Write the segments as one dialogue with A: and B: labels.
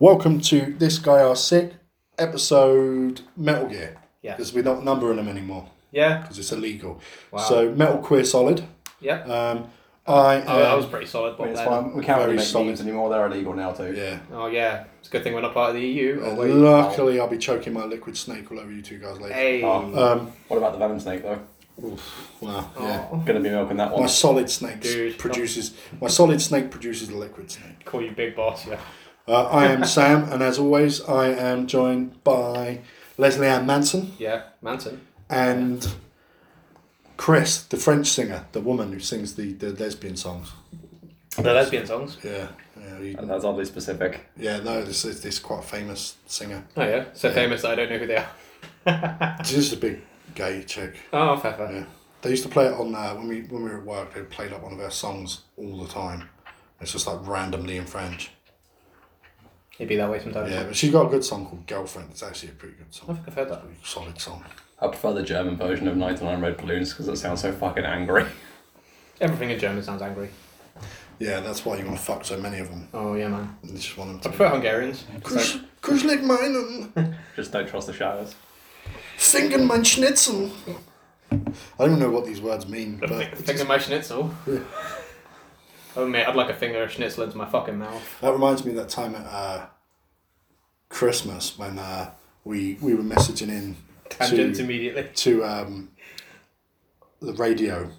A: Welcome to This Guy Are Sick, episode Metal Gear.
B: Yeah.
A: Because we're not numbering them anymore,
B: Yeah.
A: because it's illegal.
B: Wow.
A: So, Metal Queer Solid.
B: Yeah.
A: Um, I am.
B: Oh, that was pretty solid. But
C: It's
B: then,
C: fine. We can't
A: Very
C: really make
A: solid.
C: memes anymore. They're illegal now too.
A: yeah.
B: Oh yeah, it's a good thing we're not part of the EU. Oh,
A: And
B: wait.
A: luckily, I'll be choking my liquid snake all over you two guys later.
B: Hey.
C: Oh.
A: Um,
C: What about the venom snake though?
A: oof, wow. Yeah.
B: Oh.
C: Gonna be milking that
A: My
C: one.
A: solid snake
B: Dude.
A: produces. My solid snake produces the liquid snake.
B: Call you big boss. Yeah.
A: Uh, I am Sam, and as always, I am joined by Leslie Ann Manson
B: Yeah. Manson.
A: and Chris, the French singer, the woman who sings the, the lesbian songs.
B: The lesbian songs.
A: Yeah, yeah, you-
C: And that's oddly specific.
A: yeah. No, this is this is quite a famous singer.
B: Oh yeah. So famous that I don't know who they are.
A: She's a big gay chick.
B: Oh, fair, fair.
A: Yeah, they used to play it on uh, when we when we were at work. They played up one of our songs all the time. It's just like randomly in French.
B: It'd be that way sometimes.
A: Yeah, but she's got a good song called Girlfriend. It's actually a pretty good
B: I
A: song.
B: think I've heard that.
A: Solid song.
C: I prefer the German version of 99 Red Balloons because it sounds so fucking angry.
B: Everything in German sounds angry.
A: Yeah, that's why you want to fuck so many of them.
B: Oh yeah, man.
A: You just want
B: I
A: them to.
B: prefer Hungarians.
A: Kusch, kusch like meinen,
C: Just don't trust the shadows.
A: singen mein Schnitzel. I don't even know what these words mean, but
B: Finger my schnitzel. Oh mate, I'd like a finger of schnitzel into my fucking mouth.
A: That reminds me of that time at uh, Christmas when uh, we we were messaging in
B: Tangents
A: to,
B: immediately.
A: to um, the radio,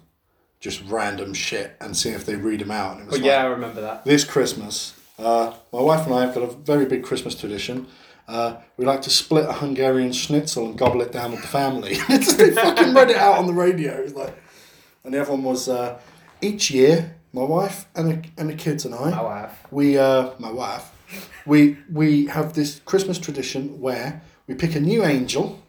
A: just random shit, and seeing if they read them out. And it was
B: But
A: like,
B: Oh, yeah, I remember that.
A: this Christmas, uh, my wife and I have got a very big Christmas tradition. Uh, we like to split a Hungarian schnitzel and gobble it down with the family. It's- they fucking read it out on the radio. It was like, and the other one was uh, each year, my wife and the, and the kids and I
B: My wife.
A: we uh, my wife we we have this christmas tradition where we pick a new angel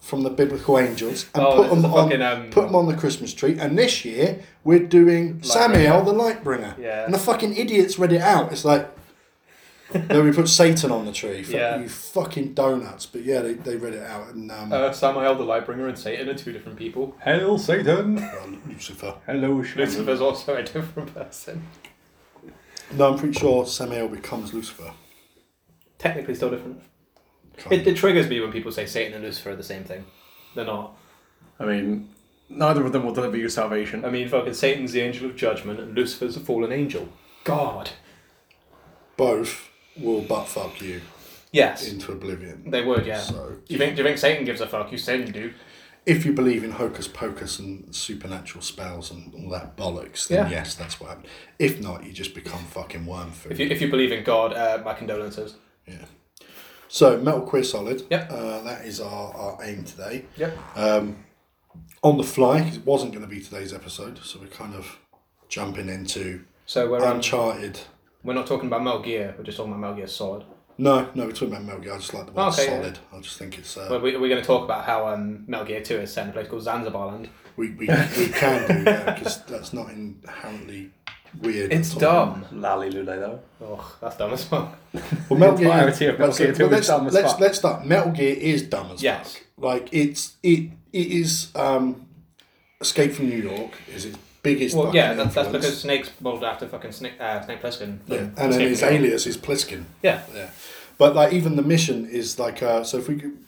A: from the biblical angels and
B: Oh,
A: put,
B: this is
A: them
B: a
A: on,
B: fucking, um,
A: put them on the christmas tree and this year we're doing samuel the light bringer
B: Yeah.
A: and the fucking idiots read it out it's like no we put satan on the tree Fuck
B: Yeah.
A: you fucking donuts but yeah they, they read it out and um,
B: Uh, Samuel the Lightbringer and Satan are two different people.
C: Hail Satan!
A: well, lucifer
C: Hello
B: Lucifer's also a different person.
A: no i'm pretty sure samuel becomes lucifer
B: Technically, still different.
A: Kind
B: It,
A: of.
B: it triggers me when people say Satan and Lucifer are the same thing. They're not.
C: I mean, neither of them will deliver you salvation.
B: I mean, fucking Satan's the angel of judgment and Lucifer's a fallen angel. God.
A: both will butt fuck you
B: Yes.
A: into oblivion
B: They would, yeah.
A: so
B: Do you think? Do you think Satan gives a fuck? You Satan do.
A: if you believe in hocus pocus and supernatural spells and all that bollocks, then
B: Yeah.
A: yes, that's what happened. If not, you just become fucking worm food.
B: If you if you believe in God, uh, my condolences.
A: yeah. So metal queer solid.
B: Yep.
A: Uh, that is our, our aim today.
B: Yep.
A: Um, on the fly 'cause it wasn't going to be today's episode, so we're kind of jumping into
B: So we're on,
A: Uncharted.
B: we're not talking about Metal Gear. We're just talking about Metal Gear Solid.
A: No, no, we're talking about Metal Gear. I just like the word
B: Okay, yeah.
A: solid. I just think it's uh,
B: But we, we're going to talk about how um, Metal Gear Two is set in a place called Zanzibar Land.
A: we, we, we can do that because that's not inherently weird.
B: It's
A: at all.
B: dumb.
C: Lally Lule though.
B: Oh, that's dumb as well.
A: Well, Metal Gear,
C: entirety of Metal
A: let's,
C: Gear 2 is
A: let's,
C: dumb as
A: let's,
C: fuck.
A: let's start. Metal Gear is dumb as
B: Yes.
A: fuck. Like it's it it is um, Escape from New York is its biggest.
B: Well,
A: fucking
B: yeah, that's, that's
A: influence.
B: because Snake's modeled after fucking Snake, uh, Snake Plissken. from
A: Yeah, and then
B: Escape
A: his
B: from New York.
A: alias is Pliskin.
B: Yeah.
A: Yeah, but like even the mission is like uh, so if we, could-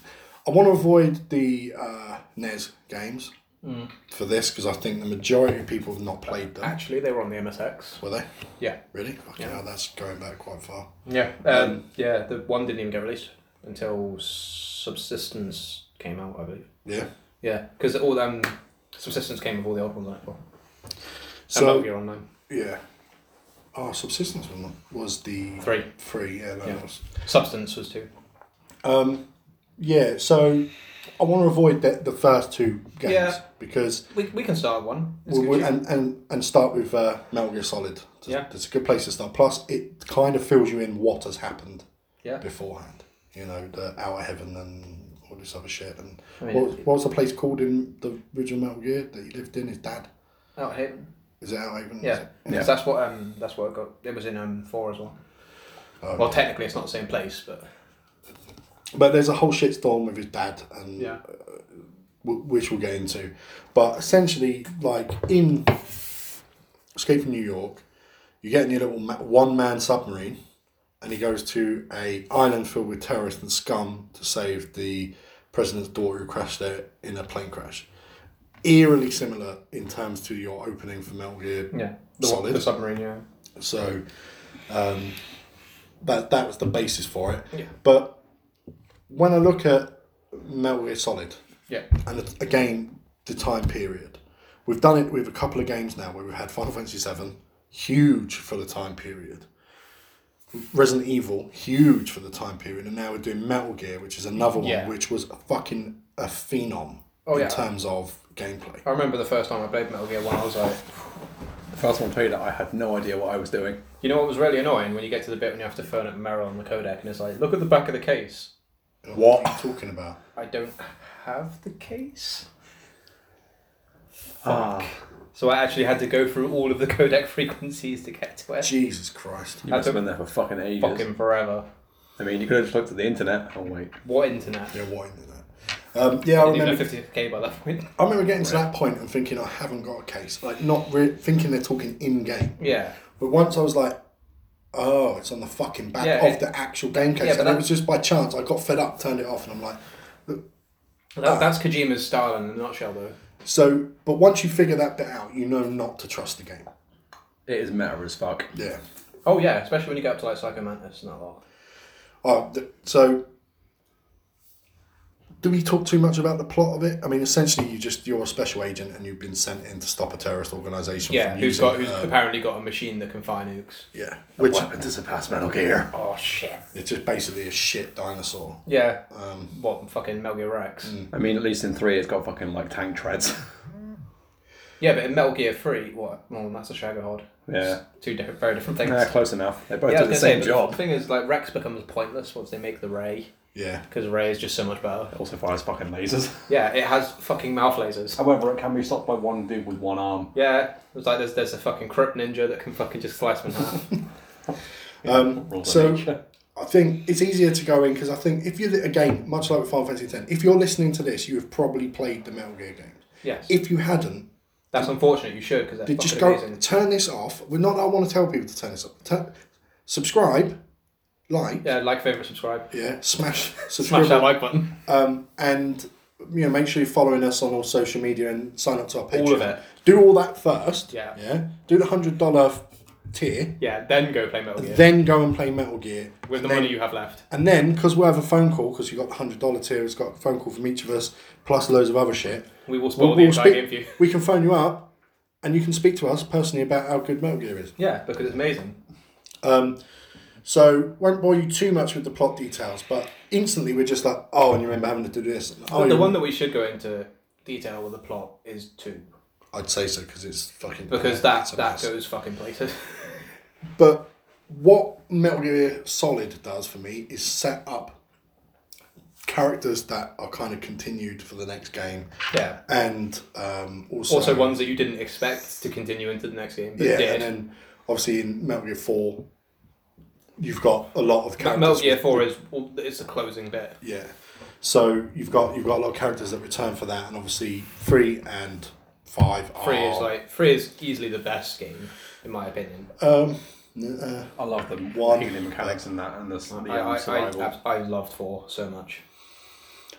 A: I want to avoid the uh, NES games
B: Mm.
A: for this because I think the majority of people have not played them.
B: Actually, they were on the MSX.
A: Were they
B: Ah. Yeah.
A: really? Fucking hell, that's going back quite far.
B: Yeah. Um, yeah, the one didn't even get released until Subsistence came out, I believe.
A: Yeah.
B: Yeah, because all them Subsistence came with all the old ones on it. Well,
A: So-
B: and Metal Gear Online.
A: Yeah. Oh, subsistence one was the
B: Three.
A: Three, yeah, that
B: Yeah.
A: was.
B: Substance was two.
A: Um, yeah, so I want to avoid the, the first two games
B: Yeah.
A: because
B: We, we can start one. It's
A: we,
B: good
A: we,
B: shit.
A: and, and and start with uh, Metal Gear Solid. It's,
B: Yeah.
A: it's a good place to start. Plus, it kind of fills you in what has happened
B: yeah.
A: beforehand. You know, the Outer Heaven and all this other shit. And
B: I mean,
A: what, what was the place called in the original Metal Gear that you lived in? His dad
B: Out here.
A: is it Outer Heaven?
B: Oh, Yeah.
C: Yeah.
B: Because that's what um that's what it got. It was in um four as well.
A: Oh,
B: Well, technically, it's not the same place, but
A: But there's a whole shitstorm with his dad and
B: yeah.
A: w- which we'll get into. But essentially, like in Escape from New York, you get in your little ma- one man submarine and he goes to a island filled with terrorists and scum to save the president's daughter who crashed there in a plane crash. Eerily similar in terms to your opening for Metal Gear.
B: Yeah. The,
A: Solid.
B: the submarine, yeah.
A: So um, that that was the basis for it.
B: Yeah.
A: But when I look at Metal Gear Solid,
B: Yeah.
A: and it's, again the time period. We've done it with a couple of games now where we've had Final Fantasy VII, huge for the time period. Resident Evil, huge for the time period, and now we're doing Metal Gear, which is another one,
B: Yeah.
A: which was a fucking a phenom
B: Oh,
A: in
B: yeah.
A: terms of gameplay.
B: I remember the first time I played Metal Gear 1, I was like,
C: The first one I played it, I had no idea what I was doing.
B: you know what was really annoying when you get to the bit when you have to phone up Merrill on the Kodak and it's like, look at the back of the case.
A: What are you talking about?
B: I don't have the case.
C: Ah,
B: So I actually had to go through all of the codec frequencies to get to it.
A: Jesus Christ!
C: you must have been there for fucking ages.
B: Fucking forever.
C: I mean, you could have just looked at the internet. Oh wait,
B: What internet?
A: Yeah, what in that? Um, yeah, I
B: I didn't
A: remember.
B: even have 50k by that point.
A: I remember getting to that point and thinking I haven't got a case, like not re- thinking they're talking in game.
B: Yeah.
A: But once I was like, oh, it's on the fucking back
B: Yeah,
A: of
B: it-
A: the actual game case.
B: Yeah, but
A: and
B: that-
A: it was just by chance. I got fed up, turned it off, and I'm like,
B: That, that's Kojima's style in a nutshell, though.
A: so, but once you figure that bit out, you know not to trust the game.
C: it is meta as fuck.
A: Yeah.
B: Oh, yeah, especially when you get up to like Psycho Mantis and that lot.
A: Oh, th- so, do we talk too much about the plot of it? I mean, essentially, you just, you're a special agent and you've been sent in to stop a terrorist organisation.
B: Yeah,
A: from
B: who's
A: using,
B: got who's
A: uh,
B: apparently got a machine that can fire nukes.
A: Yeah. Which,
C: Weapon to surpass Metal Gear.
B: Oh shit.
A: it's just basically a shit dinosaur.
B: Yeah.
A: Um,
B: what fucking Metal Gear Rex?
A: mm.
C: I mean, at least in three, it's got fucking like tank treads.
B: Yeah, but in Metal Gear Three, what? Well, that's a Shagger Hod.
C: yeah,
B: Two different, very different things.
C: yeah, close enough. They both
B: Yeah, I
C: do
B: was
C: the
B: gonna
C: same
B: say, but
C: job.
B: The thing is, like Rex becomes pointless once they make the Ray
A: Yeah.
B: because Ray is just so much better.
C: It also fires fucking lasers.
B: Yeah, it has fucking mouth lasers.
C: However, it can be stopped by one dude with one arm.
B: Yeah, it's like there's there's a fucking Crypt Ninja that can fucking just slice them in half.
A: Um,
C: Rules of
A: so-
C: nature.
A: I think it's easier to go in because I think if you again much like with Final Fantasy X, if you're listening to this, you have probably played the Metal Gear games.
B: Yes,
A: If you hadn't,
B: that's unfortunate. You should because they're
A: then
B: fucking
A: just go
B: amazing.
A: turn this off. We're not. I want to tell people to turn this off. Turn, subscribe, like, yeah,
B: Yeah, like, favorite, subscribe,
A: smash, subscribe,
B: smash that like button.
A: um, and you know make sure you're following us on all social media and sign up to our Patreon.
B: All of it.
A: Do all that first.
B: Yeah.
A: Yeah. Do the hundred dollar tier,
B: Yeah, then go play Metal Gear
A: then go and play Metal Gear
B: with the
A: then-
B: money you have left.
A: And then, because we'll have a phone call, because you've got the hundred dollar tier, it's got a phone call from each of us, plus loads of other shit.
B: We will
A: We'll-
B: spoil the
A: we'll
B: entire
A: speak-
B: game for you.
A: We can phone you up, and you can speak to us personally about how good Metal Gear is.
B: Yeah, because it's amazing.
A: Um, so won't bore you too much with the plot details, but instantly we're just like, oh, and you remember having to do this. And, oh,
B: But the
A: you-
B: one that we should go into detail with the plot is two,
A: I'd say so because it's fucking
B: because
A: it's
B: that
A: a
B: that
A: mess.
B: goes fucking places.
A: But what Metal Gear Solid does for me is set up characters that are kind of continued for the next game,
B: Yeah.
A: and um, also
B: Also, ones that you didn't expect to continue into the next game, but
A: Yeah,
B: did.
A: and then obviously in Metal Gear Four, you've got a lot of
B: But
A: characters.
B: Metal Gear Four is well, it's the closing bit.
A: Yeah, so you've got you've got a lot of characters that return for that, and obviously three and five.
B: Three
A: are,
B: is like three is easily the best game in my opinion.
A: n- uh,
C: I love them.
A: One.
C: healing mechanics and that, and the, the um,
B: I, I,
C: survival.
B: I, I loved four so much.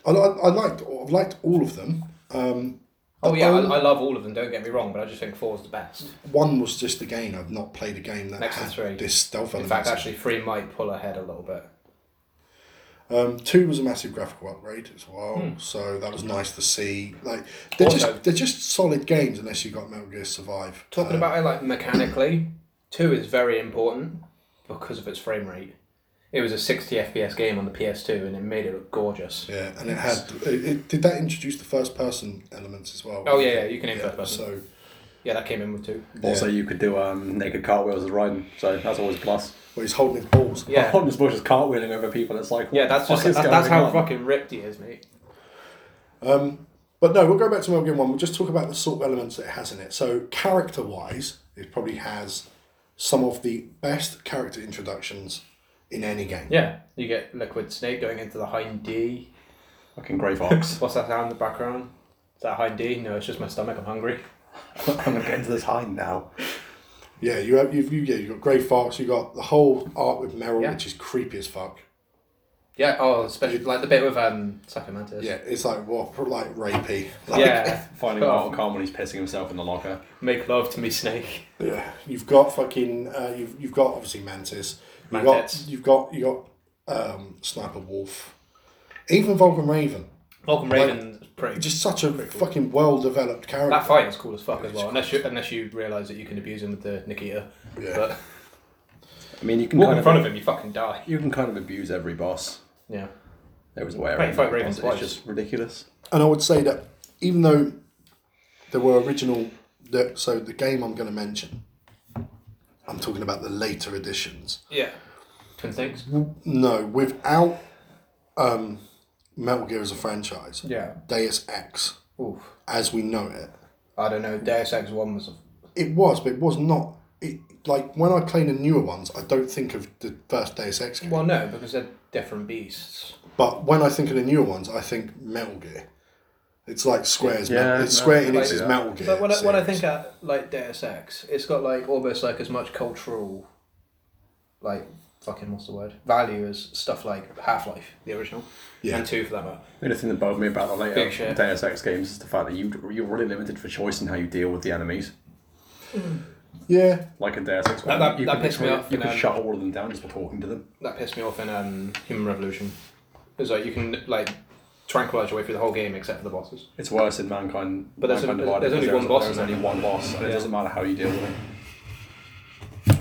A: I, li- I liked I've liked all of them. Um,
B: Oh
A: the
B: yeah,
A: only-
B: I, I love all of them. Don't get me wrong, but I just think four is the best.
A: one was just a game. I've not played a game that
B: Next to
A: had
B: three.
A: this stealth
B: In
A: element.
B: fact, actually, three might pull ahead a little bit.
A: Um, two was a massive graphical upgrade as well, so that was nice to see. Like they're
B: Hmm. Also-
A: just they're just solid games unless you got Metal Gear Survive.
B: Talking about it like mechanically, two is very important because of its frame rate. It was a 60 FPS game on the PS2, and it made it look gorgeous.
A: Yeah, and it had. It, it, did that introduce the first person elements as well?
B: Oh yeah, yeah, you can aim first person.
A: So
B: Yeah, that came in with two.
C: Also, you could do um, naked cartwheels as riding, so that's always a plus.
A: well, he's holding his balls.
B: Yeah,
C: I'm just just cartwheeling over people. It's like
B: yeah, that's
C: what
B: just
C: the fuck
B: that,
C: is
B: that's
C: going
B: how
C: on?
B: fucking ripped he is, mate.
A: But no, we'll go back to Metal Gear One. We'll just talk about the sort of elements that it has in it. So character-wise, it probably has some of the best character introductions in any game.
B: Yeah, you get Liquid Snake going into the hind D.
C: fucking grey fox.
B: What's that sound in the background? Is that hind D? No, it's just my stomach. I'm hungry.
C: I'm gonna get into this hind now.
A: Yeah, you have you've, you yeah you got Grey Fox. You got the whole art with Meryl,
B: Yeah.
A: which is creepy as fuck.
B: Yeah. Oh, especially like the bit with um Sacramentus.
A: Yeah, it's like what like rapey. Like,
B: Yeah.
C: Finding
B: Oh.
C: out calm when he's pissing himself in the locker.
B: Make love to me, snake.
A: Yeah, you've got fucking. Uh, you've you've got obviously Mantis. You've
B: Mantis.
A: got you've got you got um, Sniper Wolf, even Vulcan Raven.
B: Vulcan
A: Like-
B: Raven's pretty.
A: Just such a fucking well developed character.
B: that fight is cool as fuck as well.
A: cool.
B: Unless you unless you realise that you can abuse him with the Nikita.
A: Yeah.
B: But
C: I mean, you can
B: walk
C: kind
B: in front
C: of,
B: of him, you fucking die.
C: you can kind of abuse every boss.
B: Yeah.
C: There was a way
B: Right,
C: around
B: fight
C: that
B: Raven
C: boss.
B: twice.
C: It's just ridiculous.
A: and I would say that even though there were original, the, so the game I'm going to mention, I'm talking about the later editions.
B: Yeah. Twin Snakes.
A: No, without um, Metal Gear as a franchise,
B: Yeah.
A: Deus Ex
B: Oof.
A: as we know it,
B: I don't know. Deus Ex One was. A,
A: it was, but it was not. It, like when I play the newer ones, I don't think of the first Deus Ex game.
B: well, no, because they're different beasts.
A: But when I think of the newer ones, I think Metal Gear. It's like Square's
C: Yeah,
A: Metal,
C: no,
A: it's Square
C: I like
A: Enix's
C: that.
A: Metal Gear.
B: But when I, when I
A: series.
B: think of like Deus Ex, it's got like almost like as much cultural, like fucking what's the word value as stuff like Half Life, the original,
A: Yeah.
B: and two for that matter.
C: The only thing that bothered me about the
B: Big
C: later
B: shit.
C: Deus Ex games is the fact that you, you're really limited for choice in how you deal with the enemies.
A: yeah,
C: Like in Deus Ex,
B: That- that-
C: you
B: that
C: could-
B: pissed me off
C: You
B: in,
C: could
B: um,
C: shut all of them down just by talking to them.
B: That pissed me off in um, Human Revolution. It's like you can like tranquilize your way through the whole game except for the bosses.
C: It's worse in Mankind.
B: But there's
C: Mankind
B: a-
C: Divided
B: there's only
C: because
B: one boss,
C: There's
B: isn't
C: only
B: there?
C: one boss, and it
B: Yeah.
C: doesn't matter how you deal with it.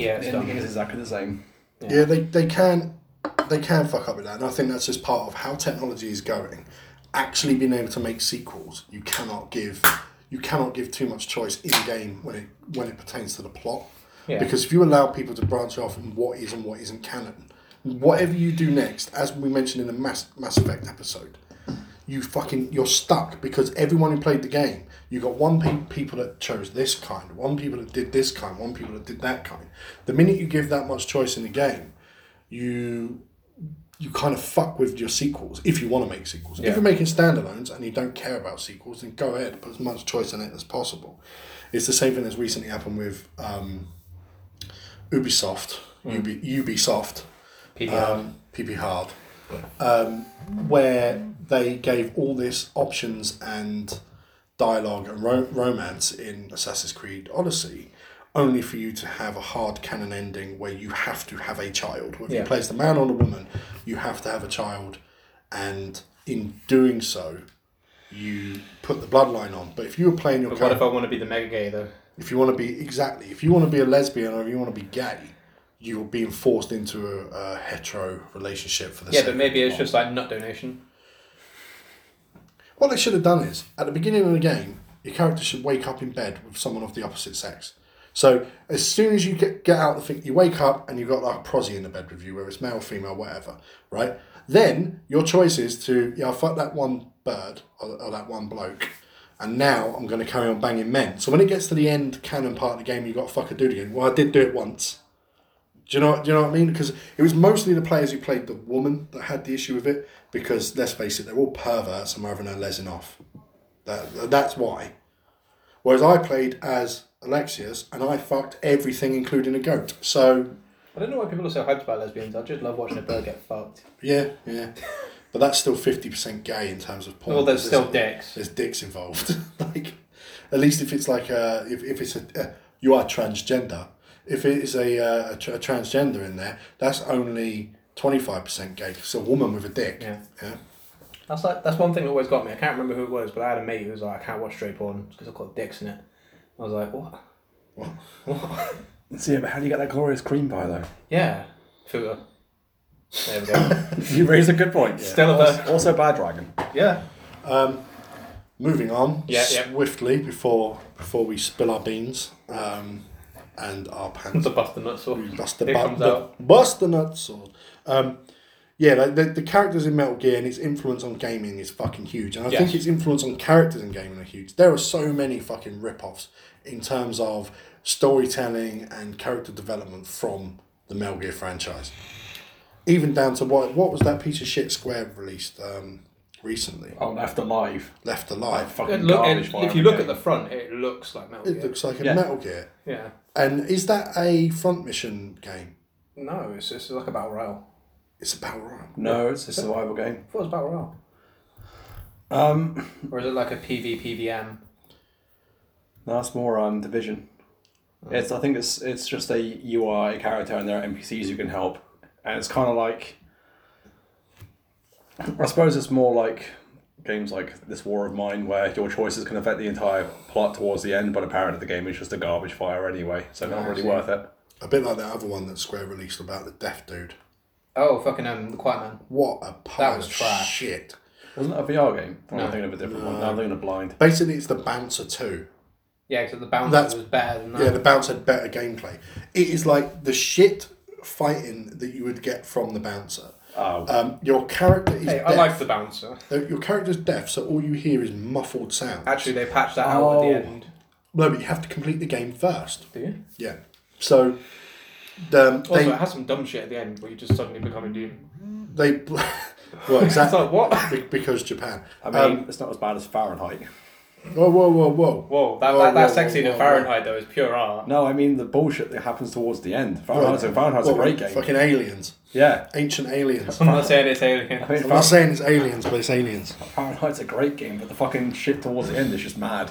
B: Yeah, it's
C: The ending
B: done.
C: is exactly the same.
A: yeah, they they can they can fuck up with that, and I think that's just part of how technology is going. Actually, being able to make sequels, you cannot give you cannot give too much choice in game when it when it pertains to the plot.
B: Yeah.
A: Because if you allow people to branch off in what is and what isn't canon, whatever you do next, as we mentioned in the Mass Mass Effect episode, you fucking you're stuck because everyone who played the game you got one pe- people that chose this kind one people that did this kind one people that did that kind the minute you give that much choice in the game you you kind of fuck with your sequels if you want to make sequels if
B: Yeah.
A: you're making standalones and you don't care about sequels then go ahead put as much choice in it as possible it's the same thing that's recently happened with um, ubisoft Ubi, ubisoft
B: PBR.
A: um, PP Hard, um, where they gave all this options and dialogue and ro- romance in Assassin's Creed Odyssey, only for you to have a hard canon ending where you have to have a child. Whether
B: Yeah.
A: you play as the man or the woman, you have to have a child, and in doing so, you put the bloodline on. But if you were playing your
B: but what
A: character,
B: if I want to be the mega gay though?
A: if you want to be exactly, if you want to be a lesbian or if you want to be gay, you're being forced into a, a hetero relationship for the
B: Yeah,
A: sake
B: but maybe it's just like nut donation.
A: What they should have done is at the beginning of the game, your character should wake up in bed with someone of the opposite sex. So as soon as you get, get out the thing, you wake up and you've got like a prosy in the bed with you, whether it's male, female, whatever, right? Then your choice is to yeah, I fuck that one bird or, or that one bloke, and now I'm going to carry on banging men. So when it gets to the end canon part of the game, you have got to fuck a dude again. Well, I did do it once. Do you know? Do you know what I mean? Because it was mostly the players who played the woman that had the issue with it. Because let's face it, they're all perverts and having a lesing off. That that's why. Whereas I played as Alexius and I fucked everything, including a goat. So
B: I don't know why people are so hyped about lesbians. I just love watching a bird get fucked.
A: yeah, yeah. But that's still fifty percent gay in terms of porn.
B: Well, there's
A: because
B: still dicks.
A: there's dicks involved. like, at least if it's like a, if, if it's a, uh, you are transgender. If it is a, uh, a, tra- a transgender in there, that's only 25% gay. 'cause It's a woman with a dick.
B: Yeah.
A: Yeah.
B: That's like that's one thing that always got me. I can't remember who it was, but I had a mate who was like, "I can't watch straight porn because I've got dicks in it." I was like, "What?
A: What?
B: What?
C: So yeah, but how do you get that glorious cream pie though?
B: yeah, Fuga. There we go.
C: You raise a good point.
B: Still a
C: also,
B: bird.
C: also bad dragon.
B: yeah,
A: Moving on
B: Yeah, yeah.
A: swiftly before before we spill our beans um, and our pants.
B: the bust the nuts off.
A: Bust the,
B: It
A: bu-
B: comes
A: the
B: out.
A: bust the nuts sword. Um, yeah, like the, the characters in Metal Gear and its influence on gaming is fucking huge, and I
B: Yes.
A: think its influence on characters in gaming are huge. There are so many fucking rip-offs in terms of storytelling and character development from the Metal Gear franchise, even down to what what was that piece of shit Square released? Um, recently,
C: Oh, left alive.
A: left alive.
C: Fucking
B: And look, and
C: garbage fire
B: if you look
C: game.
B: at the front, it looks like Metal
A: It
B: Gear.
A: looks like a
C: Yeah.
A: Metal Gear.
B: Yeah.
A: And is that a front mission game?
B: No, it's just like a battle royale.
A: It's a battle royale.
C: No, it's a survival game.
B: I thought it was battle royale.
C: Um,
B: Or is it like a PV PVM?
C: that's more um division. It's I think it's it's just a you are a character and there are NPCs you can help, and it's kind of like. I suppose it's more like games like this War of Mine, where your choices can affect the entire plot towards the end, but apparently the game is just a garbage fire anyway, so not
B: I
C: really
B: see.
C: worth it.
A: A bit like that other one that Square released about the deaf dude.
B: Oh, fucking um, the Quiet Man.
A: What a pile
B: was
A: of
B: trash.
A: shit.
C: Wasn't that a VR game? Or am I thinking of a different one. No, I'm thinking of Blind.
A: Basically, it's the Bouncer 2.
B: Yeah, except the bouncer
A: That's-
B: was better than that.
A: Yeah, the bounce had better gameplay. It is like the shit fighting that you would get from the bouncer.
C: Oh.
A: Um, your character is
B: hey,
A: deaf.
B: I like the bouncer.
A: your character's deaf, so all you hear is muffled sound.
B: Actually, they patched that out at
C: Oh.
B: the end.
A: no, but you have to complete the game first.
B: Do you?
A: Yeah. So um,
B: Also,
A: they
B: it has some dumb shit at the end where you just suddenly become a demon.
A: they well
B: It's
A: exactly
B: like, what?
A: be- because Japan. Um,
C: I mean, it's not as bad as Fahrenheit.
A: Whoa, whoa, whoa, whoa!
B: Whoa, that,
A: Whoa,
B: that, that
A: whoa,
B: sex scene
A: whoa,
B: in
A: whoa,
B: Fahrenheit, though, is pure art.
C: No, I mean the bullshit that happens towards the end. Fahrenheit's, Fahrenheit's
A: Well,
C: a great game.
A: Fucking aliens,
C: Yeah.
A: ancient aliens.
B: I'm not saying it's alien.
C: I mean,
A: I'm not
C: Fahrenheit-
A: saying it's aliens, but it's aliens.
C: Fahrenheit's a great game, but the fucking shit towards the end is just mad.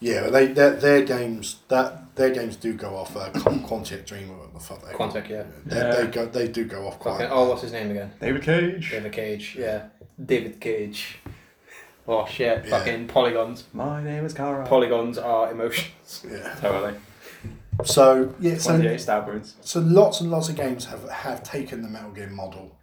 A: Yeah, but they their, their games that their games do go off. Uh, Qu- Quantic Dream or what the fuck they
B: Quantic, yeah.
A: They, they go they do go off quite.
B: Fucking, oh, what's his name again?
C: David Cage.
B: David Cage, yeah. David Cage. Oh, shit.
A: Yeah.
B: Fucking polygons.
C: My name is Kara.
B: Polygons are emotions.
A: Yeah.
C: totally.
A: So yeah, so
C: 28 stab wounds.
A: so lots and lots of games have have taken the Metal Gear model.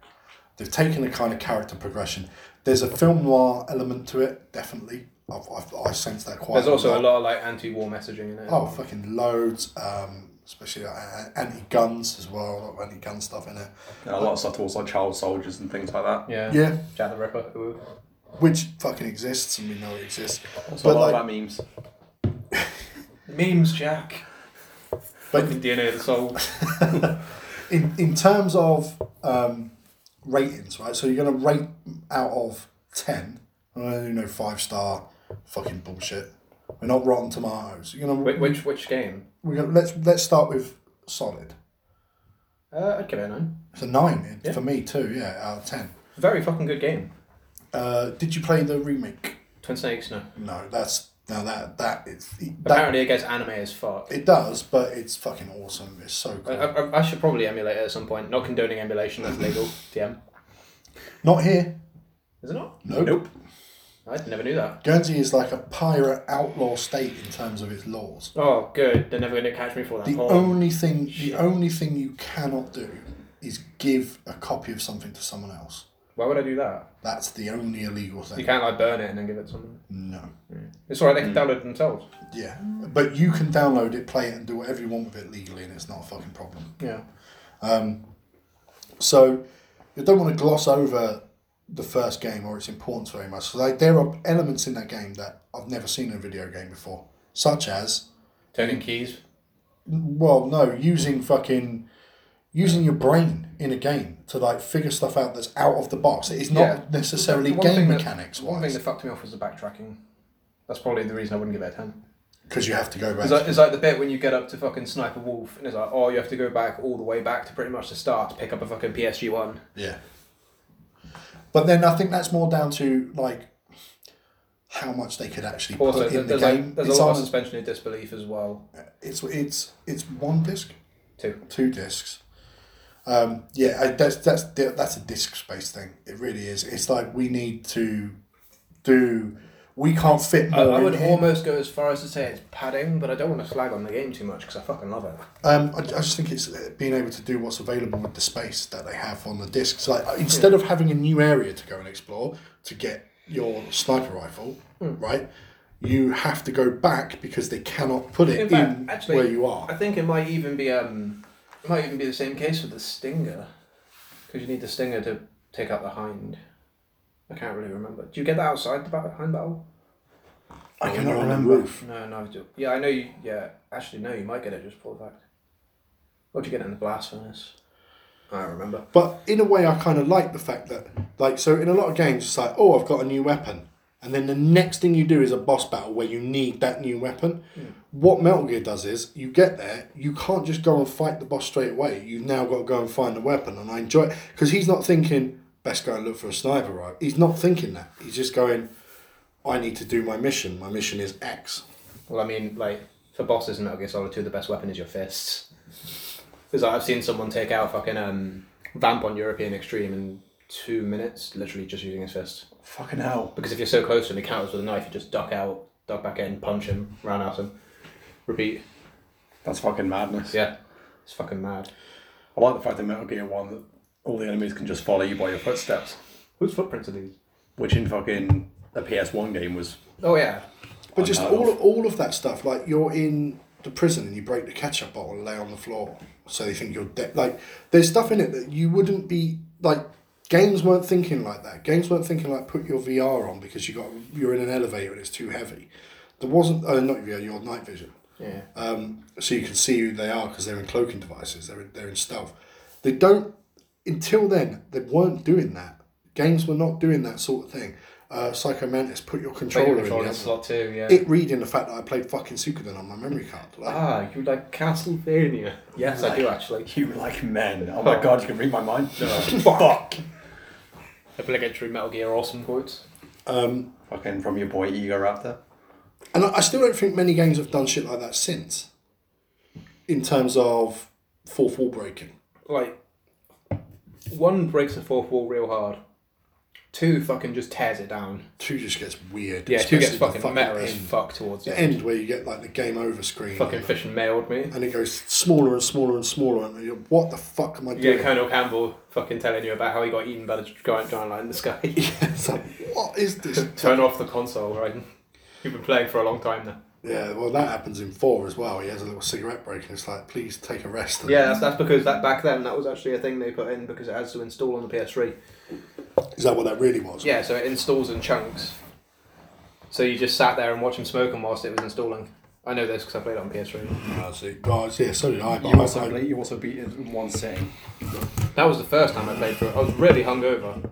A: They've taken the kind of character progression. There's a film noir element to it, definitely. I've, I've I sense that quite.
B: There's also a
A: lot.
B: lot of like anti-war messaging in it.
A: Oh, fucking loads. Um, especially uh, anti guns as well. A lot of anti gun stuff in it.
C: And a lot of stuff towards like child soldiers and things like that.
B: Yeah.
A: Yeah,
B: Jack the Ripper. Ooh.
A: which fucking exists and we know it exists.
C: Also
A: But
C: a lot
A: like,
C: of that memes.
B: Memes, Jack.
A: but
B: Fucking DNA of the soul.
A: in in terms of um, ratings, right? So you're gonna rate out of ten. Uh, you know, five star, fucking bullshit. We're not Rotten Tomatoes. You're gonna,
B: Wh- which which game?
A: we're gonna let's let's start with solid.
B: Uh, I'd give it a nine.
A: It's a nine
B: Yeah.
A: for me too. Yeah, out of ten.
B: Very fucking good game.
A: Uh, did you play the remake?
B: Twin Snakes, no.
A: No, that's now that that is that
B: Apparently, it gets anime as fuck.
A: it does, but it's fucking awesome. It's so
B: I,
A: cool.
B: I, I should probably emulate it at some point. Not condoning emulation, that's legal. TM.
A: Not here.
B: Is it not?
A: Nope.
C: Nope.
B: I never knew that.
A: Guernsey is like a pirate outlaw state in terms of its laws.
B: Oh, good. They're never going to catch me for that.
A: The
B: Oh.
A: only thing, the only thing you cannot do is give a copy of something to someone else.
B: Why would I do that?
A: That's the only illegal
B: You
A: thing.
B: can't like burn it and then give it to someone.
A: No.
B: It's alright. They can download it themselves.
A: Yeah, but you can download it, play it, and do whatever you want with it legally, and it's not a fucking problem.
B: Yeah.
A: So, you don't want to gloss over the first game or its importance very much. So, like, there are elements in that game that I've never seen in a video game before, such as,
B: Turning keys.
A: well, no, using fucking. Using your brain in a game to like figure stuff out that's out of the box. It is not
B: Yeah.
A: necessarily
B: One
A: game
B: thing that-
A: mechanics
B: One
A: wise.
B: thing that fucked me off was the backtracking. That's probably the reason I wouldn't give it a ten.
A: Because you have to go back.
B: It's like, it's like the bit when you get up to fucking Sniper Wolf and it's like, oh, you have to go back all the way back to pretty much the start to pick up a fucking PSG one.
A: yeah. But then I think that's more down to like how much they could actually
B: Also,
A: put in the
B: there's,
A: game.
B: a, there's
A: it's,
B: a lot of
A: on-
B: suspension of disbelief as well.
A: it's it's it's one disc,
B: Two.
A: two discs. Um, yeah, I, that's that's di- that's a disc space thing. It really is. It's like we need to do. We can't fit
B: I,
A: more.
B: I
A: in
B: would
A: here.
B: almost go as far as to say it's padding, but I don't want to slag on the game too much because I fucking love it.
A: Um, I, I just think it's uh, being able to do what's available with the space that they have on the discs. Like uh, instead of having a new area to go and explore to get your sniper rifle,
B: Hmm.
A: right? You have to go back because they cannot put it
B: In
A: in,
B: fact, actually-
A: where you
B: I
A: are.
B: think it might even be um, it might even be the same case with the Stinger, because you need the Stinger to take out the Hind. I can't really remember. Do you get that outside the bat- Hind battle?
A: I
C: Oh,
A: cannot
C: you're on the
A: remember.
C: roof.
B: No, no. I do- Yeah, I know. You, yeah, actually, no. You might get it just for the fact. What do you get it in the blast furnace? I don't remember.
A: But in a way, I kind of like the fact that Like so, in a lot of games, it's like, oh, I've got a new weapon, and then the next thing you do is a boss battle where you need that new weapon. What Metal Gear does is, you get there, you can't just go and fight the boss straight away. You've now got to go and find the weapon, and I enjoy it because he's not thinking best go and look for a sniper right. He's not thinking that. He's just going, I need to do my mission. My mission is X.
B: Well, I mean, like for bosses in Metal Gear Solid Two, the best weapon is your fists. Because I've seen someone take out fucking um, Vamp on European Extreme in two minutes, literally just using his fist.
C: Fucking hell.
B: Because if you're so close and he counters with a knife, you just duck out, duck back in, punch him, roundhouse him, repeat.
C: That's fucking madness.
B: Yeah, it's fucking mad.
C: I like the fact in Metal Gear 1 that all the enemies can just follow you by your footsteps,
B: Whose footprints are these?
C: which in fucking the PS1 game was.
B: Oh yeah,
A: But just
C: Unheard
A: all
C: of.
A: all of that stuff, like you're in the prison and you break the ketchup bottle and lay on the floor, so they think you're dead. Like there's stuff in it that you wouldn't be like. Games weren't thinking like that. Games weren't thinking like put your VR on because you got you're in an elevator and it's too heavy. There wasn't oh not VR your night vision,
B: yeah.
C: Uh,
A: so you can see who they are because they're in cloaking devices. They're in, they're in stealth. They don't until then they weren't doing that. Games were not doing that sort of thing. Uh, Psycho Mantis put your
B: Play
A: controller
B: your
A: in the
B: controller in
A: other
B: slot two. Yeah.
A: it reading the fact that I played fucking Suikoden on my memory card. Like,
B: Ah, you like Castlevania? Yes, I do actually.
C: You like men. Oh my god, you can read my mind? No. Fuck!
B: Obligatory Metal Gear awesome quotes.
C: Fucking from your boy Ego Raptor.
A: and I I still don't think many games have done shit like that since. In terms of fourth wall breaking,
B: Like, one breaks the fourth wall real hard. Two fucking just tears it down.
A: two just gets weird.
B: Yeah, two gets
A: especially the
B: fucking, meta as
A: end.
B: fuck towards the
A: The
B: end.
A: end where you get like the game over screen,
B: Fucking fish and mailed me.
A: and it goes smaller and smaller and smaller, and you're what the fuck am I
B: You
A: doing?
B: get Colonel Campbell fucking telling you about how he got eaten by the giant giant light in the sky.
A: it's like what is this?
B: Turn off the console, right? You've been playing for a long time now.
A: yeah, well that happens in four as well. He has a little cigarette break, and it's like please take a rest.
B: Yeah, that's, that's because that back then that was actually a thing they put in because it has to install on the PS3.
A: is that what that really was?
B: Yeah, so it installs in chunks. So you just sat there and watched him smoking whilst it was installing. I know this because I played it on PS3.
A: I see. Oh, yeah, so did I. But
C: You
A: I-
C: also,
A: I-
C: ble- you also beat it in one sitting.
B: That was the first time I played through it. I was really hungover.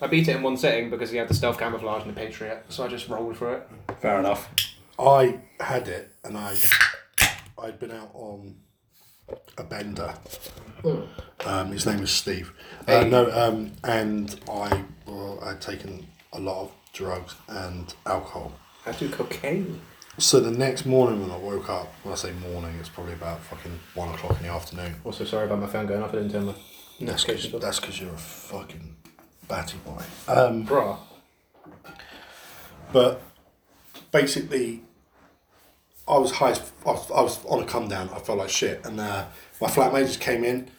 B: I beat it in one sitting because he had the stealth camouflage and the Patriot, so I just rolled through it.
C: Fair enough.
A: I had it, and I I'd been out on a bender. Um, his name was Steve. Uh, no, um, and I well, I'd taken a lot of drugs and alcohol.
B: I do cocaine.
A: So the next morning when I woke up, when I say morning, it's probably about fucking one o'clock in the afternoon.
B: Also, sorry about my phone going off. I didn't turn my
A: That's because
B: notifications off.
A: that's because you're a fucking batty boy.
B: Bruh.
A: but basically, I was high. As, I was- I was on a come down. I felt like shit, and uh, my flatmate just came in,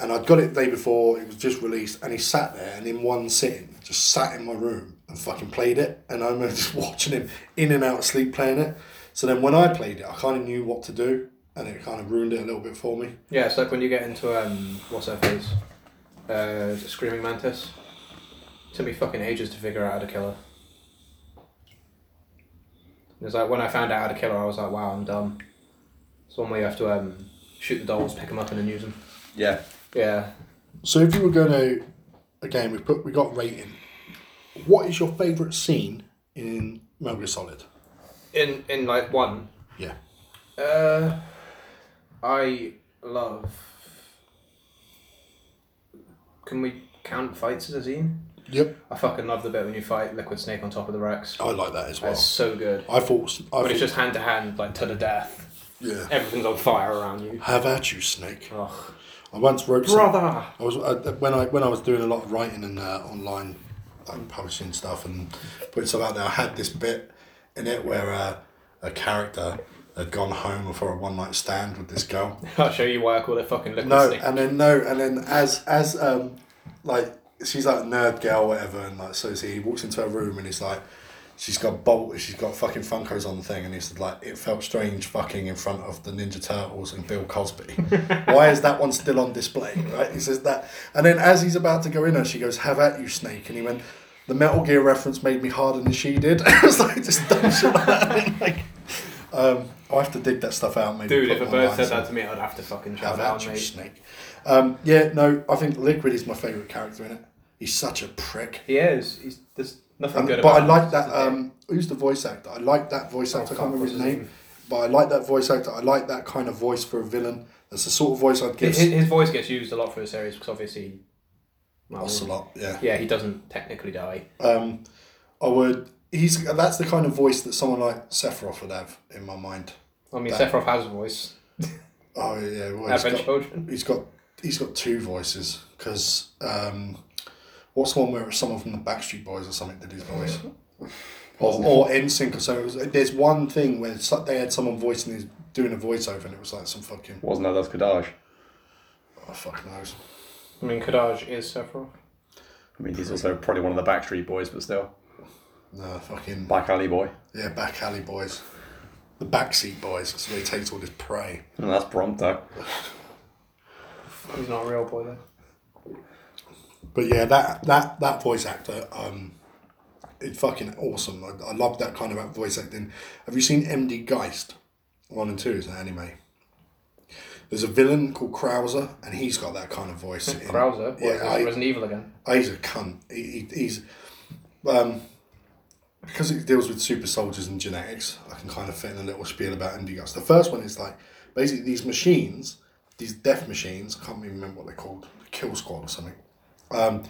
A: and I'd got it the day before. It was just released, and he sat there, and in one sitting, just sat in my room and fucking played it. And I remember just watching him in and out of sleep playing it. So then, when I played it, I kind of knew what to do, and it kind of ruined it a little bit for me.
B: Yeah, it's like when you get into um, what's her face, uh, screaming mantis. It took me fucking ages to figure out how to kill her. It was like when I found out how to kill her, I was like, wow, I'm dumb. It's one way you have to um, shoot the dolls, pick them up, and then use them.
C: Yeah.
B: Yeah,
A: So if you were going to, again, we put we got rating. What is your favourite scene in Metal Gear Solid?
B: in in like one.
A: Yeah.
B: Uh, I love. Can we count fights as a zine?
A: Yep.
B: I fucking love the bit when you fight Liquid Snake on top of the Rex.
A: I like that as well.
B: That's so good.
A: I thought, I
B: But
A: thought
B: it's just hand to hand, like to the death.
A: yeah.
B: Everything's on fire around you.
A: Have at you, snake.
B: Ugh.
A: I once wrote. some-
B: Brother!
A: I was I, when I when I was doing a lot of writing and uh, online, like publishing stuff and putting stuff out there. I had this bit in it where uh, a character had gone home for a one night stand with this girl.
B: I'll show you why I call it fucking liquid
A: No,
B: snake.
A: and then no, and then as as um like she's like a nerd girl, whatever, and like so he walks into her room and he's like, she's got bolt, she's got fucking Funkos on the thing, and he's like, it felt strange fucking in front of the Ninja Turtles and Bill Cosby. Why is that one still on display? Right? He says that, and then as he's about to go in, her she goes, "Have at you, Snake," and he went. The Metal Gear reference made me harder than she did. I was like, just dumb shit like that. Like, um, I have to dig that stuff out. Maybe
B: Dude,
A: put
B: if a
A: it
B: bird
A: online
B: said
A: somewhere.
B: that to me, I'd have to fucking
A: How
B: shout
A: about
B: out,
A: you,
B: mate.
A: Snake? Um, yeah, no, I think Liquid is my favourite character in it. He's such a prick.
B: He is. He's, there's nothing
A: Um,
B: good
A: but
B: about
A: I
B: him.
A: like that.
B: He's a dick.
A: Um, who's the voice actor? I like that voice
B: Oh,
A: actor. I
B: fuck,
A: can't remember his
B: what's his
A: name,
B: name?
A: but I like that voice actor. I like that kind of voice for a villain. That's the sort of voice I'd give.
B: his, his voice gets used a lot for the series because obviously. well,
A: Ocelot, yeah.
B: Yeah, he doesn't technically die.
A: Um, I would. He's that's the kind of voice that someone like Sephiroth would have in my mind.
B: I mean,
A: That-
B: Sephiroth has a voice.
A: Oh yeah, well, he's
B: Advent
A: got,
B: Children.
A: he's got he's got two voices because um, what's one where it was someone from the Backstreet Boys or something did his voice, or or NSYNC or so. It was, there's one thing where so- they had someone voicing his doing a voiceover and it was like some fucking
C: Wasn't that that's Kadaj?
A: oh fuck knows.
B: I mean, Kadaj is Sephiroth.
C: I mean, he's also probably one of the Backstreet Boys, but still,
A: No fucking
C: Black Alley Boy.
A: yeah, back alley boys, the backseat boys because they takes all this prey.
C: And that's Bronto.
B: He's not a real boy, though.
A: But yeah, that that that voice actor, um, it's fucking awesome. I, I love that kind of voice acting. Have you seen MD Geist? One and two is an anime. There's a villain called Krauser, and he's got that kind of voice. in-
B: Krauser. What is
A: yeah,
B: this,
A: I-
B: Resident Evil again.
A: Oh, he's a cunt. He, he, he's um, because it deals with super soldiers and genetics. I can kind of fit in a little spiel about MD Geist. The first one is like basically these machines, these death machines. I can't even remember what they're called, Kill Squad or something. Um,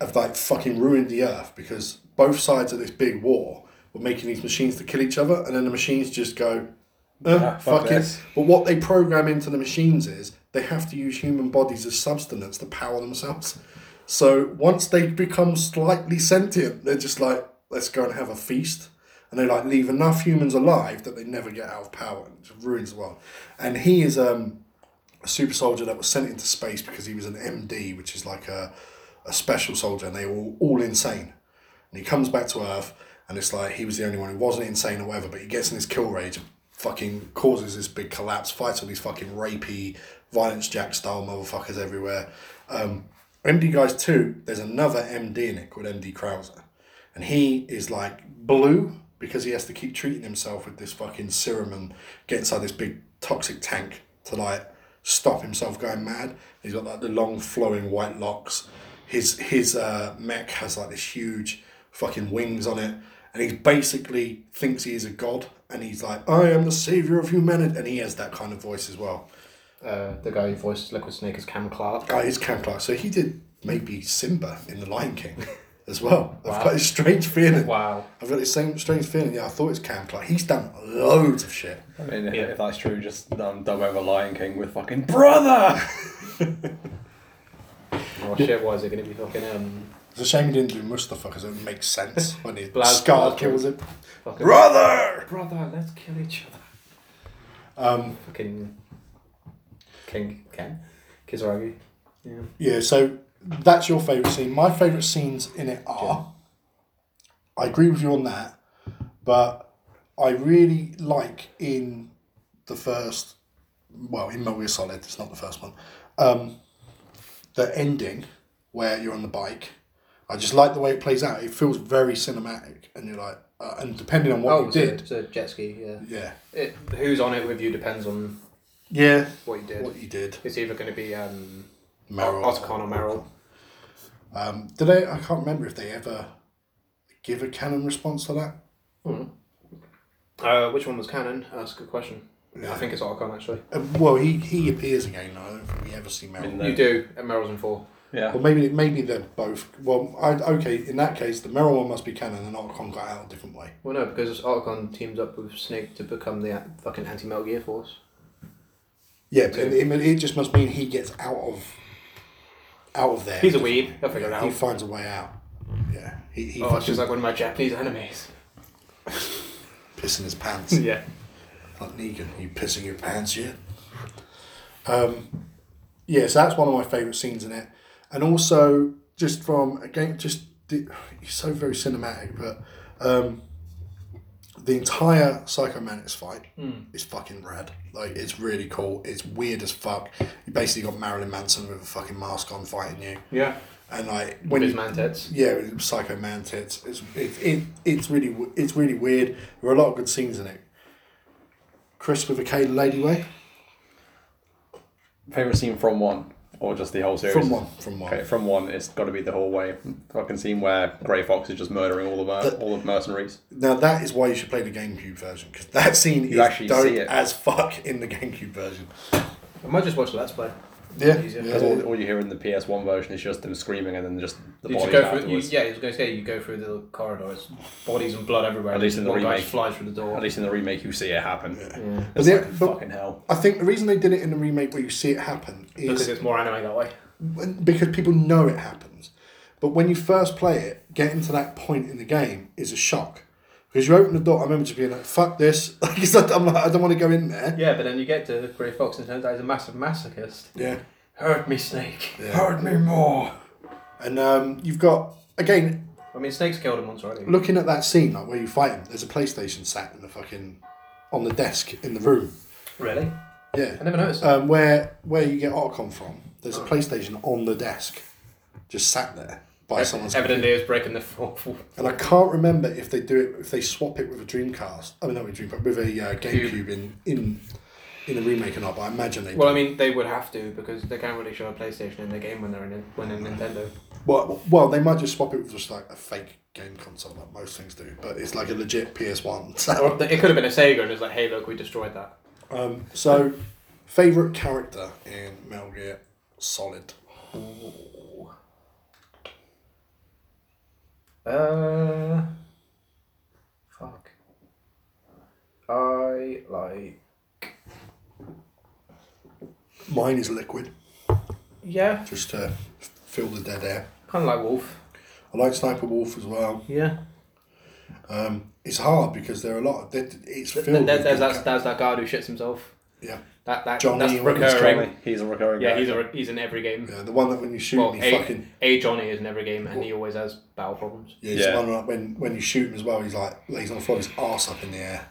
A: have like fucking ruined the earth because both sides of this big war were making these machines to kill each other, and then the machines just go. "Eh,
C: Ah, fuck
A: fuck it.
C: this.
A: But what they program into the machines is they have to use human bodies as substance to power themselves. So once they become slightly sentient, they're just like, let's go and have a feast. And they like leave enough humans alive that they never get out of power and it just ruins the world. And he is um, a super soldier that was sent into space because he was an MD, which is like a, a special soldier, and they were all, all insane. And he comes back to Earth, and it's like he was the only one who wasn't insane or whatever, but he gets in his kill rage, fucking causes this big collapse, fights all these fucking rapey, violence jack style motherfuckers everywhere. Um, MD Guys 2, there's another MD in it called MD Krauser. And he is like blue because he has to keep treating himself with this fucking serum and get inside this big toxic tank to like stop himself going mad. He's got like the long flowing white locks. His his uh, mech has like this huge fucking wings on it, and he basically thinks he is a god. And he's like, I am the savior of humanity, and he has that kind of voice as well.
B: Uh, the guy who voiced Liquid Snake is Cam Clark.
A: Guy is Cam Clark, so he did maybe Simba in The Lion King as well. I've got this strange feeling.
B: Wow.
A: I've got this same strange feeling. Yeah, I thought it's Cam Clark. He's done loads of shit.
C: I mean, if-
B: Yeah.
C: if that's true, just um, dub over Lion King with fucking brother.
B: Oh shit, why is it going to be fucking um,
A: It's a shame he didn't do Mustafa because it would make sense when his
B: Blas-
A: scar
B: Blas-
A: kills him.
B: fucking
A: Brother!
B: brother? Let's kill each other.
A: Um,
B: Fucking King Ken Kizaragi. Yeah.
A: yeah, so that's your favourite scene. My favourite scenes in it are. I agree with you on that, but I really like in the first. Well, in Metal Gear Solid, it's not the first one. Um, the ending where you're on the bike. I just like the way it plays out. It feels very cinematic, and you're like, uh, and depending on what
B: Oh,
A: you
B: it's a,
A: did,
B: it's a jet ski. Yeah.
A: yeah,
B: It, who's on it with you depends on
A: yeah,
B: what you did.
A: what you did,
B: It's either going to be um,
A: Meryl.
B: Otacon or Merrill.
A: Um, did they? I can't remember if they ever give a canon response to that.
B: Uh, which one was canon? That's a good question. I think it's Otacon actually.
A: Uh, well, he, he appears again. I don't think we ever see Meryl.
C: In
B: You do. And Merrill's in four.
C: Yeah.
A: Well, maybe maybe they're both. Well, I, okay. In that case, the Meryl one must be canon, and Otacon got out a different way.
B: Well, no, because Otacon teams up with Snake to become the a- fucking anti Metal Gear Force.
A: Yeah, but it, it- it just must mean he gets out of out of there.
B: He's a weeb. He'll figure it
A: He
B: out.
A: finds a way out. Yeah, he, he
B: Oh, it's
A: fucking
B: just like one of my Japanese enemies.
A: pissing his pants.
B: yeah.
A: Like Negan, you pissing your pants yet? Um, yeah, so that's one of my favourite scenes in it, and also just from again, just the, he's so very cinematic, but um, the entire Psycho Mantis fight
B: Hmm.
A: is fucking rad. Like it's really cool. It's weird as fuck. You basically got Marilyn Manson with a fucking mask on fighting you,
B: Yeah.
A: and like
B: With
A: when
B: his
A: you,
B: man tits.
A: yeah, with Psycho Mantis, it's it, it, it's really w- it's really weird. There are a lot of good scenes in it. Chris with a K Lady Way.
C: Favorite scene from one. or just the whole series?
A: From one. From one.
C: Okay, from one, it's got to be the whole way. Fucking scene where Grey Fox is just murdering all the mer-
A: The-
C: all the mercenaries.
A: Now that is why you should play the GameCube version because that scene
C: You
A: is
C: actually
A: dope
C: see it.
A: as fuck in the GameCube version.
B: I might just watch the Let's Play.
A: Yeah,
B: Easier.
A: yeah,
C: Because all,
A: yeah.
C: all you hear in the PS1 version is just them screaming and then just the
B: You just
C: bodies
B: go through, you,
C: afterwards.
B: yeah, I was going to say you go through the corridors, bodies and blood everywhere.
C: At least in the
B: one guy
C: remake.
B: just flies through the door.
C: At least in the remake, you see it happen.
B: Yeah.
A: But
C: It's
A: the-
C: like,
A: but-
C: fucking hell.
A: I think the reason they did it in the remake where you see it happen
B: Because
A: is
B: it's more anime that way.
A: when- because people know it happens. But when you first play it, getting to that point in the game is a shock. Because you open the door, I remember just being like, fuck this. Like, it's like, I'm like, I don't want to go in there.
B: Yeah, but then you get to Grey Fox and turns out he's a massive masochist.
A: Yeah.
B: Hurt me, Snake.
C: Hurt me more.
A: And um, you've got, again,
B: I mean, Snake's killed him once already.
A: looking at that scene, like where you fight him, there's a PlayStation sat in the fucking, on the desk in the room.
B: Really?
A: Yeah.
B: I never noticed that.
A: um, where where you get Otacon from. There's a PlayStation on the desk, just sat there by someone's.
B: Evidently, it's breaking the fourth wall.
A: And I can't remember if they do it if they swap it with a Dreamcast. I mean, not with Dreamcast, with a uh, GameCube in in in the remake or not. But I imagine they.
B: Well, I
A: do.
B: mean, they would have to because they can't really show a PlayStation in their game when they're in when in Nintendo.
A: well, well, they might just swap it with just like a fake game console, like most things do. But it's like a legit PS One.
B: Or
A: So,
B: it could have been a Sega and it's like, hey, look, we destroyed that.
A: um, so favorite character in Metal Gear Solid.
B: Uh, fuck. I like.
A: Mine is Liquid,
B: Yeah,
A: just to fill the dead air.
B: kind of like Wolf.
A: I like Sniper Wolf as well.
B: Yeah.
A: Um, it's hard because there are a lot. Of, there- it's filled.
B: Th- th-
A: with
B: there's,
A: good
B: that, there's that guy who shits himself.
A: ca- yeah,
B: That that
A: Johnny
B: that's
A: Wilkins,
B: recurring.
A: Johnny.
C: He's a recurring
B: Yeah, he's
C: character.
B: a, re- he's in every game.
A: yeah, the one that when you shoot,
B: Well,
A: him, he
B: a,
A: fucking
B: a Johnny is in every game, and he always has battle problems.
A: yeah. it's
C: Yeah.
A: The one that when when you shoot him as well, he's like lays on the floor, his arse up in the air.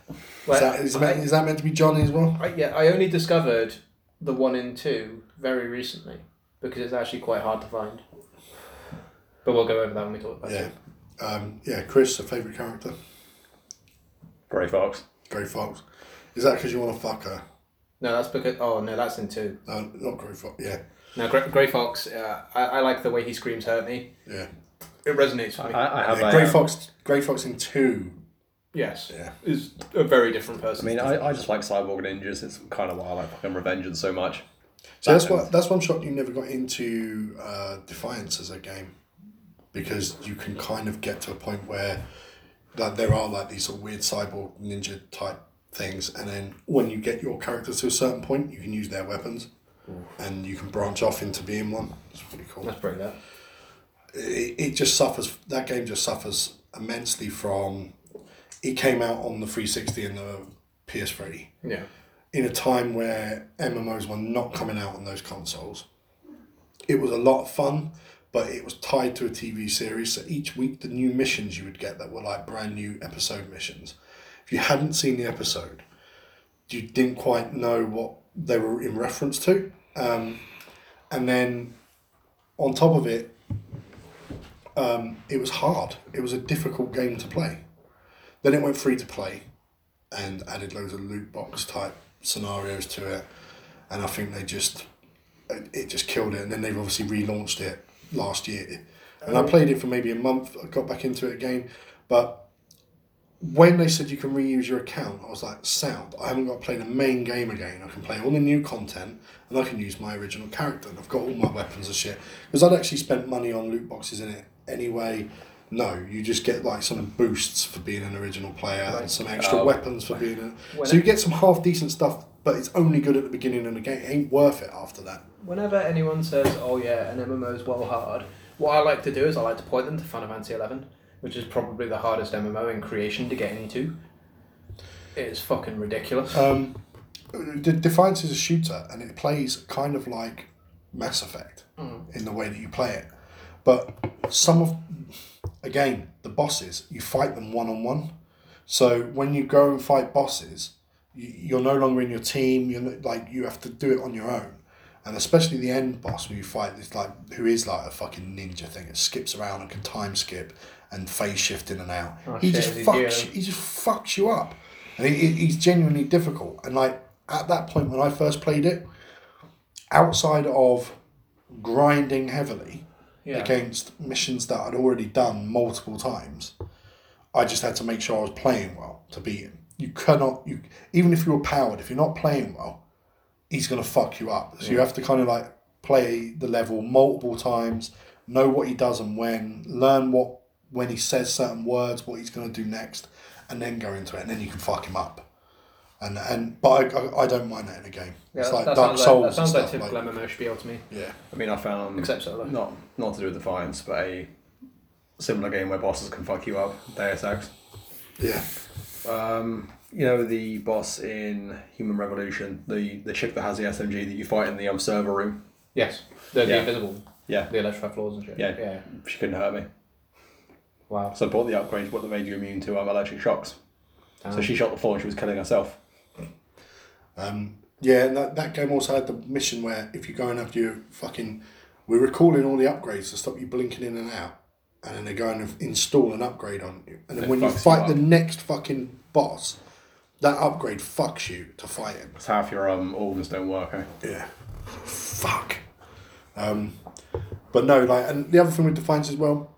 B: Well,
A: is, that, is, that-
B: I-
A: is that meant to be Johnny as well?
B: I, yeah, I only discovered the one in two very recently because it's actually quite hard to find. But we'll go over that when we talk about
A: Yeah,
B: it.
A: um, yeah. Chris, a favorite character,
C: Grey Fox.
A: Grey Fox. Is that because you want to fuck her?
B: No, that's because oh no, that's in two.
A: No, not Grey Fox. Yeah,
B: Now Grey, Grey Fox, uh, I, I like the way he screams "hurt me."
A: yeah.
B: It resonates with me.
C: I, I have
A: yeah
C: a,
A: Grey
C: um,
A: Fox. Grey Fox in two.
B: yes,
A: Yeah.
B: is a very different
C: I
B: person.
C: mean, I, I just like Cyborg Ninjas. It's kind of why I like fucking Revengeance so much.
A: So that's
C: That
A: what that's one shot you never got into uh, Defiance as a game, because you can kind of get to a point where that there are like these sort of weird cyborg ninja type things, and then when you get your character to a certain point, you can use their weapons, and you can branch off into being one. It's pretty cool.
B: that's pretty good.
A: It, it just suffers. That game just suffers immensely from. It came out on the three sixty and the PS three
B: Yeah,
A: in a time where MMOs were not coming out on those consoles. It was a lot of fun, but it was tied to a TV series. So each week, the new missions you would get that were like brand new episode missions. If you hadn't seen the episode, you didn't quite know what they were in reference to. Um, and then on top of it, um, it was hard. It was a difficult game to play. Then it went free to play and added loads of loot box type scenarios to it. And I think they just, it it just killed it. And then they've obviously relaunched it last year. And I played it for maybe a month. I got back into it again. But when they said you can reuse your account, I was like, sound, I haven't got to play the main game again. I can play all the new content and I can use my original character. And I've got all my weapons and shit. Because I'd actually spent money on loot boxes in it anyway. No, you just get like some boosts for being an original player and some extra
C: Oh.
A: weapons for being a.
B: When
A: So
B: I-
A: you get some half decent stuff, but it's only good at the beginning of the game. It ain't worth it after that.
B: Whenever anyone says, "Oh yeah, an MMO is well hard," what I like to do is I like to point them to Final Fantasy Eleven, which is probably the hardest MMO in creation to get into. It is fucking ridiculous.
A: Um, D- Defiance is a shooter, and it plays kind of like Mass Effect
B: Hmm.
A: in the way that you play it. But some of, again, the bosses you fight them one on one. So when you go and fight bosses, you, you're no longer in your team. You're no, like you have to do it on your own. And especially the end boss where you fight this like who is like a fucking ninja thing. It skips around and can time skip and phase shift in and out. he
B: Oh, shit,
A: just
B: is he
A: fucks.
B: doing?
A: He just fucks you up, and he, he- he's genuinely difficult. And like at that point when I first played it, outside of grinding heavily
B: Yeah.
A: against missions that I'd already done multiple times. I just had to make sure I was playing well to beat him. You cannot you even if you were powered, if you're not playing well, he's gonna fuck you up. So you have to kind of like play the level multiple times, know what he does and when, learn what when he says certain words, what he's gonna do next, and then go into it, and then you can fuck him up. And and but I, I, I don't mind that in a game.
B: Yeah,
A: it's
B: that,
A: like
B: that
A: Dark
B: sounds
A: Souls.
B: like, that
A: and
B: sounds
A: stuff,
B: like typical MMO spiel to me.
A: yeah.
C: I mean, I found
B: Except solo.
C: not not to do with Defiance, but a similar game where bosses can fuck you up. Deus Ex.
A: Yeah.
C: Um, you know the boss in Human Revolution, the the chick that has the SMG that you fight in the um, server room.
B: Yes. The, the
C: Yeah.
B: invisible,
C: Yeah,
B: the electrified floors and shit.
C: Yeah.
B: Yeah.
C: she couldn't hurt me.
B: Wow.
C: So I bought the upgrade, what that made you immune to um, electric shocks. So
B: Damn.
C: she shot the floor and she was killing herself.
A: Um, yeah, and that, that game also had the mission where if you go in after you fucking, we're recalling all the upgrades to stop you blinking in and out, and then they go and install an upgrade on you, and then
C: It
A: when you
C: fucks you
A: fight the
C: up.
A: next fucking boss, that upgrade fucks you to fight him.
C: That's half your um, organs don't work. Eh?
A: Yeah. Fuck. Um, but no, like, and the other thing with Defiance as well,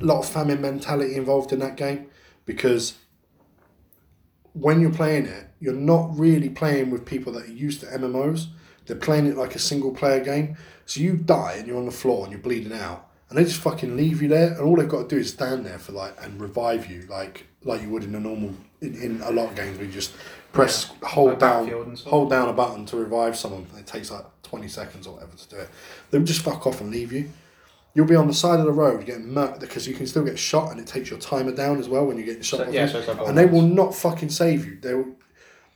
A: a lot of famine mentality involved in that game because when you're playing it, you're not really playing with people that are used to MMOs. They're playing it like a single player game. So you die and you're on the floor and you're bleeding out. And they just fucking leave you there, and all they've got to do is stand there for like and revive you, like like you would in a normal in, in a lot of games. where you just press hold
B: Like
A: down
B: Battlefield and stuff.
A: hold down a button to revive someone. It takes like twenty seconds or whatever to do it. They would just fuck off and leave you. You'll be on the side of the road getting murked because you can still get shot, and it takes your timer down as well when you're getting shot.
B: So,
A: by
B: yeah,
A: things
B: so it's like
A: and they will not fucking save you. They will,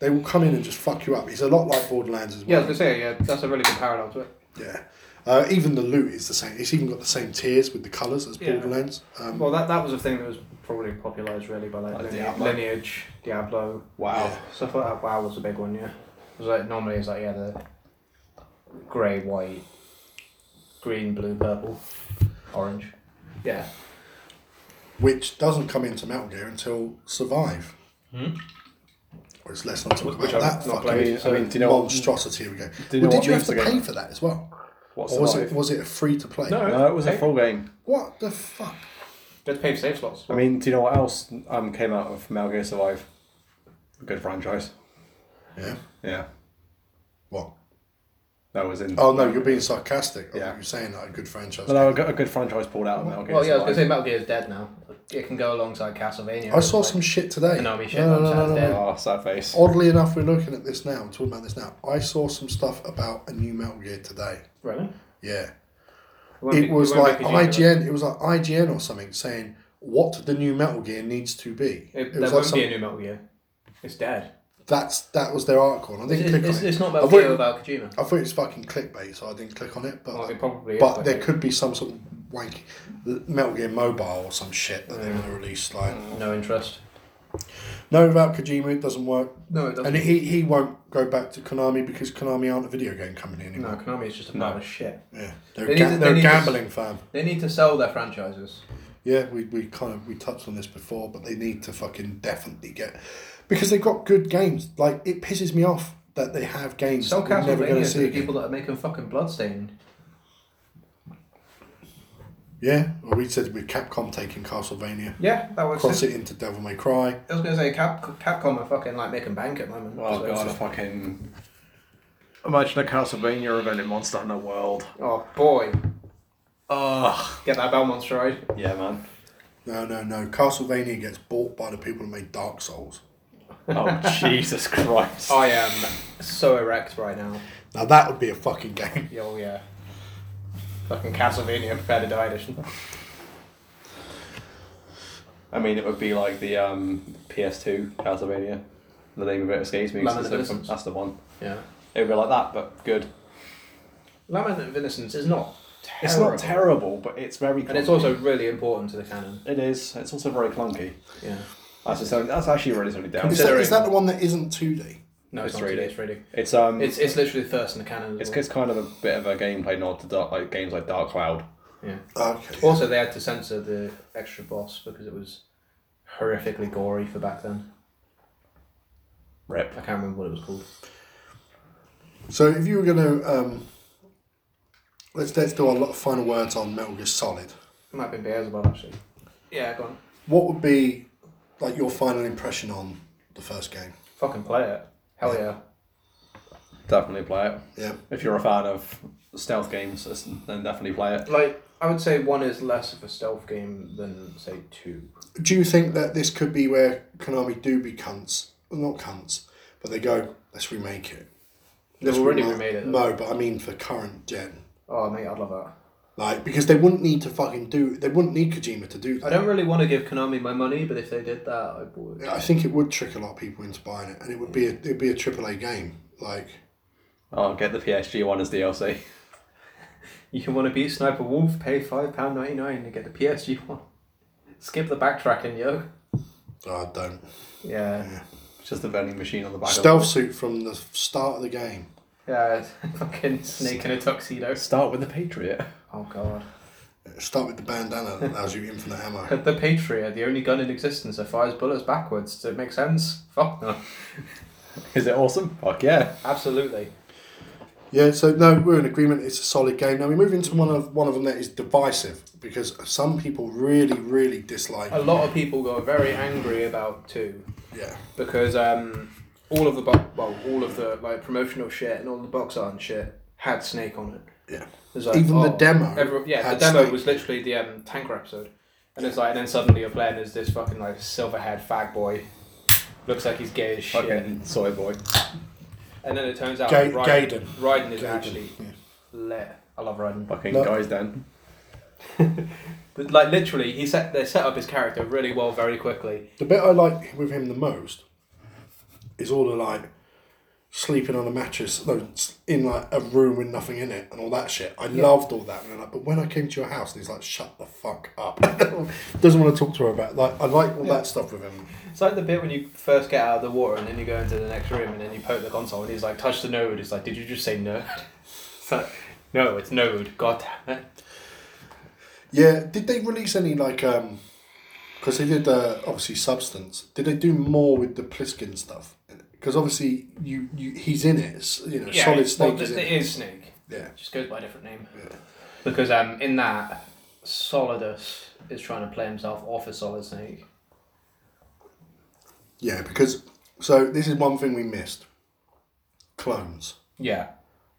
A: they will come in and just fuck you up. It's a lot like Borderlands as
B: Yeah, I was
A: well.
B: gonna say yeah, that's a really good parallel to it.
A: Yeah. Uh, even the loot is the same. It's even got the same tiers with the colours as
B: Yeah.
A: Borderlands. Um,
B: Well, that that was a thing that was probably popularized really by like,
C: Like
B: Lineage,
C: Diablo.
B: Lineage, Diablo,
C: Wow.
A: Yeah.
B: stuff like that. Wow was a big one, yeah. It was like normally it's like yeah the grey, white, green, blue, purple, orange. Yeah.
A: which doesn't come into Metal Gear until Survive. Whereas let's not talk
B: Hmm? Which
A: about
B: I've
A: that
B: not
A: fucking
C: I
B: played.
C: mean, I mean, do you know what-
A: monstrosity of a game.
C: Do you know
A: well, did
C: what
A: you have
C: makes
A: to
C: the
A: pay
C: game?
A: for that as well?
C: what's
A: Or was
C: alive?
A: it, was it a free to play?
B: No.
C: No, it was a full game.
A: What the fuck?
B: You have to pay for save slots.
C: I mean, do you know what else um, came out of Metal Gear Survive? A good franchise.
A: Yeah.
C: Yeah,
A: What?
C: that was in.
A: Oh no, you're being sarcastic. Oh,
C: Yeah.
A: You're saying that a good franchise.
C: No, no, a good, a good franchise pulled out of Metal Gear
B: well, yeah, I was
C: Survive.
B: gonna say Metal Gear is dead now. It can go alongside Castlevania.
A: I saw
B: Like,
A: some shit today.
B: Konami shit
A: No, no,
B: on
A: no, no, no,
B: Saturday.
A: no.
C: Oh, sad face.
A: Oddly enough, we're looking at this now. We're talking about this now. I saw some stuff about a new Metal Gear today.
B: Really?
A: Yeah,
B: won't be-
A: it was
B: won't
A: like
B: be confused with
A: IGN. It was like IGN or something saying what the new Metal Gear needs to be.
B: It,
A: was
B: there
A: like
B: won't
A: some-
B: be a new Metal Gear. It's dead.
A: that's that was their article, and I
B: It's,
A: didn't click
B: it's,
A: on it.
B: it's not
A: I
B: Metal
A: thought
B: Gear
A: it-
B: without Kojima.
A: I thought it was fucking clickbait, so I didn't click on it. But
B: Well, it probably
A: but
B: is.
A: there could be some sort of wanky Metal Gear Mobile or some shit that they're going to release. Like
B: no interest.
A: no, without Kojima, it doesn't work.
B: No, it doesn't.
A: And he, he won't go back to Konami because Konami aren't a video game company anymore.
B: No, Konami is just a
C: No.
B: pile of shit.
A: Yeah, they're,
B: They
A: a, ga-
B: need to- they
A: they're a
B: need to-
A: gambling fan.
B: They need to sell their franchises.
A: Yeah, we, we kind of we touched on this before, but they need to fucking definitely get because they've got good games. Like it pisses me off that they have games
B: Sell
A: that we're never going
B: Castlevania
A: to
B: to
A: see
B: the
A: again.
B: people that are making fucking Bloodstained.
A: Yeah, well, we said with Capcom taking Castlevania,
B: Yeah, that was.
A: cross it into Devil May Cry.
B: I was gonna say Cap, Capcom are fucking like making bank at the moment.
C: Oh
B: So it's
C: god, a
B: just-
C: fucking. Imagine a Castlevania event in Monster Hunter World.
B: oh boy,
C: Ugh.
B: get that Belmont right.
C: Yeah, man.
A: No, no, no. Castlevania gets bought by the people who made Dark Souls.
C: Oh Jesus Christ.
B: I am so erect right now.
A: Now that would be a fucking game.
B: Yeah, Oh yeah. Fucking Castlevania Prepare to Die edition.
C: I mean, it would be like the um, PS2 Castlevania. The name of it escapes me. 'cause
B: Lament of Innocence.
C: it's different. That's the one.
B: Yeah.
C: It would be like that, but good.
B: Lament of Innocence is not. Terrible.
C: It's not terrible, but it's very.
B: And it's
C: clunky.
B: also really important to the canon.
C: It is. It's also very clunky.
B: Yeah.
C: That's just, that's actually really really down.
A: Is that, is that the one that isn't two D?
B: No, it's,
C: It's
B: not 3D.
C: 3D.
B: It's 3D.
C: It's um.
B: It's it's literally the first in the canon. as
C: it's,
B: well.
C: it's kind of a bit of a gameplay nod to dark, like games like Dark Cloud.
B: Yeah.
A: Okay.
B: Also, they had to censor the extra boss because it was horrifically gory for back then.
C: Rip.
B: I can't remember what it was called.
A: So if you were going to um, Let's let's do a lot of final words on Metal Gear Solid.
B: It might be Beelzebub actually. Yeah, go on.
A: What would be like your final impression on the first game?
B: Fucking play it. Hell yeah.
C: Definitely play it.
A: Yeah.
C: If you're a fan of stealth games, then definitely play it.
B: Like I would say one is less of a stealth game than say two.
A: Do you think that this could be where Konami do be cunts? Well, not cunts, but they go, let's remake it.
B: They've already remade it.
A: No, but I mean for current gen.
B: Oh mate, I'd love that.
A: Like, because they wouldn't need to fucking do, they wouldn't need Kojima to do
B: I
A: that.
B: don't really want to give Konami my money, but if they did that, I would.
A: I, think it would trick a lot of people into buying it, and it would be a, it'd be a AAA game. Like,
C: Oh, get the PSG one as DLC.
B: You can want to be Sniper Wolf, pay five pound ninety nine to get the PSG one. Skip the backtracking, yo.
A: oh, I don't.
B: Yeah,
C: It's just a vending machine on the back
A: Stealth suit from the start of the game.
B: yeah. it's Fucking snake in a tuxedo.
C: of Start with the Patriot.
B: Oh god.
A: Start with the bandana that allows you infinite ammo.
B: But the Patriot, the only gun in existence that fires bullets backwards. Does it make sense? Fuck no.
C: Is it awesome? Fuck yeah.
B: Absolutely.
A: Yeah, so no, we're in agreement. It's a solid game. Now we move into one of one of them that is divisive because some people really, really dislike.
B: A lot of people got very angry about two
A: Yeah,
B: because um, all of the bo- well, all of the like promotional shit and all the box art and shit had snake on it.
A: yeah.
B: It was like,
A: Even the
B: oh,
A: demo
B: every- yeah, the
A: had
B: demo
A: Snake.
B: was literally the um, tanker episode, and it's like, and then suddenly you're playing as this fucking like silver haired fag boy, looks like he's gay as shit,
C: Fucking soy boy.
B: and then it turns out
A: Ga-
B: Ryden,
A: Gaiden.
B: Ryden is
A: Gaiden,
B: actually
A: yeah.
B: lit. I love Ryden,
C: Fucking
A: No.
C: guys then.
B: but like literally, he set they set up his character really well very quickly.
A: The bit I like with him the most is all the like sleeping on a mattress, no, s- in like a room with nothing in it, and all that shit. I loved all that, man. Like, but when I came to your house, and he's like, "Shut the fuck up," doesn't want to talk to her about. Like, I like all that stuff with him.
B: It's like the bit when you first get out of the water and then you go into the next room and then you poke the console and he's like, touch the node. It's like, did you just say nerd? It's like, no, it's node. God damn it.
A: Yeah, did they release any like um? Because they did uh, obviously substance. Did they do more with the Pliskin stuff? Because obviously you, you he's in it. s- You know, Solid Snake
B: well,
A: is in
B: it
A: it.
B: is Snake.
A: Yeah,
B: It just goes by a different name.
A: Yeah.
B: Because um, in that, Solidus is trying to play himself off as Solid Snake.
A: yeah. Because so this is one thing we missed. Clones.
B: Yeah.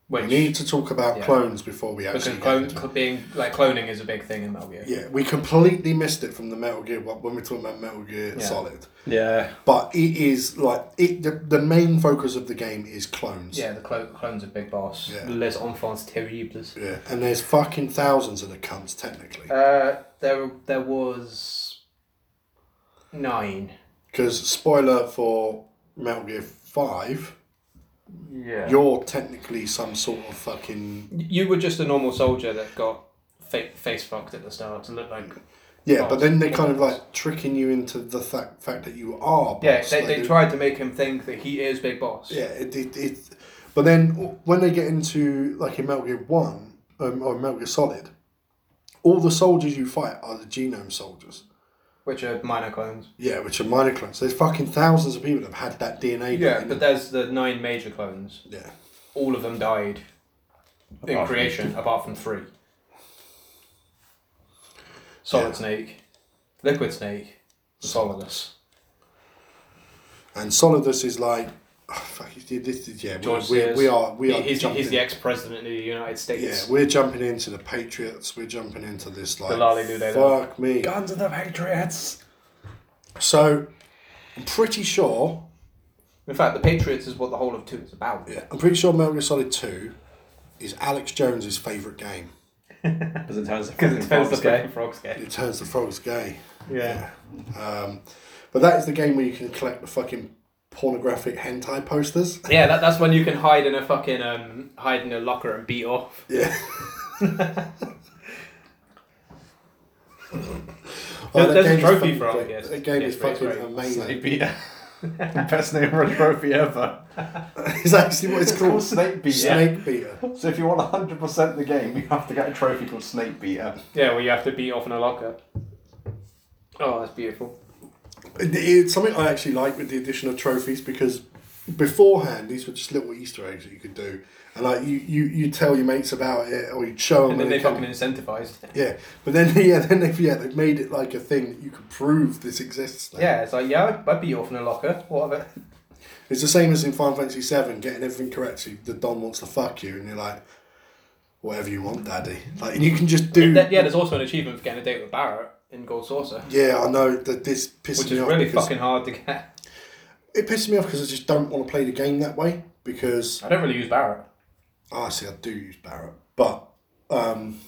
B: Which,
A: We need to talk about
B: Yeah.
A: clones before we
B: because
A: actually. get
B: clone,
A: into it.
B: cl- being like cloning is a big thing in Metal Gear.
A: yeah, we completely missed it from the Metal Gear one when we talk about Metal Gear
B: Yeah.
A: Solid.
C: Yeah.
A: But it is like it. The, the main focus of the game is clones.
B: Yeah, the clo- clones are big boss.
A: Yeah.
B: Les enfants terribles.
A: Yeah, and there's fucking thousands of the cunts technically.
B: Uh, there, there was nine.
A: Because spoiler for Metal Gear Five,
B: Yeah.
A: you're technically some sort of fucking
B: you were just a normal soldier that got fa- face fucked at the start to look like
A: yeah. But then they're kind of like tricking you into the fact fact that you are.
B: Yeah,
A: boss.
B: they,
A: Like,
B: they tried to make him think that he is Big Boss.
A: Yeah, it, it, it. But then when they get into like in Metal Gear One um, or Metal Gear Solid, all the soldiers you fight are the genome soldiers.
B: Which are minor clones.
A: Yeah, which are minor clones. There's fucking thousands of people that have had that DNA.
B: Yeah,
A: in them.
B: but there's the nine major clones.
A: yeah.
B: All of them died in
C: Apart from
B: creation, apart from three. Solid
A: Yeah.
B: Snake, Liquid Snake, Solidus.
A: And Solidus is like, oh, fuck, this is yeah.
B: George
A: we,
B: Sears.
A: we are we
B: He-
A: are
B: he's,
A: jumping
B: he's the ex-president of the United States.
A: Yeah, we're jumping into the Patriots. We're jumping into this like
B: lolly do they
A: fuck me.
C: Guns of the Patriots.
A: So I'm pretty sure.
B: In fact, the Patriots is what the whole of two is about.
A: Yeah, I'm pretty sure Metal Gear Solid Two is Alex Jones's favorite game.
C: Because it turns
B: Because it turns the
C: gay.
B: fucking frogs gay.
A: It turns the frogs gay.
B: Yeah.
A: Um, but that is the game where you can collect the fucking pornographic hentai posters.
B: Yeah, that, that's when you can hide in a fucking um, hide in a locker and beat off.
A: Yeah.
B: There-
A: Oh, that
B: there's a
A: game is
B: trophy
A: fucking
B: for it,
A: great.
B: yes.
A: That game
B: Yes,
A: is
B: great,
A: fucking
B: great.
A: amazing.
C: Beater. Best name for a trophy ever.
A: It's actually what it's called.
C: Snake Beater.
A: Snake Beater.
C: So if you want 100% the game, you have to get a trophy called Snake Beater.
B: Yeah, well, you have to beat off in a locker. Oh, that's beautiful.
A: It- It's something I actually like with the addition of trophies because beforehand, these were just little Easter eggs that you could do, and like you you you tell your mates about it, or you show them.
B: And then
A: when
B: Oh, they
A: come-
B: fucking incentivized.
A: yeah, but then yeah, then they've yeah they've made it like a thing that you could prove this exists. Now.
B: Yeah, it's like, yeah, I'd be off in a locker. What of it?
A: It's the same as in Final Fantasy Seven, getting everything correct. So the Don wants to fuck you, and you're like, whatever you want, Daddy. Like, and you can just do.
B: That- yeah, there's also an achievement for getting a date with Barrett in Gold Saucer,
A: Yeah, I know that this pisses
B: which
A: me
B: is
A: off.
B: really
A: because-
B: fucking hard to get.
A: It pisses me off because I just don't want to play the game that way because
B: I don't really use Barrett.
A: ah, see, I do use Barrett, but um,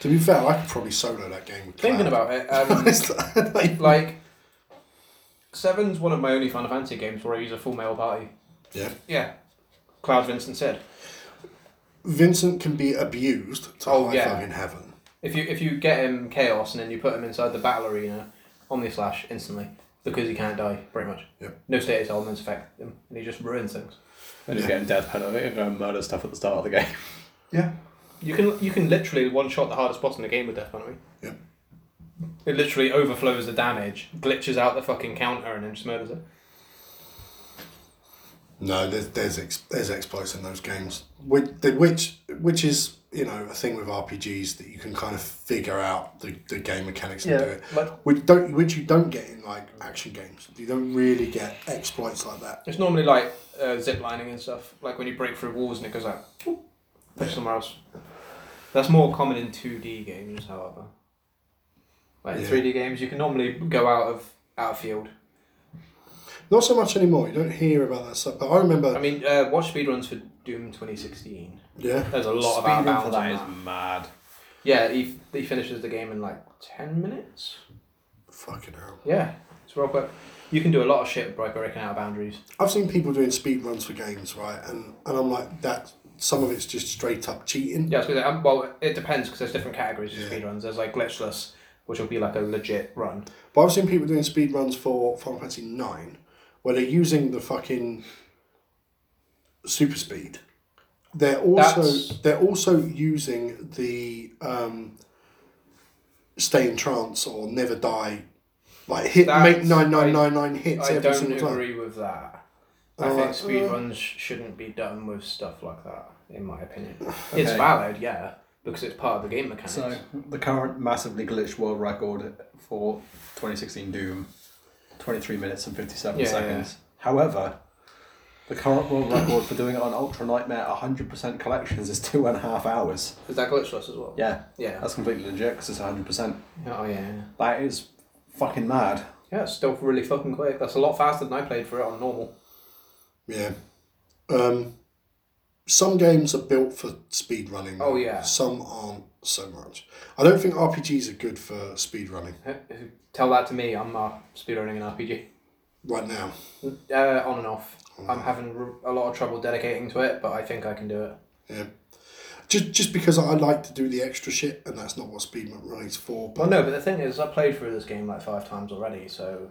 A: to be fair, I could probably solo that game with
B: Thinking
A: Cloud.
B: about it, um,
A: It's like-
B: like, Seven's one of my only Final Fantasy games where I use a full male party.
A: yeah,
B: Yeah. Cloud Vincent said.
A: Vincent can be abused to
B: Oh,
A: high
B: yeah.
A: fucking heaven.
B: If you if you get him chaos and then you put him inside the battle arena, Omni Slash instantly. Because he can't die, pretty much.
A: Yep.
B: No status elements affect him, and he just ruins things.
C: They're just getting death penalty and going murder stuff at the start of the game.
A: Yeah,
B: You can you can literally one shot the hardest boss in the game with Death Penalty.
A: Yep.
B: It literally overflows the damage, glitches out the fucking counter, and then just murders it.
A: No, there's there's ex, there's exploits in those games, which the- which which is you know a thing with RPGs that you can kind of figure out the, the game mechanics and do it.
B: Like
A: Which don't which you don't get in like action games. You don't really get exploits like that.
B: it's normally like uh, zip lining and stuff. Like when you break through walls and it goes like whoop, push somewhere else. That's more common in two D games, however. Like in
A: Yeah.
B: three D games, you can normally go out of out of field.
A: Not so much anymore. You don't hear about that stuff. But I remember.
B: I mean, uh, watch speedruns for Doom twenty sixteen.
A: yeah.
B: There's a lot of out of
C: Speedrun
B: bounds.
C: for that
B: on
C: is
B: that.
C: mad.
B: Yeah, he, he finishes the game in like ten minutes.
A: Fucking hell.
B: Yeah, it's real quick. You can do a lot of shit by breaking out of boundaries.
A: I've seen people doing speed runs for games, right? And and I'm like that. Some of it's just straight up cheating.
B: Yeah, I was gonna say, um, well, it depends because there's different categories of
A: Yeah.
B: speedruns. There's like glitchless, which will be like a legit run.
A: But I've seen people doing speed runs for Final Fantasy Nine, where they're using the fucking super speed. They're also
B: That's-
A: they're also using the um, stay in trance or never die, like hit make
B: That's-
A: nine nine nine nine hits
B: I
A: every
B: don't
A: single time.
B: agree with that. I
A: Uh,
B: think
A: uh.
B: speedruns shouldn't be done with stuff like that, in my opinion. It's
C: Okay.
B: valid, yeah, because it's part of the game mechanics.
C: So the current massively glitched world record for 2016 Doom, 23 minutes and 57
B: Yeah, yeah,
C: seconds. However, the current world record for doing it on Ultra Nightmare 100% collections is two and a half hours.
B: Is that glitchless as well?
C: Yeah,
B: Yeah.
C: that's completely legit because it's 100%.
B: Oh, yeah.
C: That is fucking mad.
B: Yeah, it's still really fucking quick. That's a lot faster than I played for it on normal.
A: Yeah. Um, some games are built for speed running.
B: Oh, yeah.
A: Some aren't so much. I don't think RPGs are good for speed running
B: Tell that to me, I'm uh, speedrunning an RPG.
A: right now.
B: Uh, on and off. I'm having r- a lot of trouble dedicating to it, but I think I can do it.
A: Yeah. Just just because I like to do the extra shit, and that's not what speed running's for. But
B: Well, no, but the thing is, I played through this game like five times already, so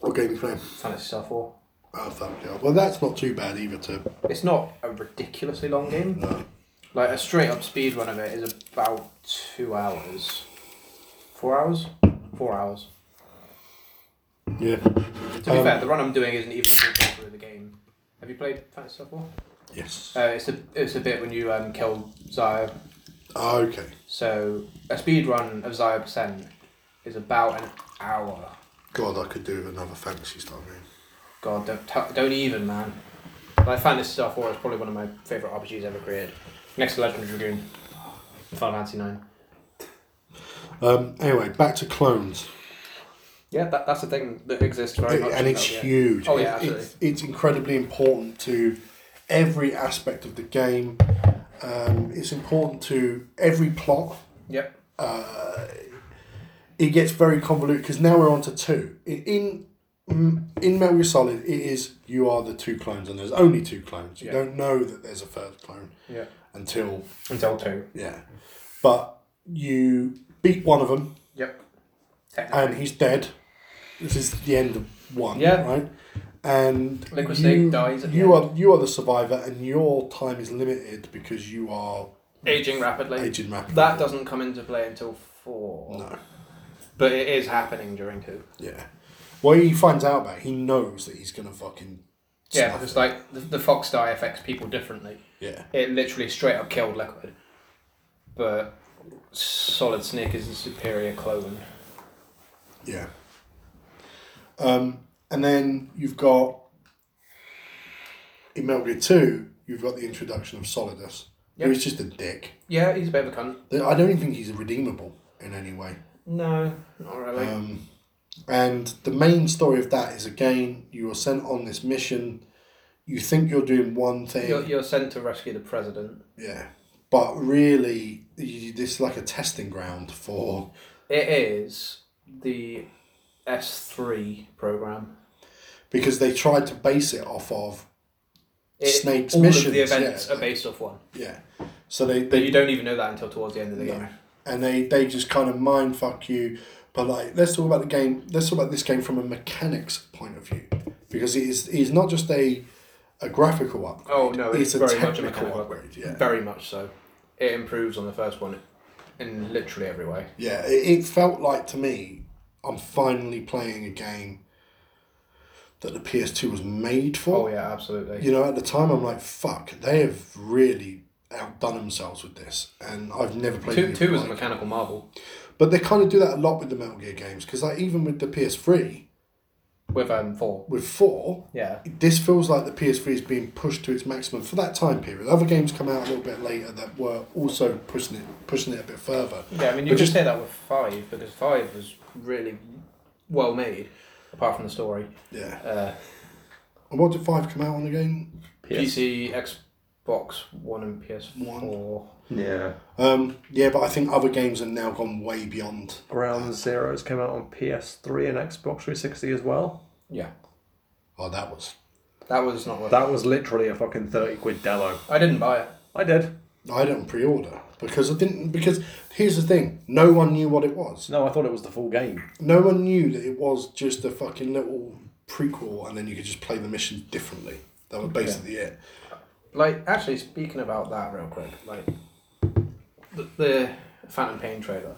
A: what game you playing?
B: Fantasy Star 4.
A: Oh, fuck yeah. Well, that's not too bad either. To
B: It's not a ridiculously long game.
A: no.
B: Like, a straight up speed run of it is about two hours. Four hours? Four hours.
A: Yeah.
B: To be fair, the run I'm doing isn't even a full playthrough of the game. Have you played Fantasy Star 4?
A: Yes.
B: Uh, it's, a, it's a bit when you um, kill Zio.
A: Ah, okay.
B: So, a speed run of Zio Percent is about an hour.
A: God, I could do with another fantasy star game.
B: God, don't, t- don't even, man. Like, Fantasy Star 4 is probably one of my favourite RPGs ever created. Next to Legend of Dragoon. Final Fantasy 9.
A: Um. Anyway, back to clones.
B: Yeah, that, that's a thing that exists very much.
A: and it's
B: now, yeah.
A: huge.
B: Oh, yeah,
A: It- it's, it's incredibly important to every aspect of the game. Um, it's important to every plot. Uh,
B: Yep.
A: It gets very convoluted because now we're on to two. I- In mm, in Metal Gear Solid, it is you are the two clones, and there's only two clones. You
B: Yeah.
A: don't know that there's a third clone
B: Yeah.
A: until
B: Until 2.
A: yeah, but you beat one of them,
B: Yep.
A: and he's dead. This is the end of one,
B: Yeah.
A: right? And
B: Liquid
A: you,
B: Snake dies at the
A: you
B: end.
A: are you are the survivor, and your time is limited because you are
B: Aging rapidly.
A: aging rapidly.
B: That doesn't come into play until 4.
A: no,
B: But it is happening during 2.
A: yeah, What he finds out about, it, he knows that he's gonna fucking.
B: Yeah,
A: snuff
B: because
A: it.
B: like the, the Fox die affects people differently.
A: Yeah.
B: It literally straight up killed Liquid, but Solid Snake is a superior clone.
A: Yeah. Um, and then you've got in Metal Gear Two, you've got the introduction of Solidus,
B: Yep.
A: who's just a dick.
B: Yeah, he's a bit of a cunt.
A: I don't even think he's redeemable in any way.
B: No, not really.
A: Um, and the main story of that is again, you are sent on this mission. You think you're doing one thing,
B: you're, you're sent to rescue the president.
A: yeah, but really, you, this is like a testing ground for.
B: It is the S three program.
A: Because they tried to base it off of
B: It,
A: Snake's
B: all
A: missions,
B: of the events
A: yeah.
B: are based off one,
A: yeah, so they
B: but
A: they
B: you don't even know that until towards the end of the
A: No.
B: game.
A: and they they just kind of mind fuck you. But like, let's talk about the game. Let's talk about this game from a mechanics point of view, because it is it is not just a a graphical upgrade.
B: Oh no, it's,
A: a
B: very much a
A: technical
B: mechanical upgrade.
A: upgrade. Yeah,
B: Very much so. It improves on the first one in literally every way.
A: yeah. It, it felt like to me, I'm finally playing a game that the PS2 was made
B: Oh
A: for.
B: yeah, absolutely.
A: You know, at the time, I'm like, fuck, they have really outdone themselves with this, and I've never played.
B: Two,
A: anything
B: two was a
A: like it.
B: mechanical marvel
A: But they kind of do that a lot with the Metal Gear games, because like even with the PS3,
B: with um four.
A: with four,
B: Yeah,
A: this feels like the PS3 is being pushed to its maximum for that time period. Other games come out a little bit later that were also pushing it, pushing it a bit further.
B: yeah. I mean, you
A: But
B: could
A: just-
B: say that with five because five was really well made, apart from the story.
A: Yeah.
B: Uh,
A: And what did five come out on again?
B: PC, Xbox One, and PS4.
C: Yeah.
A: Um, yeah, but I think other games have now gone way beyond.
C: Ground Zeroes came out on PS3 and Xbox 360 as well.
B: Yeah,
A: Oh, that was.
B: that was not worth.
C: That was literally a fucking 30 quid demo.
B: I didn't buy it.
C: I did.
A: I didn't pre-order because I didn't. Because here's the thing: no one knew what it was.
C: No, I thought it was the full game.
A: No one knew that it was just a fucking little prequel, and then you could just play the missions differently. That was basically it.
B: Like, actually, speaking about that real quick, like the, the Phantom Pain trailer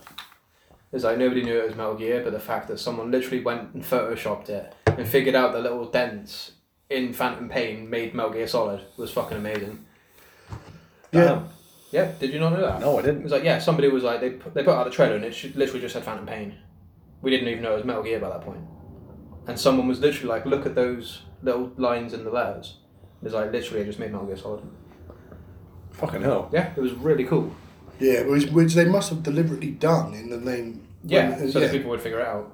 B: is like nobody knew it was Metal Gear, but the fact that someone literally went and photoshopped it and figured out the little dents in Phantom Pain made Metal Gear Solid was fucking amazing. Um,
A: Yeah.
B: Yeah, did you not know that?
C: Damn. No, I
B: It
C: didn't.
B: was like, yeah, somebody was like, they put, they put out the trailer and it should, literally just said Phantom Pain. We didn't even know it was Metal Gear by that point. And someone was literally like, look at those little lines in the letters. It was like, literally, it just made Metal Gear Solid.
C: Fucking hell.
B: Yeah, it was really cool.
A: Yeah, which, which they must have deliberately done in the name.
B: Yeah,
A: when-
B: so that people would figure it out.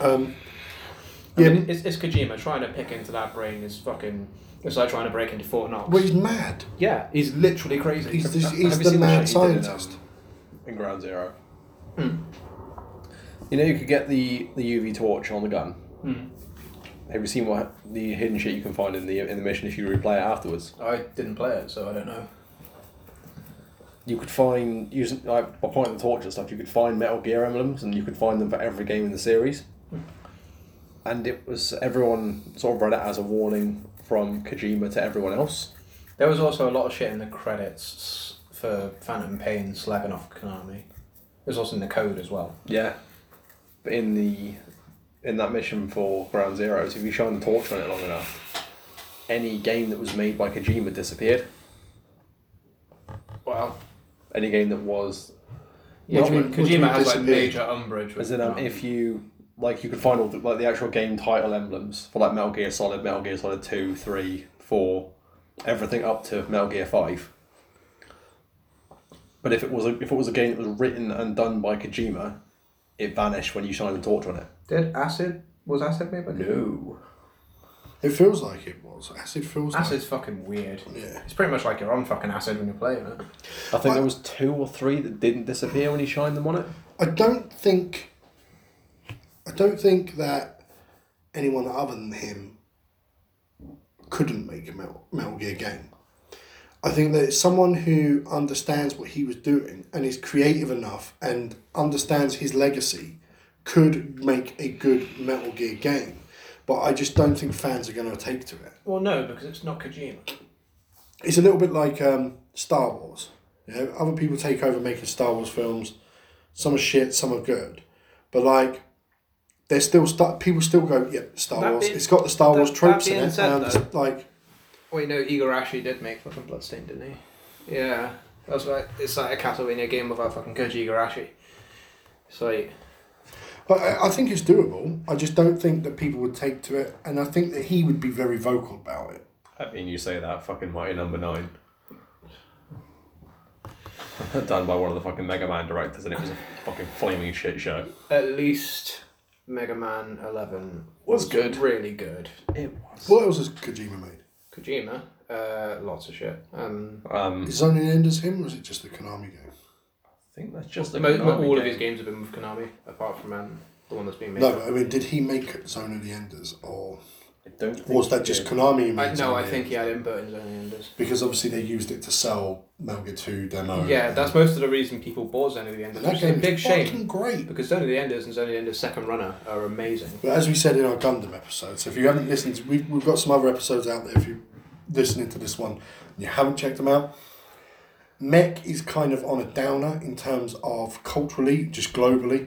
A: Um,
B: I
A: yeah,
B: mean, it's, it's Kojima trying to pick into that brain is fucking. It's like trying to break into Fort Knox.
A: well, he's mad.
B: yeah, he's literally crazy.
A: He's the,
C: Have
A: he's
C: you
A: the
C: seen the
A: mad
C: shit he did in,
A: scientist.
C: um, in Ground Zero.
B: Hmm.
C: You know, you could get the, the UV torch on the gun.
B: hmm.
C: Have you seen what the hidden shit you can find in the in the mission if you replay it afterwards?
B: I didn't play it, so I don't know.
C: You could find using like by pointing the torch and stuff. You could find Metal Gear emblems, and you could find them for every game in the series. And it was everyone sort of read it as a warning from Kojima to everyone else.
B: There was also a lot of shit in the credits for Phantom Pain slagging off Konami. There's also in the code as well.
C: Yeah. But in the in that mission for Ground Zeroes, if you shine the torch on it long enough, any game that was made by Kojima disappeared.
B: Wow.
C: Any game that was
B: Yeah,
A: Which
B: Kojima,
A: would- which would
B: has like
A: disappear.
B: major umbrage.
C: As in, um, if you like, you could find all the, like the actual game title emblems for like Metal Gear Solid, Metal Gear Solid 2, 3, 4, everything up to Metal Gear Five. But if it was a, if it was a game that was written and done by Kojima, it vanished when you shined the torch on it.
B: did acid was acid made by
C: No.
A: It feels like it was. Acid feels like
B: Acid's fucking weird.
A: Yeah.
B: It's pretty much like you're on fucking acid when you're playing it.
C: I think there was two or three that didn't disappear when you shined them on it.
A: I don't think. I don't think that anyone other than him couldn't make a Metal, Metal Gear game. I think that it's someone who understands what he was doing and is creative enough and understands his legacy could make a good Metal Gear game. But I just don't think fans are going to take to it.
B: Well, no, because it's not Kojima.
A: it's a little bit like um, Star Wars. You know, other people take over making Star Wars films. Some are shit, some are good. But like, they're still stu- people still go, yeah, Star
B: That
A: Wars.
B: being-
A: it's got the Star
B: that-
A: Wars tropes
B: that
A: in
B: being
A: it.
B: said,
A: and it's like
B: Well, you know, Igor actually did make fucking Bloodstained, didn't he? Yeah. That's right. It's like a Castlevania game without fucking Koji Igarashi. It's like,
A: But I, I think it's doable. I just don't think that people would take to it, and I think that he would be very vocal about it.
C: I mean, you say that fucking Mighty Number Nine. Done by one of the fucking Mega Man directors, and it was a fucking flaming shit show.
B: at least Mega Man 11
C: Was good.
B: Really good.
C: It was.
A: What else has Kojima made?
B: Kojima, uh, lots of shit. Um,
C: Um,
A: Is Zone End as him, or is it just the Konami game?
C: I think that's just the
B: mo- mo-
C: Konami
B: all of
C: game.
B: his games have been with Konami, apart from um, the one that's been made.
A: No, but I mean, did he make Zone of the Enders, or
C: I don't. think
A: was that
C: he
A: just
C: did.
A: Konami? who
B: I,
A: made
B: no,
A: Zone
B: I
A: of the
B: think he
A: Enders?
B: had inverted only enders.
A: Because obviously they used it to sell Metal Gear Two demo.
B: Yeah, that's most of the reason people bought Zone of the Enders.
A: and
B: Which
A: Oh, that
B: is a
A: game
B: big
A: is
B: shame
A: fucking great.
B: because Zone of the Enders and Zone of the Enders Second Runner are amazing.
A: But as we said in our Gundam episode, so if you haven't listened, to, we've, we've got some other episodes out there. If you're listening to this one and you haven't checked them out, Mech is kind of on a downer in terms of culturally, just globally.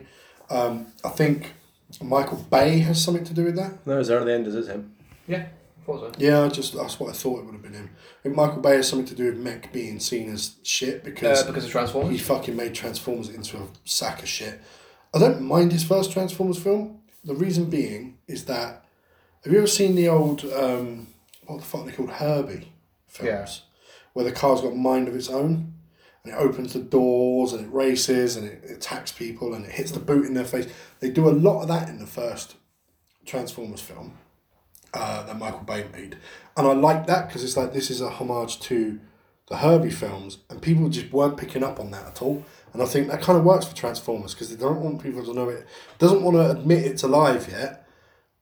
A: Um, I think Michael Bay has something to do with that.
C: No, Zero of the Enders is him.
B: Yeah, I thought so.
A: Yeah, I just that's what I thought it would have been him. I think Michael Bay has something to do with Mech being seen as shit because
B: Uh, because of Transformers.
A: he fucking made Transformers into a sack of shit. I don't mind his first Transformers film. The reason being is that have you ever seen the old um, what the fuck they called Herbie films,
B: Yeah.
A: where the car's got a mind of its own, and it opens the doors and it races and it, it attacks people and it hits the boot in their face. They do a lot of that in the first Transformers film uh, that Michael Bay made, and I like that because it's like this is a homage to the Herbie films, and people just weren't picking up on that at all. And I think that kind of works for Transformers because they don't want people to know it. Doesn't want to admit it's alive yet,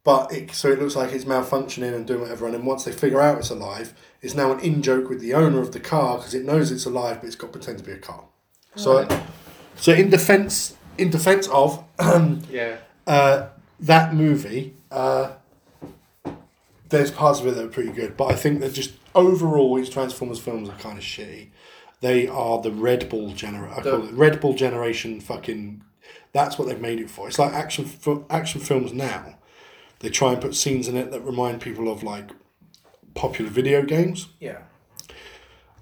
A: but it so it looks like it's malfunctioning and doing whatever. And then once they figure out it's alive, it's now an in joke with the owner of the car because it knows it's alive, but it's got to pretend to be a car. So, so in defense, in defense of
B: Yeah.
A: uh, that movie, uh, there's parts of it that are pretty good, but I think that just overall, these Transformers films are kind of shitty. They are the Red Bull genera. I call
B: The-
A: it Red Bull generation. Fucking, that's what they've made it for. It's like action f- action films now. They try and put scenes in it that remind people of like popular video games,
B: Yeah.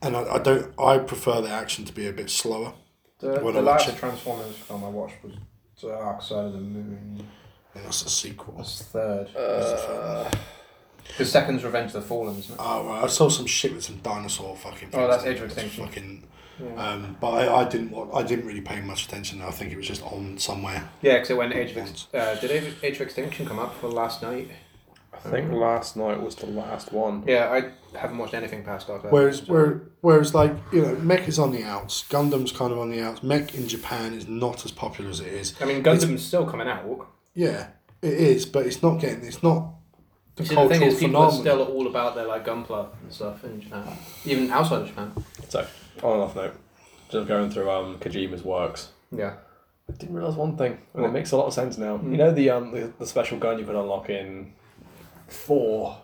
A: and I, I don't. I prefer the action to be a bit slower.
B: The,
A: When I
B: the
A: watch
B: last
A: it.
B: Transformers film I watched was Dark Side of the Moon.
A: And that's a sequel.
B: That's third. the second's Revenge of the Fallen, isn't it?
A: Oh, right. I saw some shit with some dinosaur fucking.
B: Oh, that's
A: things.
B: Age of Extinction.
A: Fucking.
B: Yeah,
A: Um, but I, I didn't. wa- I didn't really pay much attention. I think it was just on somewhere.
B: because it went Age of Ex- uh, did Age of, Age of Extinction come up for last night?
C: I think last night was the last one.
B: Yeah, I haven't watched anything past Dark Side. of the
A: Whereas,
B: Moon, so-
A: where, whereas, like you know, Mech is on the outs. Gundam's kind of on the outs. Mech in Japan is not as popular as it is.
B: I mean, Gundam's still coming out.
A: Yeah, it is, but it's not getting. It's not the
B: You see, the
A: cultural
B: thing is, people are
A: phenomenon.
B: still all about their like gunpla and stuff in Japan, even outside of Japan.
C: So, on and off note, just going through um, Kojima's works.
B: Yeah.
C: I didn't realize one thing, and it makes a lot of sense now. You know the um the, the special gun you could unlock in four,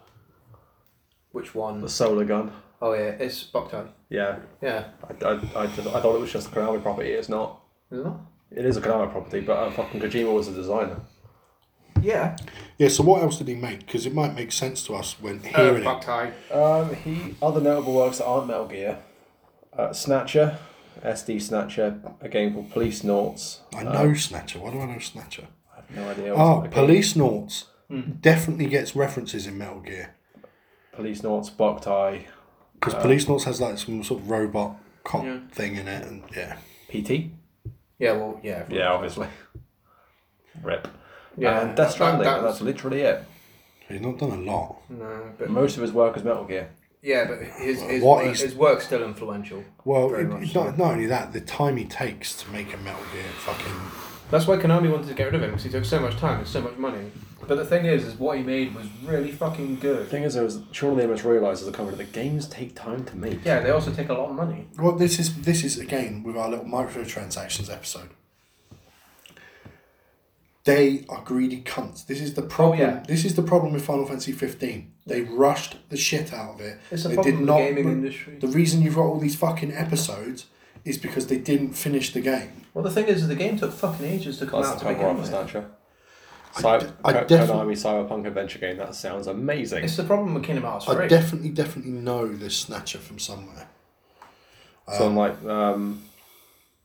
B: Which one?
C: the solar gun.
B: Oh yeah, it's Boktai.
C: Yeah,
B: Yeah.
C: I, I, I just I thought it was just a Konami property. It's not.
B: Is it not?
C: It is a Konami property, but uh, fucking Kojima was the designer.
B: Yeah.
A: Yeah. So what else did he make? Because it might make sense to us when
B: Uh,
A: hearing it.
B: Boktai.
C: Um, he other notable works that aren't Metal Gear, uh, Snatcher, SD Snatcher, a game called Police Noughts.
A: I
B: Uh.
A: know Snatcher. Why do I know Snatcher?
C: I have no idea. what
A: Oh,
C: it's like.
A: Police Noughts
B: Hmm.
A: definitely gets references in Metal Gear
C: Police Noughts, Boktai,
A: because Police Noughts has like some sort of robot cop
B: Uh, Yeah.
A: thing in it, and yeah.
C: PT.
B: Yeah. Well. Yeah.
C: Yeah, obviously. Rip.
B: Yeah.
C: and Death Stranding.
B: That, that
C: that's
B: was,
C: literally it.
A: He's not done a lot.
B: no, but
C: Most of his work is Metal Gear.
B: yeah, but his his,
A: What
B: work,
A: is-
B: his work's still influential.
A: Well,
B: Very
A: it,
B: much
A: it's
B: so.
A: not, not only that, the time he takes to make a Metal Gear fucking.
B: That's why Konami wanted to get rid of him because he took so much time and so much money. But the thing is, is what he made was really fucking
C: The
B: good.
C: thing is, there was, surely they must realise as a company that games take time to make.
B: Yeah, they also take a lot of money.
A: Well, this is this is again with our little microtransactions episode. They are greedy cunts. This is the problem.
B: Oh, yeah.
A: This is the problem with Final Fantasy fifteen. They rushed the shit out of it.
B: It's a
A: they
B: problem with the gaming
A: re-
B: industry.
A: The reason you've got all these fucking episodes is because they didn't finish the game.
B: Well, the thing is, is the game took fucking ages to come
C: That's
B: out
C: the
B: to
C: cover
B: begin
C: art for
B: with.
C: Snatcher. Cy-
A: I
C: Ko-
A: defi-
C: Konami Cyberpunk adventure game. That sounds amazing.
B: It's the problem with Kingdom Hearts 3.
A: I definitely, definitely know this Snatcher from somewhere.
C: It's on like um,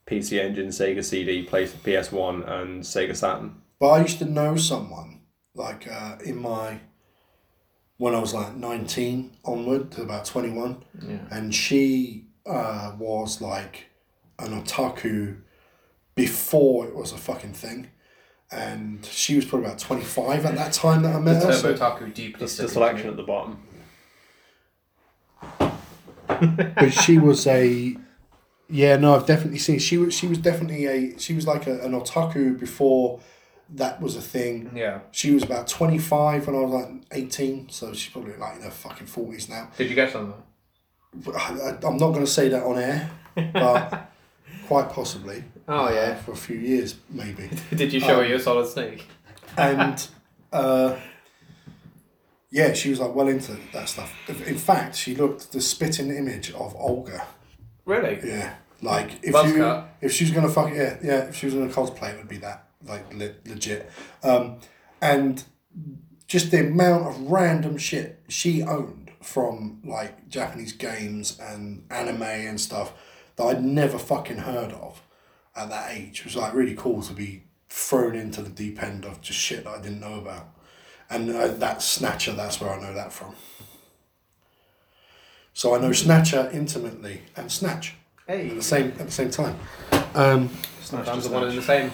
C: PC Engine, Sega CD, place PS One, and Sega Saturn.
A: But I used to know someone, like uh, in my, when I was like 19 onward to about 21,
B: Yeah.
A: and she uh, was like an otaku before it was a fucking thing. And she was probably about 25 at that time that I met
B: The
A: her. so-
B: Turbo Taku deeply
C: It's the
B: sickened
C: selection
B: me.
C: at the bottom.
A: but she was a yeah no i've definitely seen she was she was definitely a she was like a, an otaku before that was a thing
B: Yeah.
A: she was about 25 when i was like 18 so she's probably like in her fucking 40s now
B: Did you get something?
A: But I, I, i'm not going to say that on air but quite possibly Uh,
B: Oh, yeah.
A: for a few years maybe
B: Did you show her your solid snake?
A: and uh, yeah, she was like well into that stuff. In fact, she looked the spitting image of Olga.
B: Really?
A: Yeah, like if
B: Buzz
A: you
B: cut.
A: if she was gonna fuck yeah yeah if she was gonna cosplay it would be that like le- legit, um, and just the amount of random shit she owned from like Japanese games and anime and stuff that I'd never fucking heard of at that age It was like really cool to be thrown into the deep end of just shit that I didn't know about, and uh, that Snatcher that's where I know that from. So I know Snatcher intimately and Snatch
B: Hey.
A: the same at the same time. Um,
B: Sometimes the one and the same.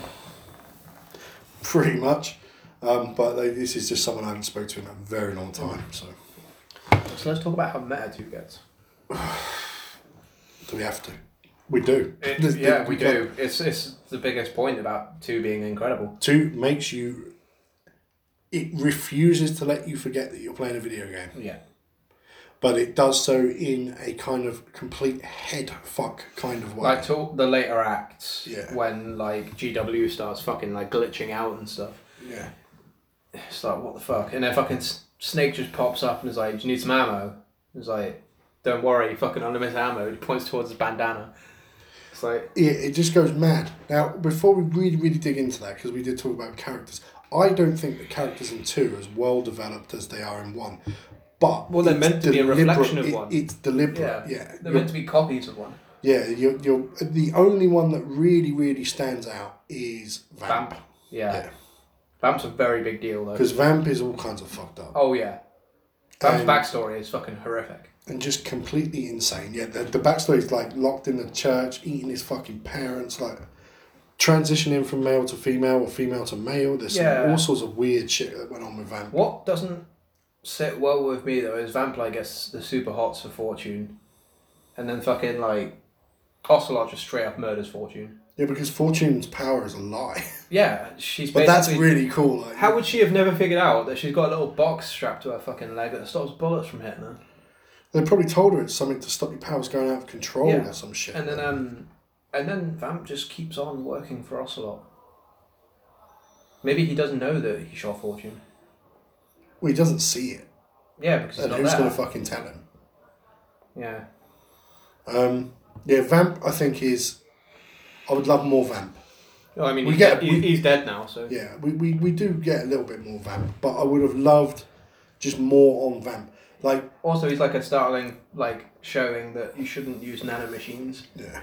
A: pretty much. Um, but they, this is just someone I haven't spoken to in a very long time.
B: Mm.
A: So
B: So let's talk about how meta two gets.
A: do we have to? We do.
B: It-
A: There's-
B: Uh, yeah,
A: there-
B: we
A: got-
B: do. It's it's the biggest point about two being incredible.
A: Two makes you. It refuses to let you forget that you're playing a video game,
B: Yeah.
A: but it does so in a kind of complete head fuck kind of way.
B: Like to the later acts,
A: Yeah.
B: when like GW starts fucking like glitching out and stuff.
A: yeah.
B: It's like what the fuck, and then fucking S- Snake just pops up and is like, "Do you need some ammo?" He's like, "Don't worry, fucking unlimited ammo." He points towards his bandana. It's like
A: Yeah, it just goes mad. Now, before we really, really dig into that, because we did talk about characters, I don't think the characters in two are as well developed as they are in one. But
B: Well, they're
A: it's
B: meant to be a
A: deliberate-
B: reflection of
A: it-
B: one.
A: It's deliberate.
B: yeah,
A: Yeah,
B: they're
A: You're-
B: meant to be copies of one.
A: yeah. You're, you're the only one that really, really stands out is Vamp.
B: Vamp. Yeah.
A: Yeah.
B: Vamp's a very big deal though.
A: Because Vamp is all kinds of fucked up
B: Oh yeah, Vamp's
A: Um,
B: backstory is fucking horrific.
A: and just completely insane. Yeah, the, the backstory is like locked in the church, eating his fucking parents, like transitioning from male to female or female to male. There's some-
B: Yeah.
A: all sorts of weird shit that went on with Vamp.
B: What doesn't sit well with me though is Vampire gets the super hots for Fortune, and then fucking like Ocelot just straight up murders Fortune.
A: Yeah, because Fortune's power is a lie.
B: Yeah, she's.
A: But that's
B: basically-
A: really cool. Like,
B: How would she have never figured out that she's got a little box strapped to her fucking leg that stops bullets from hitting her?
A: they probably told her it's something to stop your powers going out of control
B: Yeah.
A: or some shit.
B: And then um, and then Vamp just keeps on working for Ocelot. Maybe he doesn't know that he shot Fortune.
A: well, he doesn't see it.
B: Yeah, because he's
A: And
B: not
A: who's
B: there.
A: going to fucking tell him?
B: yeah,
A: Um, yeah, Vamp, I think, is. I would love more Vamp.
B: well, I mean,
A: We
B: he's,
A: get-
B: dead, he-
A: we-
B: he's dead now, so
A: Yeah, we, we, we do get a little bit more Vamp, but I would have loved just more on Vamp. Like,
B: Also, he's like a startling, like showing that you shouldn't use nano machines.
A: Yeah.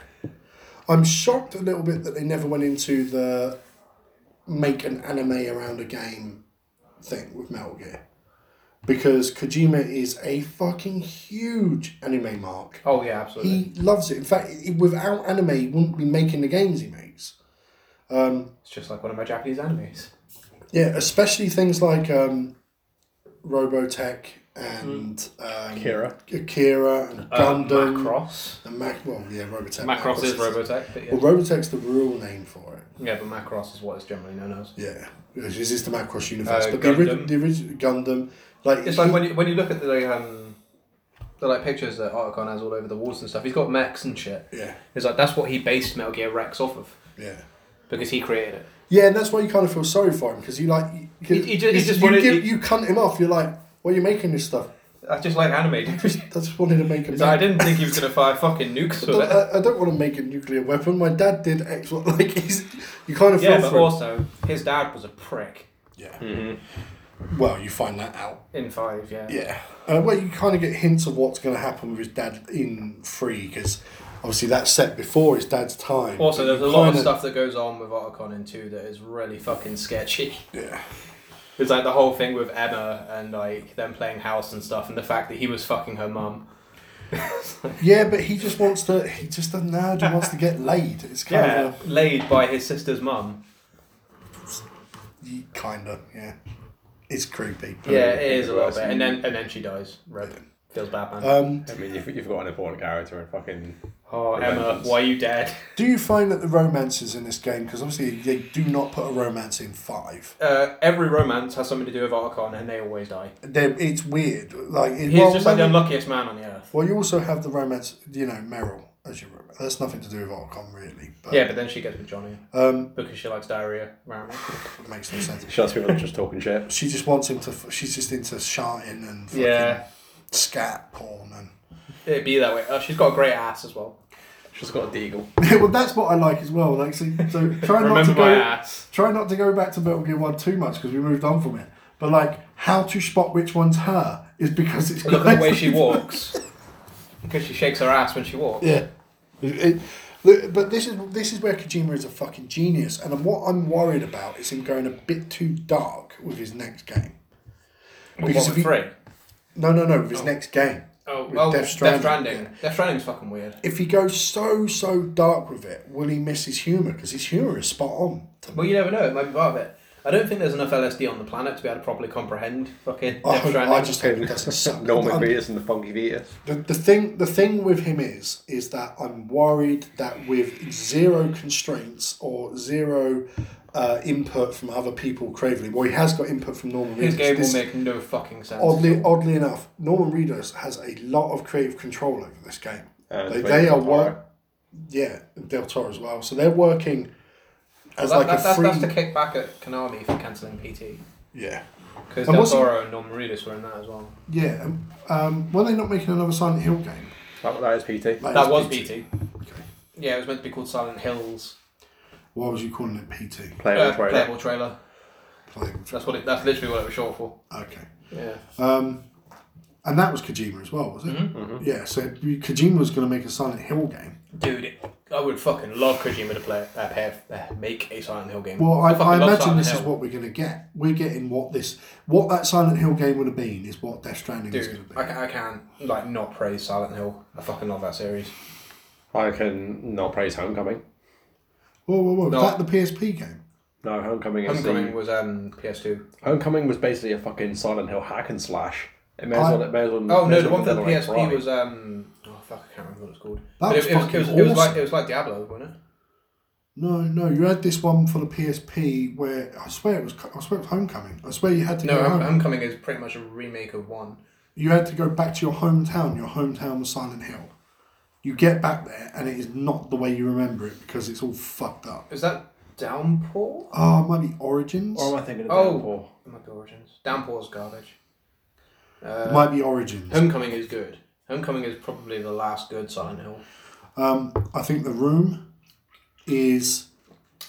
A: I'm shocked a little bit that they never went into the make an anime around a game thing with Metal Gear. Because Kojima is a fucking huge anime mark.
B: Oh yeah, absolutely.
A: He loves it. In fact, i- without anime, he wouldn't be making the games he makes.
B: It's just like one of my Japanese animes.
A: Yeah, especially things like um, Robotech and um,
C: Kira.
A: Akira and
B: Um,
A: Gundam.
B: Macross.
A: and Mac- well, yeah, Robotech.
B: Macross is Robotech, but yeah.
A: Well, Robotech's the real name for it.
B: yeah, but Macross is what it's generally known as.
A: Yeah, this is the Macross universe,
B: Uh,
A: but the, ori-
B: Gundam.
A: the original Gundam, like
B: It's like when you when you look at the um, the like pictures that Otacon has all over the walls and stuff. He's got mechs and shit.
A: yeah,
B: It's like that's what he based Metal Gear Rex off of
A: yeah,
B: because he created it.
A: yeah, and that's why you kind of feel sorry for him because you like you,
B: He- he ju- he
A: you,
B: just
A: you
B: wanted-
A: give-
B: he-
A: you cunt him off. You're like, why are you making this stuff?
B: I just like anime. dude.
A: I just wanted to make a.
B: It's like, I didn't think he was gonna fire fucking nukes
A: I don't,
B: with it.
A: I- I don't want to make a nuclear weapon. My dad did X. Like he's, you kind of feel
B: Yeah, but
A: for him.
B: also his dad was a prick.
A: Yeah.
C: Mm-hmm.
A: Well, you find that out.
B: In five, yeah.
A: Yeah. Uh, well, you kind of get hints of what's going to happen with his dad in three because obviously that's set before his dad's time.
B: Also,
A: But
B: there's
A: you
B: a lot of
A: kinda-
B: stuff that goes on with Otacon in two that is really fucking sketchy.
A: Yeah.
B: It's like the whole thing with Emma and like them playing house and stuff, and the fact that he was fucking her mum.
A: Yeah, but he just wants to. He just a nerd who wants to get laid. It's kind
B: Yeah,
A: of
B: laid by his sister's mum.
A: of kind of yeah. It's creepy. but-
B: Yeah, it is a little
C: Worse.
B: bit, and then and then she dies. Red feels bad, man.
A: Um,
C: I mean, you've, you've got an important character and fucking.
B: oh, Emma,
C: Revenge.
B: why are you dead?
A: do you find that the romances in this game? Because obviously they do not put a romance in five.
B: Uh, every romance has something to do with Otacon, and they always die.
A: They're, it's weird. Like it,
B: He's
A: well,
B: just like the
A: maybe-
B: unluckiest man on the earth.
A: well, you also have the romance. You know, Meryl as your romance. That's nothing to do with Archon really. But,
B: Yeah, but then she gets with Johnny
A: Um,
B: because she likes diarrhea. Apparently.
A: it makes no sense.
C: Shots people are just talking shit.
A: She just wants him to. f- She's just into shouting and fucking
B: Yeah.
A: scat porn and.
B: It'd be that way. Oh, she's got a great ass as well.
C: She's got a deagle.
A: Yeah, well, that's what I like as well. Like, so, so try not
B: Remember
A: to
B: my
A: go.
B: ass.
A: Try not to go back to Metal Gear One too much because we moved on from it. But like, how to spot which one's her is because it's
B: Look at the way she
A: walks.
B: walks. Because she shakes her ass when she walks.
A: Yeah. It- look, but this is this is where Kojima is a fucking genius, and what I'm worried about is him going a bit too dark with his next game.
B: With
A: Because
B: what,
A: if
B: with
A: you-
B: three.
A: No, no, no, with his next game.
B: Oh,
A: With
B: oh,
A: Death
B: Death
A: Stranding,
B: Stranding. Death Stranding's fucking weird.
A: If he goes so so dark with it, will he miss his humor? Because his humor is spot on. to me.
B: Well, you never know. It might be part of it. I don't think there's enough LSD on the planet to be able to properly comprehend fucking
A: Oh, I,
B: Death
A: hope,
B: Stranding.
A: I just hope it doesn't suck.
C: Norman
A: I'm-
C: Reedus and the Funky Vetus.
A: The, the thing the thing with him is is that I'm worried that with zero constraints or zero uh, input from other people, Cravely. Well, he has got input from Norman
B: His
A: Reedus.
B: game
A: This-
B: will make no fucking sense.
A: oddly oddly enough, Norman Reedus has a lot of creative control over this game.
B: Uh,
C: And
A: they,
C: Quentin
A: they are
C: Tarantino.
A: work, yeah, Del Toro as well. So they're working as
B: That-
A: like
B: that-
A: a
B: that's,
A: free,
B: that's the kickback at Konami for cancelling PT.
A: yeah,
B: Because
A: And
B: Del
A: what's-
B: Toro and Norman Reedus were in that as well.
A: yeah. um, Um, were they not making another Silent Hill game?
C: That, that is PT.
A: Like, it's
B: That was
A: PT.
B: PT. Yeah, it was meant to be called Silent Hills.
A: Why was you calling it PT?
C: Player
B: Uh,
C: on trailer.
B: playable trailer.
A: Playing.
B: That's what. It, that's literally what it was short for.
A: Okay.
B: Yeah.
A: Um, and that was Kojima as well, was it?
B: Mm-hmm,
A: Yeah, so Kojima was going to make a Silent Hill game.
B: Dude, I would fucking love Kojima to play uh, have, uh, make a Silent Hill game.
A: Well, I,
B: fucking
A: I,
B: love
A: imagine
B: Silent
A: this
B: Hill.
A: is what we're going to get. We're getting what this, what that Silent Hill game would have been, is what Death Stranding is
B: Dude,
A: going to be.
B: I, ca- I can't like not praise Silent Hill. I fucking love that series.
C: I can not praise Homecoming.
A: Whoa, whoa, whoa!
B: No.
A: Is that the PSP game?
C: No, Homecoming is
B: Homecoming
C: the,
B: was um PS2.
C: Homecoming was basically a fucking Silent Hill hack and slash. It may as
A: I-
C: well. It may as well
B: Oh
C: may
B: no,
C: as
B: the
C: well
B: one for the
C: be like
B: PSP
C: Ferrari.
B: was um. Oh fuck, I can't remember what it's called.
A: That was
B: it, it, was, it, was,
A: fucking
B: it was like
A: awesome.
B: it was like Diablo, wasn't it?
A: No, no. You had this one for the PSP where I swear it was. I swear it was Homecoming. I swear you had to
B: No,
A: go home.
B: Home- Homecoming is pretty much a remake of one.
A: You had to go back to your hometown. Your hometown was Silent Hill. You get back there and it is not the way you remember it because it's all fucked up.
B: Is that Downpour?
A: Oh, it might be Origins.
C: Or am I thinking of
B: Oh.
C: Downpour?
B: It might be Origins. Downpour's garbage.
A: it
B: Uh,
A: might be Origins.
B: Homecoming is good. Homecoming is probably the last good Silent Hill.
A: Um, I think the room is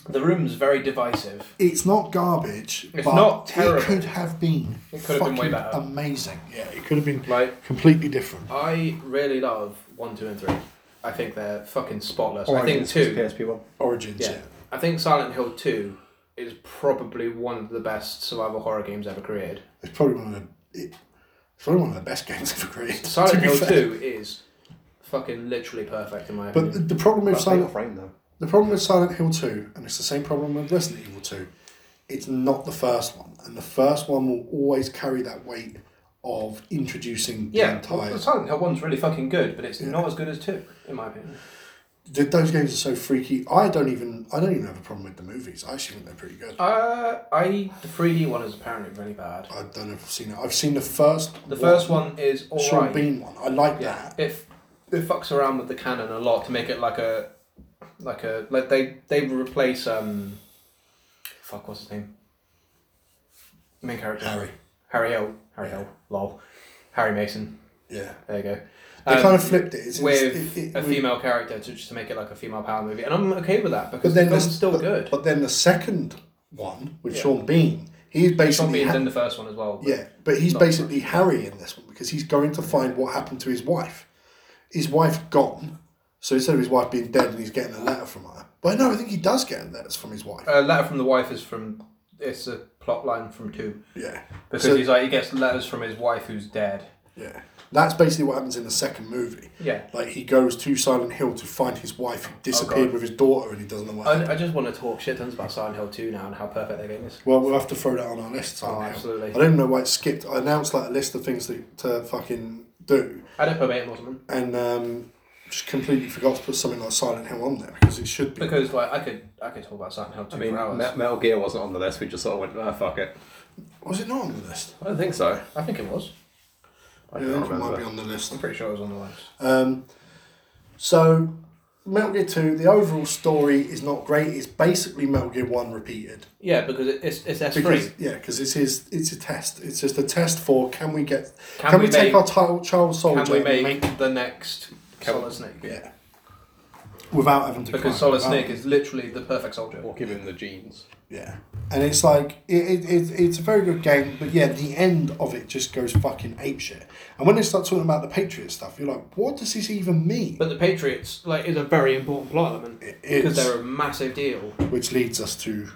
B: The room's very divisive.
A: it's not garbage.
B: It's
A: but
B: not terrible.
A: It could have been.
B: It could have been
A: fucking
B: way better.
A: Amazing. Yeah, it could have been
B: Like
A: completely different.
B: I really love one, two, and three. I think they're fucking
A: Oh,
B: spotless. Oh, I think
C: Origins was
B: two.
C: PSP one.
A: Origins.
B: Yeah.
A: yeah.
B: I think Silent Hill two is probably one of the best survival horror games ever created.
A: It's probably one of the it, it's probably one of the best games ever created. to
B: Silent
A: be
B: Hill
A: fair.
B: two is fucking literally perfect in my
A: But the,
B: opinion.
A: the problem with
C: That's not
A: Silent
C: frame though.
A: the problem with Silent Hill two, and it's the same problem with Resident Evil two, it's not the first one, and the first one will always carry that weight of introducing the
B: yeah, well,
A: entire.
B: the Silent Hill one's really fucking good, but it's not as good as two, in my opinion.
A: Th- those games are so freaky. I don't even I don't even have a problem with the movies. I actually think they're pretty good.
B: Uh, I the three D one is apparently really bad.
A: I don't know if I've seen it. I've seen the first.
B: The first one is
A: one, Sean
B: alright.
A: Bean one. I like
B: Yeah,
A: that.
B: it, f- it fucks around with the canon a lot to make it like a, like a like they they replace um, fuck what's his name, main character
A: Harry.
B: Harry Hill Harry Hill lol Harry Mason
A: Yeah.
B: there you go.
A: They
B: Um,
A: kind of flipped it. It's,
B: with
A: it's- it- it-
B: a female character to just to make it like a female power movie, and I'm okay with that because
A: But then
B: the
A: the
B: film's still
A: but,
B: good.
A: But then the second one with
B: Yeah.
A: Sean Bean he's
B: He's not
A: basically
B: being
A: ha-
B: in the first one as well. but-
A: yeah, but he's
B: Not
A: basically Harry in this one because he's going to find what happened to his wife. His wife gone, so instead of his wife being dead, and he's getting a letter from her. But no, I think he does get a letter from his wife.
B: A uh, letter from the wife is from it's a plot line from two
A: Yeah,
B: because
A: So-
B: he's like he gets letters from his wife who's dead.
A: yeah. That's basically what happens in the second movie.
B: Yeah.
A: Like he goes to Silent Hill to find his wife who disappeared
B: Oh, God.
A: with his daughter, and he doesn't know what. happened.
B: I, I just want to talk shit tons about Silent Hill 2 now and how perfect that game is.
A: Well, we'll have to throw that on our list.
B: Oh,
A: Silent Hill.
B: absolutely.
A: I don't know why it skipped. I announced like a list of things that to fucking do,
B: I don't play Batman Muslim
A: and um, just completely forgot to put something like Silent Hill on there because it should be.
B: because like I could I could talk about Silent Hill 2
C: I mean,
B: for hours.
C: Me- Metal Gear wasn't on the list. We just sort of went, ah, fuck it.
A: Was it not on the list?
C: I don't think so.
B: I think it was.
C: I
A: yeah,
C: can't
A: it might be
C: remember.
A: on the list.
B: I'm pretty sure it was on the list.
A: Um, so, Metal Gear 2, the overall story is not great. It's basically Metal Gear 1 repeated.
B: Yeah, because it, it's it's S3.
A: Because, yeah, because it's his, it's a test. It's just a test for can we get
B: Can
A: can,
B: we
A: we,
B: make-
A: take our title, child soldier
B: Can we
A: and
B: make, the next
C: Can-
B: Solid Snake? game?
A: yeah without having to climb
B: Because Solid
A: the mountain.
B: Snake is literally the perfect soldier.
C: Or give him the genes.
A: Yeah. And it's like it, it, it, it's a very good game, but yeah, the end of it just goes fucking apeshit. And when they start talking about the Patriot stuff, you're like, what does this even mean?
B: But the Patriots like is a very important plot element
A: It- it's-
B: because they're a massive deal.
A: Which leads us to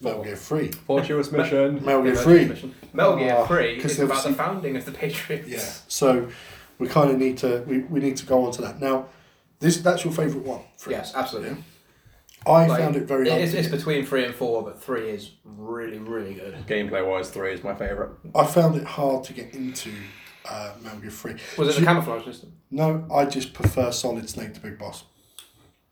A: Metal Gear 3.
C: Fortuitous mission.
A: Metal Gear 3.
B: Metal Gear
A: Ah,
B: 3
A: 'cause
B: is
A: they've
B: about the
A: seen-
B: founding of the Patriots.
A: Yeah. So we kind of need to we, we need to go on to that. Now, this that's your favourite one. Three.
B: Yes, absolutely.
A: I
B: Like,
A: found it very
B: it's, it's
A: hard.
B: between three and four, but three is really, really good.
C: Gameplay wise, three is my favourite.
A: I found it hard to get into uh, Metal Gear 3.
B: Was it
A: Do
B: the
A: you-
B: camouflage system?
A: No, I just prefer Solid Snake to Big Boss.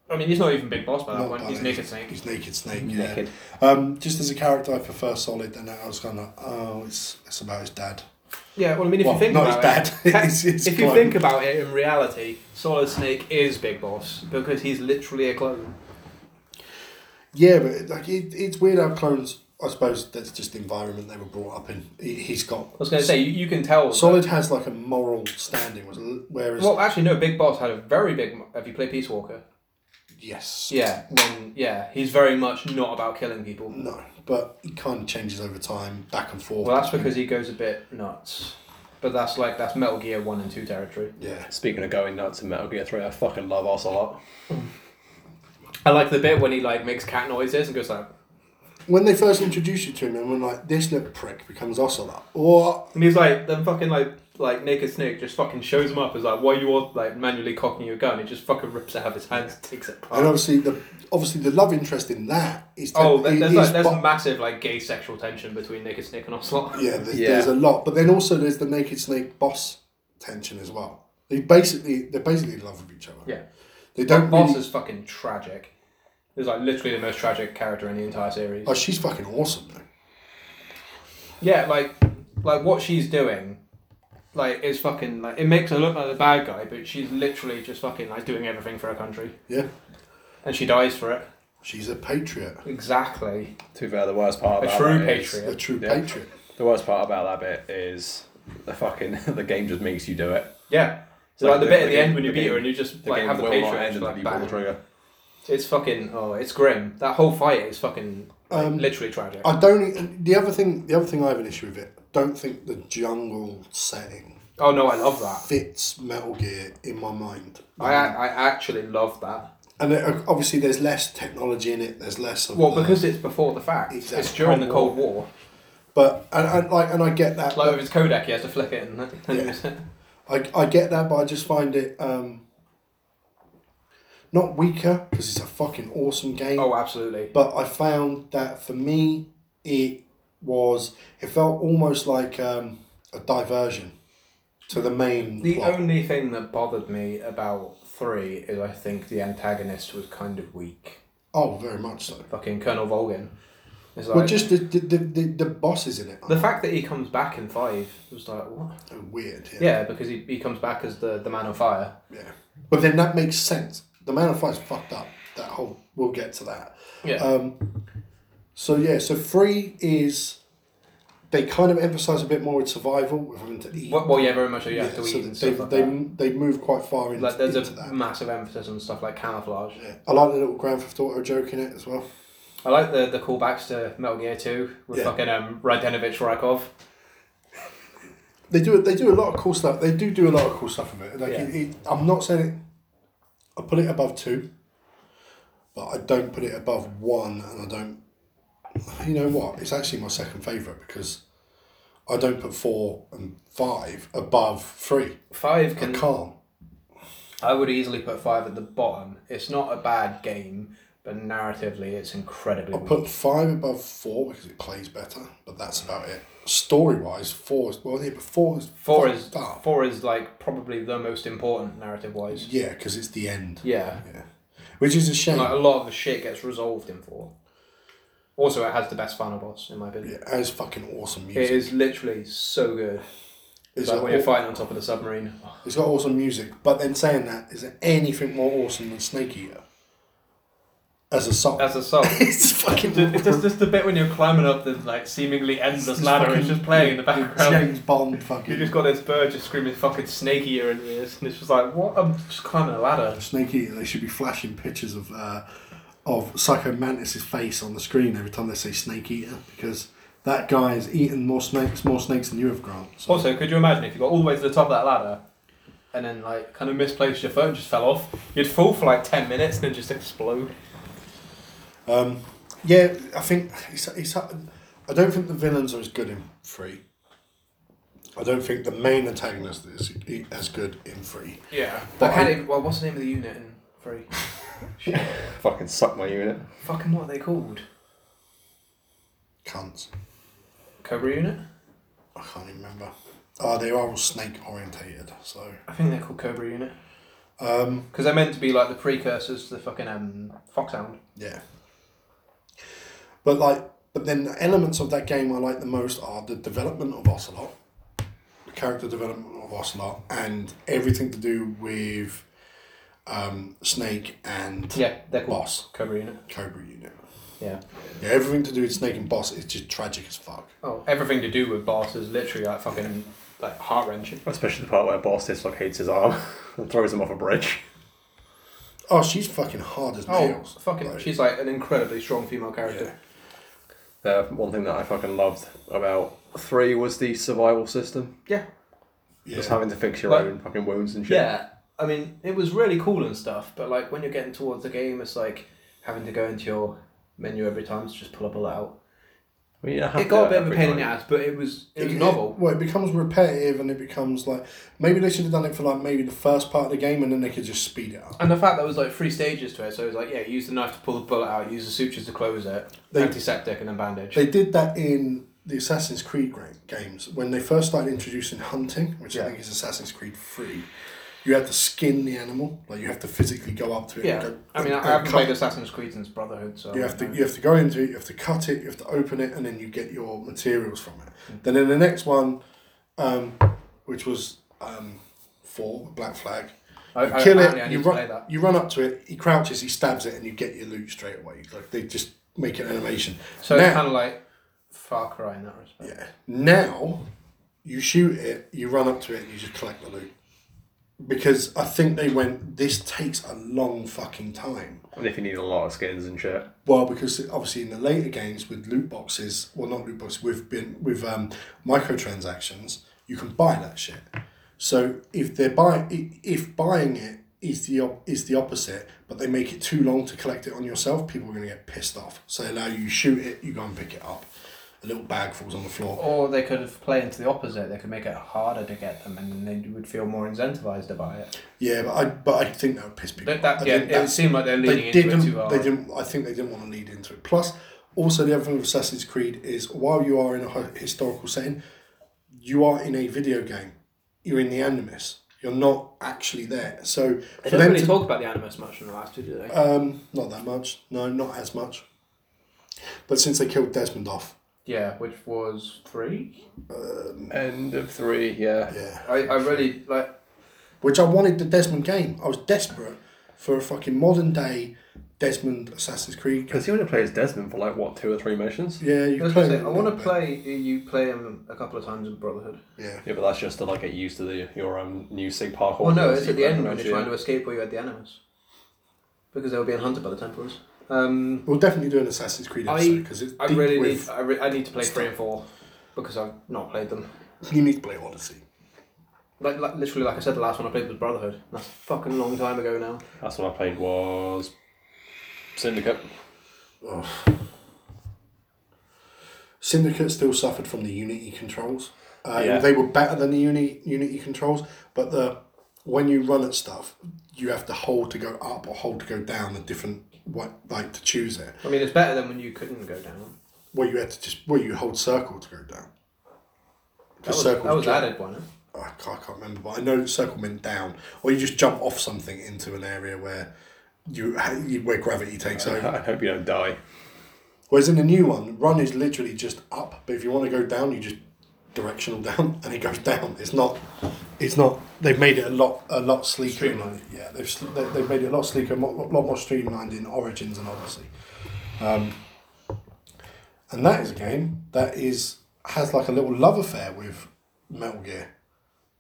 B: I mean, he's not even Big Boss by that
A: Not
B: point.
A: by
B: He's
A: then.
B: Naked Snake.
A: He's Naked Snake. Yeah.
C: Naked.
A: Um, just as a character, I prefer Solid, and I was kind of oh, it's it's about his dad.
B: Yeah, well, I mean, if
A: Well,
B: you think
A: not
B: about
A: his
B: it,
A: dad. It's- it's
B: if you
A: clone.
B: think about it, in reality, Solid Snake is Big Boss because he's literally a clone.
A: Yeah, but like it, it's weird how clones. I suppose that's just the environment they were brought up in. He, he's got.
B: I was going to say you, you can tell. that-
A: Solid has like a moral standing, was- whereas
B: well, actually, no. Big Boss had a very big. mo- Have you played Peace Walker?
A: yes,
B: Yeah, when yeah, he's very much not about killing people.
A: no, but he kind of changes over time, back and forth.
B: Well, that's because he goes a bit nuts. But that's like that's Metal Gear One and Two territory.
A: yeah,
C: Speaking of going nuts in Metal Gear 3, I fucking love Ocelot.
B: I like the bit when he like makes cat noises and goes like,
A: when they first introduced you to him, and when like this little prick becomes Ocelot, or
B: and he's like, then fucking like like naked snake just fucking shows him up as like, why you all like manually cocking your gun? He just fucking rips it out of his hands, takes it.
A: and
B: Apart.
A: obviously the obviously the love interest in that is
B: Oh, there-
A: is-
B: there's like
A: is
B: there's
A: Bo-
B: massive like gay sexual tension between Naked Snake and Ocelot.
A: Yeah, there's,
C: Yeah.
A: there's a lot, but then also there's the naked snake boss tension as well. They basically they're basically in love with each other.
B: Yeah.
A: they don't.
B: Boss
A: Really,
B: is fucking tragic. He's like literally the most tragic character in the entire series.
A: oh, she's fucking awesome though.
B: Yeah, like like what she's doing, like is fucking like it makes her look like the bad guy, but she's literally just fucking like doing everything for her country,
A: Yeah,
B: and she dies for it.
A: she's a patriot,
B: Exactly,
C: To be fair, the worst part
B: a
C: about
B: true
C: that is-
A: Oh, a
B: patriot.
A: true
C: Yeah.
A: patriot.
C: the worst part about that bit is the fucking the game just makes you do it.
B: Yeah, so
C: Like
B: like the,
C: the-
B: bit at
C: the
B: the
C: game-
B: end when you
C: the
B: beat her
C: game-
B: and you just
C: The
B: like
C: game
B: have the
C: will
B: patriot.
C: not end
B: and
C: until
B: like,
C: you pull the
B: bang.
C: trigger.
B: It's fucking oh, it's grim. That whole fight is fucking like,
A: Um,
B: literally tragic.
A: I don't. e, and The other thing, the other thing I have an issue with it. I don't think the jungle setting
B: oh no, I love that.
A: fits Metal Gear in my mind.
B: I I actually love that.
A: and it, obviously, there's less technology in it. There's less. Of
B: Well,
A: the-
B: because it's before the fact.
A: Exactly.
B: It's during the Cold War.
A: but and, and like and I get that.
B: Like with his Kodak, he has to flick it and.
A: Yeah. I, I get that, but I just find it um, not weaker because it's a fucking awesome game.
B: oh, absolutely.
A: But I found that for me, it was it felt almost like um, a diversion to the main
B: The
A: plot.
B: only thing that bothered me about three is I think the antagonist was kind of weak.
A: oh, very much so.
B: Fucking Colonel Volgin. It's like
A: Well, just the the, the, the, the bosses in it are
B: the fact that he comes back in five was like what?
A: weird. Yeah.
B: Yeah, because he, he comes back as the, the man on fire.
A: yeah. But then that makes sense. The Man of Fire's fucked up. That whole we'll get to that.
B: Yeah.
A: Um, so yeah, so three is they kind of emphasise a bit more with survival with having to eat.
B: well, well, yeah, very much so. You
A: yeah,
B: have to
A: so
B: eat and
A: they,
B: stuff like
A: they,
B: that.
A: they move quite far into,
B: Like there's
A: into
B: a
A: that.
B: massive emphasis on stuff like camouflage.
A: Yeah. I like the little Grand Theft Auto joke in it as well.
B: I like the, the callbacks to Metal Gear 2 with
A: Yeah.
B: fucking um, Radenovich Rykov.
A: They do they do a lot of cool stuff. They do do a lot of cool stuff with it. Like
B: Yeah.
A: it, it- I'm not saying it. I put it above two, but I don't put it above one, and I don't. You know what? It's actually my second favorite because I don't put four and five above three.
B: Five
A: I
B: can.
A: can't.
B: I would easily put five at the bottom. It's not a bad game, but narratively, it's incredibly
A: I
B: weak.
A: put five above four because it plays better, but that's about it. Story wise, four is well, yeah, but four is
B: Four
A: fucked
B: is
A: up.
B: four is like probably the most important narrative wise.
A: yeah, because it's the end.
B: Yeah,
A: Yeah, which is a shame.
B: like a lot of the shit gets resolved in four. Also, it has the best final boss in my opinion.
A: Yeah, that is fucking awesome
B: It
A: music.
B: is literally so good.
A: It's
B: It's like
A: got
B: when you're
A: aw-
B: fighting on top of the submarine.
A: It's got awesome music, but then saying that, is there anything more awesome than Snake Eater? As a song.
B: That's a song.
A: it's fucking.
B: it's just, just the bit when you're climbing up the like seemingly endless
A: It's
B: ladder.
A: fucking-
B: It's just playing in the background.
A: James Bond
B: You
A: fucking.
B: just got this bird just screaming "fucking snake eater" in your ears, and it's just like, "What? I'm just climbing a ladder."
A: Snake Eater, they should be flashing pictures of uh, of Psycho Mantis's face on the screen every time they say Snake Eater because that guy has eaten more snakes more snakes than you have, Grant. So.
B: Also, could you imagine if you got all the way to the top of that ladder and then like kind of misplaced your phone, just fell off? You'd fall for like ten minutes and then just explode.
A: Um, yeah, I think it's, it's. I don't think the villains are as good in three. I don't think the main antagonist is as good in three.
B: Yeah,
A: But
B: I can't
A: I-
B: even. Well, what's the name of the unit in three?
C: Fucking suck my unit.
B: Fucking what are they called?
A: Cunts.
B: Cobra unit.
A: I can't even remember. Oh, they are all snake orientated. So
B: I think they're called Cobra unit
A: um,
B: because they're meant to be like the precursors to the fucking um, Foxhound.
A: yeah. But like, but then the elements of that game I like the most are the development of Ocelot, the character development of Ocelot, and everything to do with um, Snake and
B: Yeah, they're called
A: Boss
B: Cobra unit.
A: Cobra Unit.
B: Yeah.
A: Yeah, everything to do with Snake and Boss is just tragic as fuck.
B: Oh, everything to do with Boss is literally like fucking like heart wrenching.
C: Especially the part where Boss dislocates his arm and throws him off a bridge.
A: Oh, she's fucking hard as
B: Oh,
A: nails.
B: fucking!
A: Like,
B: She's like an incredibly strong female character.
C: The one thing that I fucking loved about three was the survival system.
B: Yeah.
A: yeah.
C: Just having to fix your
B: Like-
C: own fucking wounds and shit.
B: Yeah, I mean, it was really cool and stuff, but like when you're getting towards the game, it's like having to go into your menu every time to just pull up all that out.
C: I mean, you don't have
B: It got a
C: to
B: bit of a
C: every
B: pain in
C: time.
B: the ass, but it was it was
A: It-
B: novel.
A: well, it becomes repetitive and it becomes like maybe they should have done it for like maybe the first part of the game and then they could just speed it up.
B: And the fact that there was like three stages to it, so it was like, yeah, use the knife to pull the bullet out, use the sutures to close it,
A: They-
B: antiseptic, and then bandage.
A: They did that in the Assassin's Creed gra- games when they first started introducing hunting, which I
B: Yeah.
A: think is Assassin's Creed Three. You had to skin the animal, like you have to physically go up to it.
B: yeah,
A: and go,
B: I mean, I, I
A: and
B: haven't
A: cut-
B: played Assassin's Creed since Brotherhood, so
A: You have to you have to go into it, you have to cut it, you have to open it, and then you get your materials from
B: Mm.
A: it. Then in the next one, um, which was um, four Black Flag,
B: I,
A: you
B: I,
A: kill
B: apparently I
A: it.
B: need
A: You
B: to play
A: run,
B: that.
A: you run up to it. He crouches. He stabs it, and you get your loot straight away. Like they just make an animation.
B: So
A: now,
B: it's kind of like Far Cry in that respect.
A: yeah. Now, you shoot it. You run up to it, and you just collect the loot. Because I think they went. This takes a long fucking time.
C: And if you need a lot of skins and shit.
A: Well, because obviously in the later games with loot boxes, well not loot boxes, with been with um, microtransactions, you can buy that shit. So if they're buying, if buying it is the op- is the opposite, but they make it too long to collect it on yourself, people are going to get pissed off. So they allow you you shoot it, you go and pick it up. A little bag falls on the floor.
B: Or they could have played into the opposite. They could make it harder to get them, and then they would feel more incentivized to buy it.
A: Yeah, but I but I think that would piss people.
B: That,
A: off. I
B: that, yeah,
A: think
B: it would
A: that's-
B: seem like they're leaning
A: they
B: into it
A: didn't.
B: too hard.
A: They didn't. I think they didn't want to lead into it. Plus, also the other thing with Assassin's Creed is while you are in a hi- historical setting, you are in a video game. You're in the Animus. You're not actually there. So
B: They
A: for
B: don't
A: them
B: really
A: to
B: talk about the Animus much in the last two, do they?
A: um, not that much. No, not as much. But since they killed Desmond off,
B: yeah, which was three.
C: End of three, yeah.
A: yeah.
B: I, I really like.
A: Which I wanted the Desmond game. I was desperate for a fucking modern day Desmond Assassin's Creed. game.
C: Because you only play as Desmond for like, what, two or three missions?
A: Yeah, you
B: I was
A: play
B: gonna say,
A: it a
B: I want
A: little
B: to
A: bit.
B: play you play him a couple of times in Brotherhood.
A: Yeah.
C: Yeah, but that's just to like get used to the your own new sig parkour.
B: Well, Oh, no,
C: skills
B: it's
C: you
B: at the end when
C: recognise,
B: you're trying
C: yeah.
B: to escape where you had the Animus, because they were being hunted by the Templars. Um,
A: We'll definitely do an Assassin's Creed
B: I-
A: episode because it's
B: I
A: deep
B: really
A: with.
B: need. I, re- I need to play three and four because I've not played them.
A: You need to play Odyssey.
B: Like, like literally, like I said, the last one I played was Brotherhood. That's a fucking long time ago now.
D: Last one I played was Syndicate.
A: Syndicate still suffered from the Unity controls. Uh,
D: Yeah.
A: They were better than the Uni, Unity controls, but the when you run at stuff, you have to hold to go up or hold to go down the different what like to choose it.
B: I mean, it's better than when you couldn't go down.
A: Where you had to just where you hold circle to go down.
B: That was,
A: circle Ah,
B: that was added, wasn't it?
A: I can't, I can't remember, but I know circle meant down, or you just jump off something into an area where you you- where gravity
B: Uh,
A: takes over.
C: I hope you don't die.
A: Whereas in the new one, run is literally just up, but if you want to go down, you just directional down, and it goes down. It's not, it's not. They've made it a lot, a lot sleeker.
B: Streamlined.
A: Yeah, they've sl- they- they've made it a lot sleeker, a lot, lot more streamlined in Origins and Odyssey. Um, and that is a game that is has like a little love affair with Metal Gear,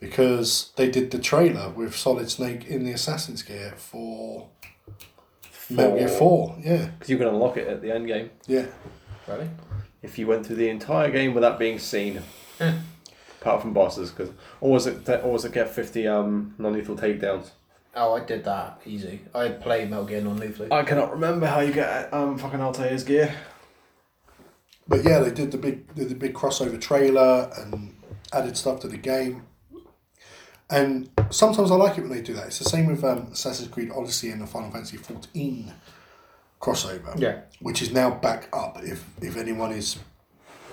A: because they did the trailer with Solid Snake in the Assassin's Gear for Metal Gear Four. Yeah,
C: Because you can unlock it at the end game.
A: yeah.
B: Really?
C: If you went through the entire game without being seen, Hmm. apart from bosses, because always it always it get fifty um, non-lethal takedowns.
B: Oh, I did that easy. I played Metal Gear non-lethally.
C: I cannot remember how you get um fucking Altair's gear.
A: But yeah, they did the big did the big crossover trailer and added stuff to the game. And sometimes I like it when they do that. It's the same with um, Assassin's Creed Odyssey and the Final Fantasy fourteen crossover.
B: Yeah.
A: which is now back up if if anyone is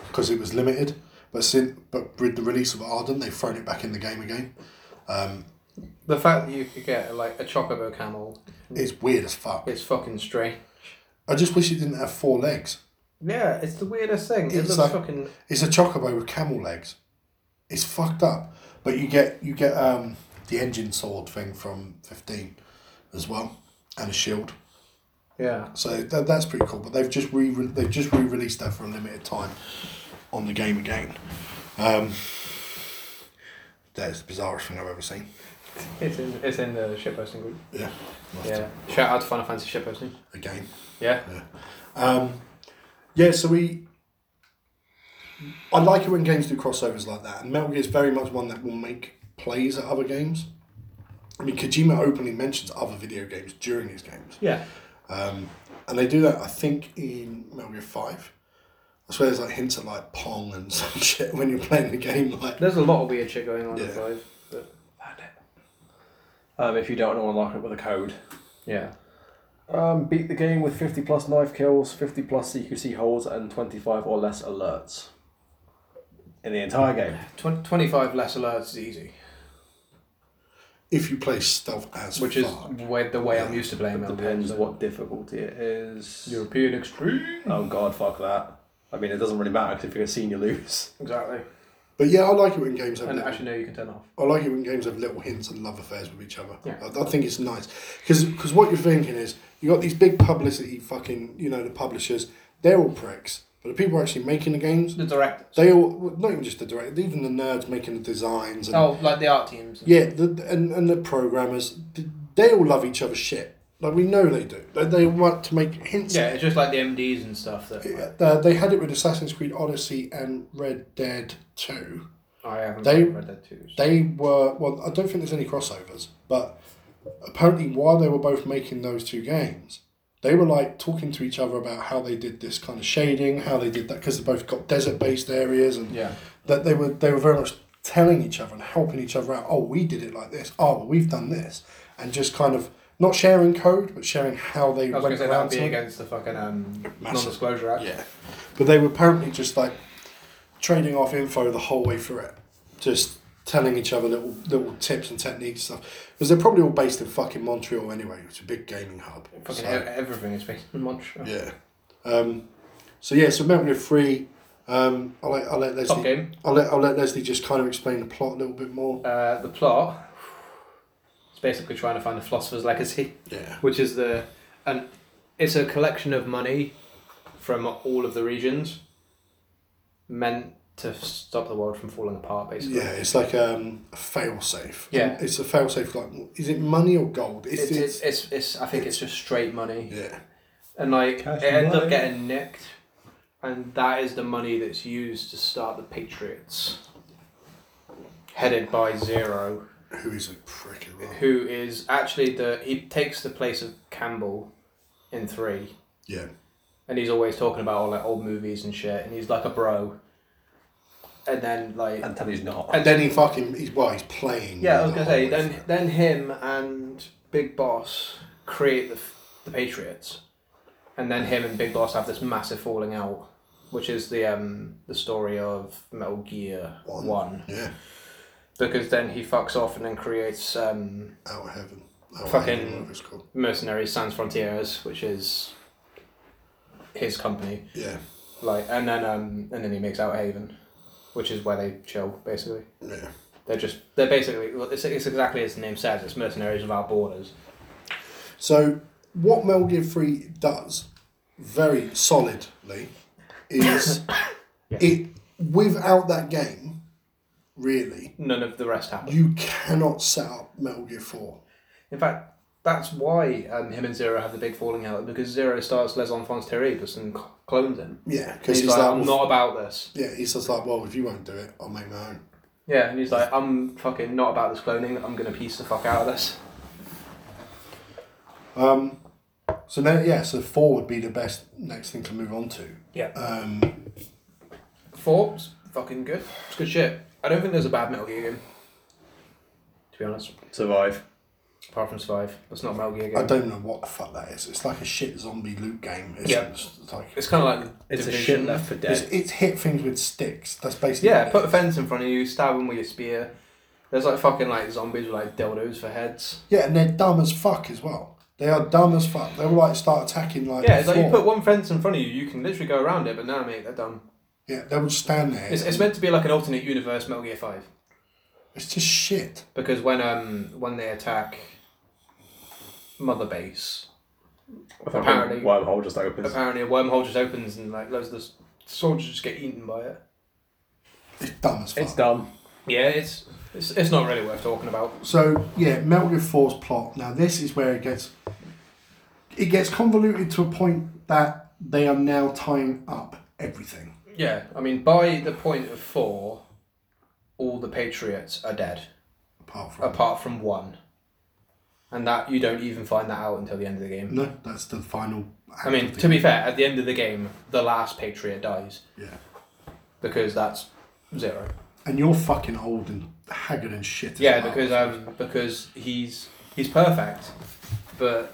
A: because it was limited. But since but with the release of Arden, they've thrown it back in the game again.
B: the fact that you could get like a chocobo camel,
A: It's weird as fuck.
B: it's fucking strange.
A: I just wish it didn't have four legs.
B: Yeah, it's the weirdest thing.
A: It's
B: it looks
A: like-
B: fucking.
A: It's a chocobo with camel legs. It's fucked up. But you get you get um, the engine sword thing from fifteen as well, and a shield.
B: Yeah.
A: So that, that's pretty cool. But they've just re they've just re released that for a limited time on the game again. Um, that is the bizarrest thing I've ever seen.
B: It's in it's in the shitposting group.
A: Yeah. Must-
B: Yeah. Shout out to Final Fantasy shitposting.
A: Again.
B: Yeah.
A: Um, yeah, so we. I like it when games do crossovers like that, and Metal Gear is very much one that will make plays at other games. I mean, Kojima openly mentions other video games during his games,
B: Yeah.
A: um, and they do that. I think in Metal Gear Five, I swear there's like hints at like Pong and some shit when you're playing the game. Like,
B: There's a lot of weird shit going on in
A: Yeah.
B: five. But
C: Um, if you don't want to unlock it with a code.
B: yeah.
C: Um, beat the game with 50 plus knife kills, 50 plus CQC holds, and 25 or less alerts. In the entire game.
B: Twen- 25 less alerts is easy,
A: if you play stealth as
B: which is
A: fuck.
B: way, the way I'm used to playing Metal Gear,
C: Depends
B: so-
C: what difficulty it is.
B: European Extreme.
C: Oh god, fuck that. I mean, it doesn't really matter 'cause if you're a senior, lose.
B: Exactly.
A: But yeah, I like it when games have
B: And
A: little
B: actually, no, you can turn off.
A: I like it when games have little hints and love affairs with each other.
B: Yeah.
A: I, I think it's nice because what you're thinking is you got these big publicity fucking you know the publishers they're all pricks, but the people actually making the games
B: The direct.
A: they all well, not even just the director even the nerds making the designs and
B: Oh, like the art teams.
A: yeah the, and and the programmers th- they all love each other's shit like we know they do they, they want to make hints.
B: Yeah, it's just like the MDs and stuff that like,
A: Uh, they had it with Assassin's Creed Odyssey and Red Dead Two.
B: I haven't
A: They-
B: read that too. so-
A: They were well. I don't think there's any crossovers, but apparently, while they were both making those two games, they were like talking to each other about how they did this kind of shading, how they did that because they both got desert-based areas, and
B: Yeah.
A: that they were they were very much telling each other and helping each other out. Oh, we did it like this. Oh, well, we've done this, and just kind of not sharing code, but sharing how they
B: I was going
A: went
B: to say that
A: around.
B: would be
A: something.
B: against the fucking um,
A: Massive.
B: non-disclosure act.
A: Yeah. But they were apparently just like trading off info the whole way through it. Just telling each other little little tips and techniques and stuff. Because they're probably all based in fucking Montreal anyway, which is a big gaming hub.
B: Fucking
A: So,
B: ev- everything is based in Montreal.
A: yeah. Um, so yeah, so Metal Gear 3, um, I'll, let, I'll let Leslie
B: Top game.
A: I'll let I'll let Leslie just kind of explain the plot a little bit more.
B: Uh, the plot. It's basically trying to find the philosopher's legacy,
A: Yeah.
B: which is the, and it's a collection of money, from all of the regions. Meant to stop the world from falling apart, basically.
A: Yeah, it's like um, a fail safe.
B: Yeah.
A: It's a fail safe like is it money or gold?
B: It's, it's, it's, it's, I think it's just straight money.
A: yeah.
B: and like
E: Cash
B: it
E: and
B: ends up
E: blood.
B: getting nicked, and that is the money that's used to start the Patriots, headed by Zero,
A: Who is a prick as well.
B: who is actually the he takes the place of Campbell in three,
A: Yeah.
B: and he's always talking about all like old movies and shit, and he's like a bro, and then like
C: Until he's not.
A: And then he fucking he's well, he's playing.
B: yeah, I was
A: the
B: gonna say
A: whole way
B: then then him and Big Boss create the the Patriots, and then him and Big Boss have this massive falling out, which is the um the story of Metal Gear
A: One.
B: One,
A: through. Yeah,
B: because then he fucks off and then creates um
A: out of heaven. Out of
B: Fucking-
A: heaven, whatever it's called.
B: Mercenaries Sans Frontières, which is his company,
A: Yeah,
B: like, and then um and then he makes Out Haven, which is where they chill basically.
A: yeah.
B: They're just they're basically well, it's, it's exactly as the name says. It's mercenaries without borders.
A: So what Metal Gear Three does very solidly is it without that game, really,
B: None of the rest happens.
A: you cannot set up Metal Gear Four.
B: In fact, that's why um, him and Zero have the big falling out because Zero starts Les Enfants Terribles and cl- clones him.
A: Yeah, because
B: He's,
A: he's,
B: like,
A: like,
B: I'm
A: well,
B: not about this.
A: yeah, he's just like, well, if you won't do it, I'll make my own.
B: Yeah, and he's like, I'm fucking not about this cloning. I'm gonna piece the fuck out of this.
A: Um, so now, yeah, so four would be the best next thing to move on to.
B: Yeah.
A: Um,
B: Four's fucking good. It's good shit. I don't think there's a bad Metal Gear game. To be honest,
C: Survive.
B: apart from Survive, that's not a Metal Gear game.
A: I don't know what the fuck that is. It's like a shit zombie loot game. It's,
B: Yeah.
A: it's, like
B: It's kind of like
C: It's a
B: Division.
C: shit left for
A: it's,
C: dead.
A: it's hit things with sticks. That's basically
B: Yeah,
A: what
B: put
A: it
B: a
A: is.
B: fence in front of you, stab them with your spear. There's like fucking like zombies with like dildos for heads.
A: Yeah, and they're dumb as fuck as well. They are dumb as fuck. They will like start attacking like
B: Yeah, it's like you
A: four.
B: put one fence in front of you, you can literally go around it, but now, mate, they're done.
A: yeah, they would stand there.
B: It's,
A: It's,
B: it's meant to be like an alternate universe Metal Gear Five
A: just shit.
B: because when um when they attack Mother Base, apparently-
C: Wormhole just opens.
B: apparently a wormhole just opens and like loads of the s- soldiers just get eaten by it.
A: It's dumb as fuck.
C: It's dumb.
B: Yeah, it's it's, it's not really worth talking about.
A: So yeah, Metal Gear 4's plot. Now this is where it gets it gets convoluted to a point that they are now tying up everything.
B: Yeah, I mean by the point of four, all the Patriots are dead
A: Apart from
B: apart from one, and that you don't even find that out until the end of the game.
A: no, that's the final. act
B: I mean,
A: of the
B: to be
A: game.
B: fair, at the end of the game, the last Patriot dies
A: yeah.
B: because that's zero.
A: And you're fucking old and haggard and shit. as
B: Yeah,
A: well.
B: because um, because he's he's perfect, but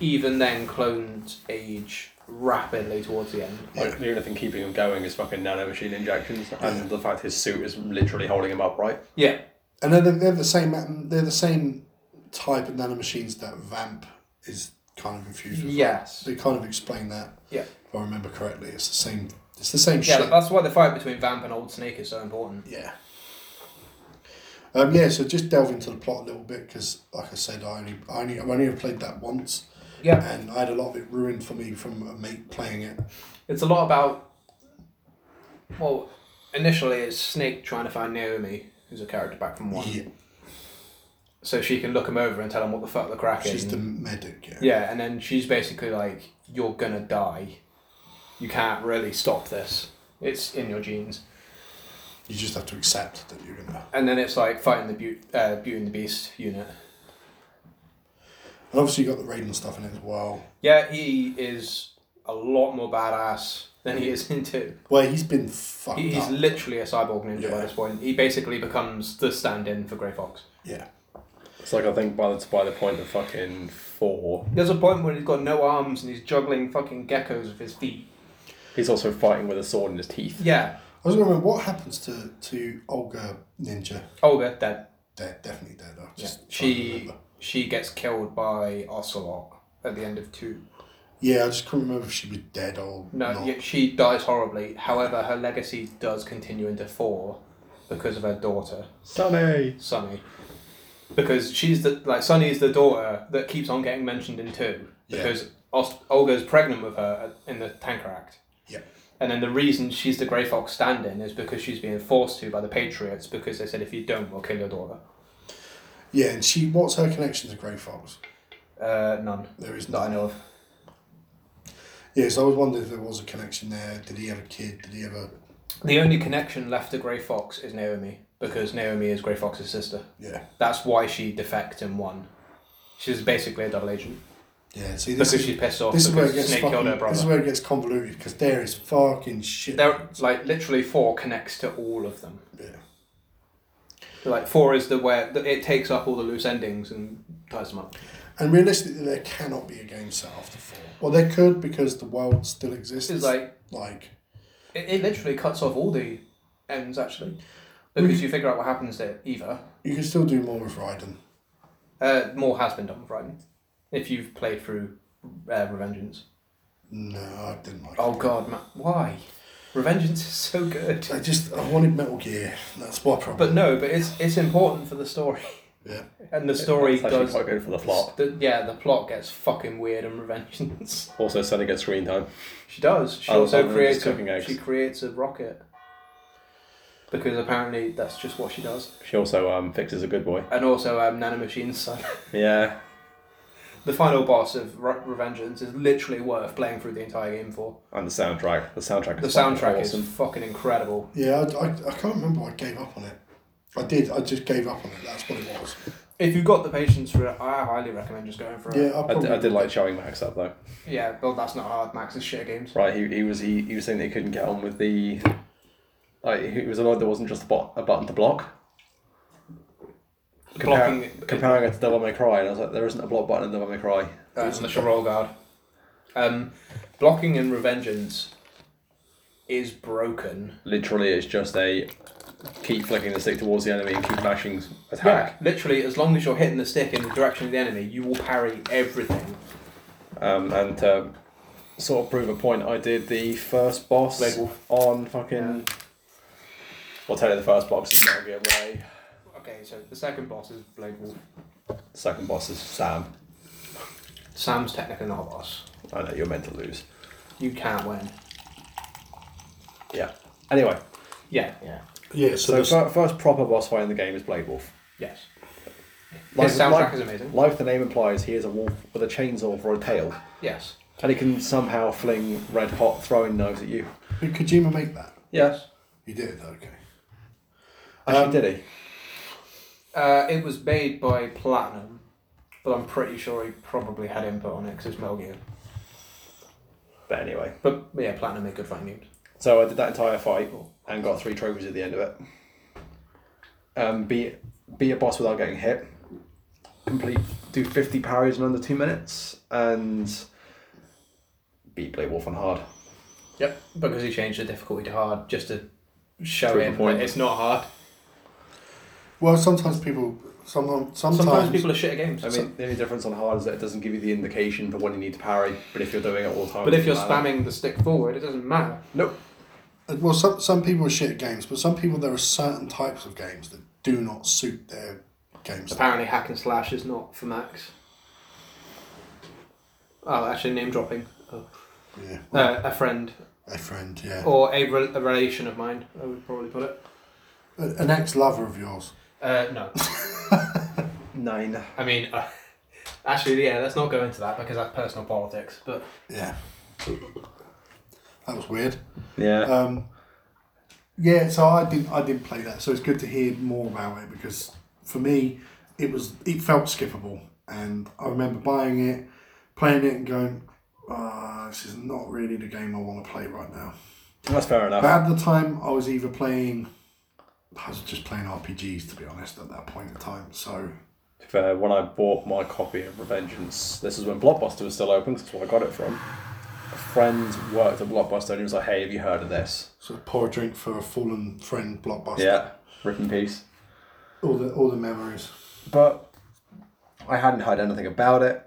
B: even then, clones age rapidly towards the end.
D: Like, the only thing keeping him going is fucking nanomachine injections and the fact his suit is literally holding him upright.
B: Yeah,
A: and they're, they're the same. They're the same type of nanomachines that Vamp is kind of infused with.
B: yes,
A: They kind of explain that.
B: Yeah.
A: If I remember correctly, it's the same. It's the same
B: yeah.
A: shit.
B: That's why the fight between Vamp and Old Snake is so important.
A: Yeah. Um, yeah, so just delve into the plot a little bit because, like I said, I only, I only, I've only ever played that once,
B: Yeah,
A: and I had a lot of it ruined for me from a mate playing it.
B: it's a lot about. Well, initially, it's Snake trying to find Naomi, who's a character back from one,
A: Yeah,
B: so she can look him over and tell him what the fuck the crack is.
A: she's the
B: and-
A: medic. Yeah.
B: Yeah, and then she's basically like, "You're gonna die. You can't really stop this. It's in your genes."
A: You just have to accept that you're gonna.
B: And then it's like fighting the Beauty, uh, Beauty and the Beast unit.
A: And obviously, you got the Raiden stuff in it as well.
B: Yeah, he is a lot more badass than he is in two.
A: Well, he's been fucked
B: He, he's
A: up.
B: literally a cyborg ninja
A: Yeah.
B: by this point. He basically becomes the stand-in for Grey Fox.
A: yeah.
D: It's like I think by the, by the point of fucking four,
B: There's a point where he's got no arms and he's juggling fucking geckos with his feet.
D: he's also fighting with a sword in his teeth.
B: Yeah,
A: I was wondering what happens to to Olga Ninja.
B: Olga dead.
A: Dead, definitely dead. I was
B: Yeah.
A: just trying to
B: She
A: remember.
B: she gets killed by Ocelot at the end of two.
A: Yeah, I just couldn't remember if she was dead or
B: No,
A: not.
B: yeah, she dies horribly. However, her legacy does continue into four because of her daughter,
C: Sunny.
B: Sunny. Because she's the like Sunny's the daughter that keeps on getting mentioned in two.
A: Yeah.
B: Because Os- Olga's pregnant with her at- in the tanker act.
A: Yeah.
B: And then the reason she's the Grey Fox stand-in is because she's being forced to by the Patriots because they said if you don't, we'll kill your daughter.
A: Yeah, and she. What's her connection to Grey Fox?
B: Uh, none
A: There is
B: that I
A: none.
B: know of.
A: Yes, I was wondering if there was a connection there. Did he have a kid? Did he have a
B: The only connection left to Grey Fox is Naomi because Naomi is Grey Fox's sister.
A: yeah?
B: That's why she defected and won. She's basically a double agent
A: Yeah. See, this
B: because
A: is,
B: she's pissed off
A: this is where
B: because
A: it gets
B: Snake killed her
A: fucking, this is
B: brother.
A: where it gets convoluted because there is fucking shit.
B: There, like literally four connects to all of them.
A: Yeah.
B: Like four is the where the, it takes up all the loose endings and ties them up.
A: And realistically, there cannot be a game set after four. Well, there could because the world still exists.
B: This is like
A: like
B: it, it literally cuts off all the ends actually because you figure out what happens to Eva.
A: you can still do more with Raiden.
B: Uh, more has been done with Raiden if you've played through uh, Revengeance.
A: No, I didn't like.
B: Oh
A: it.
B: god, ma why? Revengeance is so good.
A: I just I wanted Metal Gear. That's my problem.
B: But no, but it's it's important for the story,
A: yeah.
B: and the story
C: It's actually
B: does.
C: quite good for the plot.
B: The, yeah, the plot gets fucking weird in Revengeance.
C: Also, Sunny gets screen time.
B: she does. She
C: I love
B: also
C: that we're
B: creates
C: just cooking
B: a,
C: eggs.
B: she creates a rocket because apparently that's just what she does.
C: She also um, fixes a good boy.
B: And also, um, Nanomichine's son,
C: Yeah.
B: the final boss of Re- Revengeance, is literally worth playing through the entire game for.
C: And the soundtrack. The soundtrack
B: The
C: is fucking
B: soundtrack
C: awesome.
B: is fucking incredible.
A: Yeah, I, I, I can't remember. why I gave up on it. I did. I just gave up on it. That's what it was.
B: If you've got the patience for it, I highly recommend just going for it.
A: Yeah, I,
C: I,
A: probably,
C: d- I did like showing Max up though.
B: Yeah, well, that's not hard. Max is shit at games.
C: Right, he, he was he, he was saying that he couldn't get on with the. Like, he was annoyed there wasn't just a, bot, a button to block. Compar-
B: Blocking-
C: comparing it to Devil May Cry, and I was like, there isn't a block button in Devil May Cry.
B: uh, unless you roll guard. Um, blocking and revengeance is broken.
C: Literally, it's just a keep flicking the stick towards the enemy and keep flashing
B: Yeah,
C: attack.
B: literally, as long as you're hitting the stick in the direction of the enemy, you will parry everything.
C: Um, and to sort of prove a point, I did the first boss
B: Blade Wolf.
C: on fucking. I'll tell you the first boss is Metal Gear Ray.
B: Okay, so the second boss is Blade Wolf.
C: The second boss is Sam.
B: Sam's technically not a boss.
C: I know you're meant to lose.
B: You can't win.
C: Yeah. Anyway,
B: Yeah, yeah,
A: yeah. So,
C: so,
A: there's-
C: fir- first proper boss fight in the game is Blade Wolf.
B: yes.
C: Like-
B: His soundtrack
C: like-
B: is amazing.
C: Like the name implies, he is a wolf with a chainsaw for a tail,
B: Yes.
C: and he can somehow fling red hot throwing knives at you.
A: did Kojima make that?
B: Yes.
A: He did. Okay.
C: Actually,
A: Um,
C: did he?
B: Uh, it was made by Platinum, but I'm pretty sure he probably had input on it because it's Metal Gear.
C: But anyway,
B: But yeah, Platinum make good fighting games.
C: so I did that entire fight and got three trophies at the end of it. Um, be be a boss without getting hit. Complete do fifty parries in under two minutes and beat Blade Wolf on hard.
B: Yep, because he changed the difficulty to hard just to show
C: Prove a
B: him
C: point.
B: that it's not hard.
A: Well, sometimes people. Sometimes. Sometimes.
B: Sometimes people are shit at games.
C: I mean, the only difference on hard is that it doesn't give you the indication for when you need to parry. But if you're doing it all the time,
B: but
C: it
B: if you're
C: doesn't matter.
B: spamming the stick forward, it doesn't matter.
C: nope.
A: Well, some some people are shit at games, but some people there are certain types of games that do not suit their games.
B: Apparently, hack and slash is not for Max. Oh, actually, name dropping. Oh.
A: Yeah.
B: Uh, a friend
A: A friend. Yeah.
B: or a, rel a relation of mine, I would probably put it.
A: A- An ex lover of yours.
B: Uh, no,
C: Nine.
B: I mean, uh, actually, yeah, let's not go into that because that's personal politics. But
A: Yeah. That was weird.
C: Yeah.
A: Um, yeah, so I didn't I didn't play that, so it's good to hear more about it because for me it was it felt skippable, and I remember buying it, playing it, and going, uh, "This is not really the game I want to play right now."
C: That's fair
A: But
C: enough.
A: at the time, I was either playing, I was just playing RPGs to be honest at that point in time. So
C: Fair. uh, When I bought my copy of Revengeance, this is when Blockbuster was still open, 'cause that's where I got it from. A friend worked at Blockbuster and he was like, hey, have you heard of this?
A: sort of pour a drink for a fallen friend blockbuster.
C: Yeah. Rip in peace.
A: all the all the memories.
C: But I hadn't heard anything about it.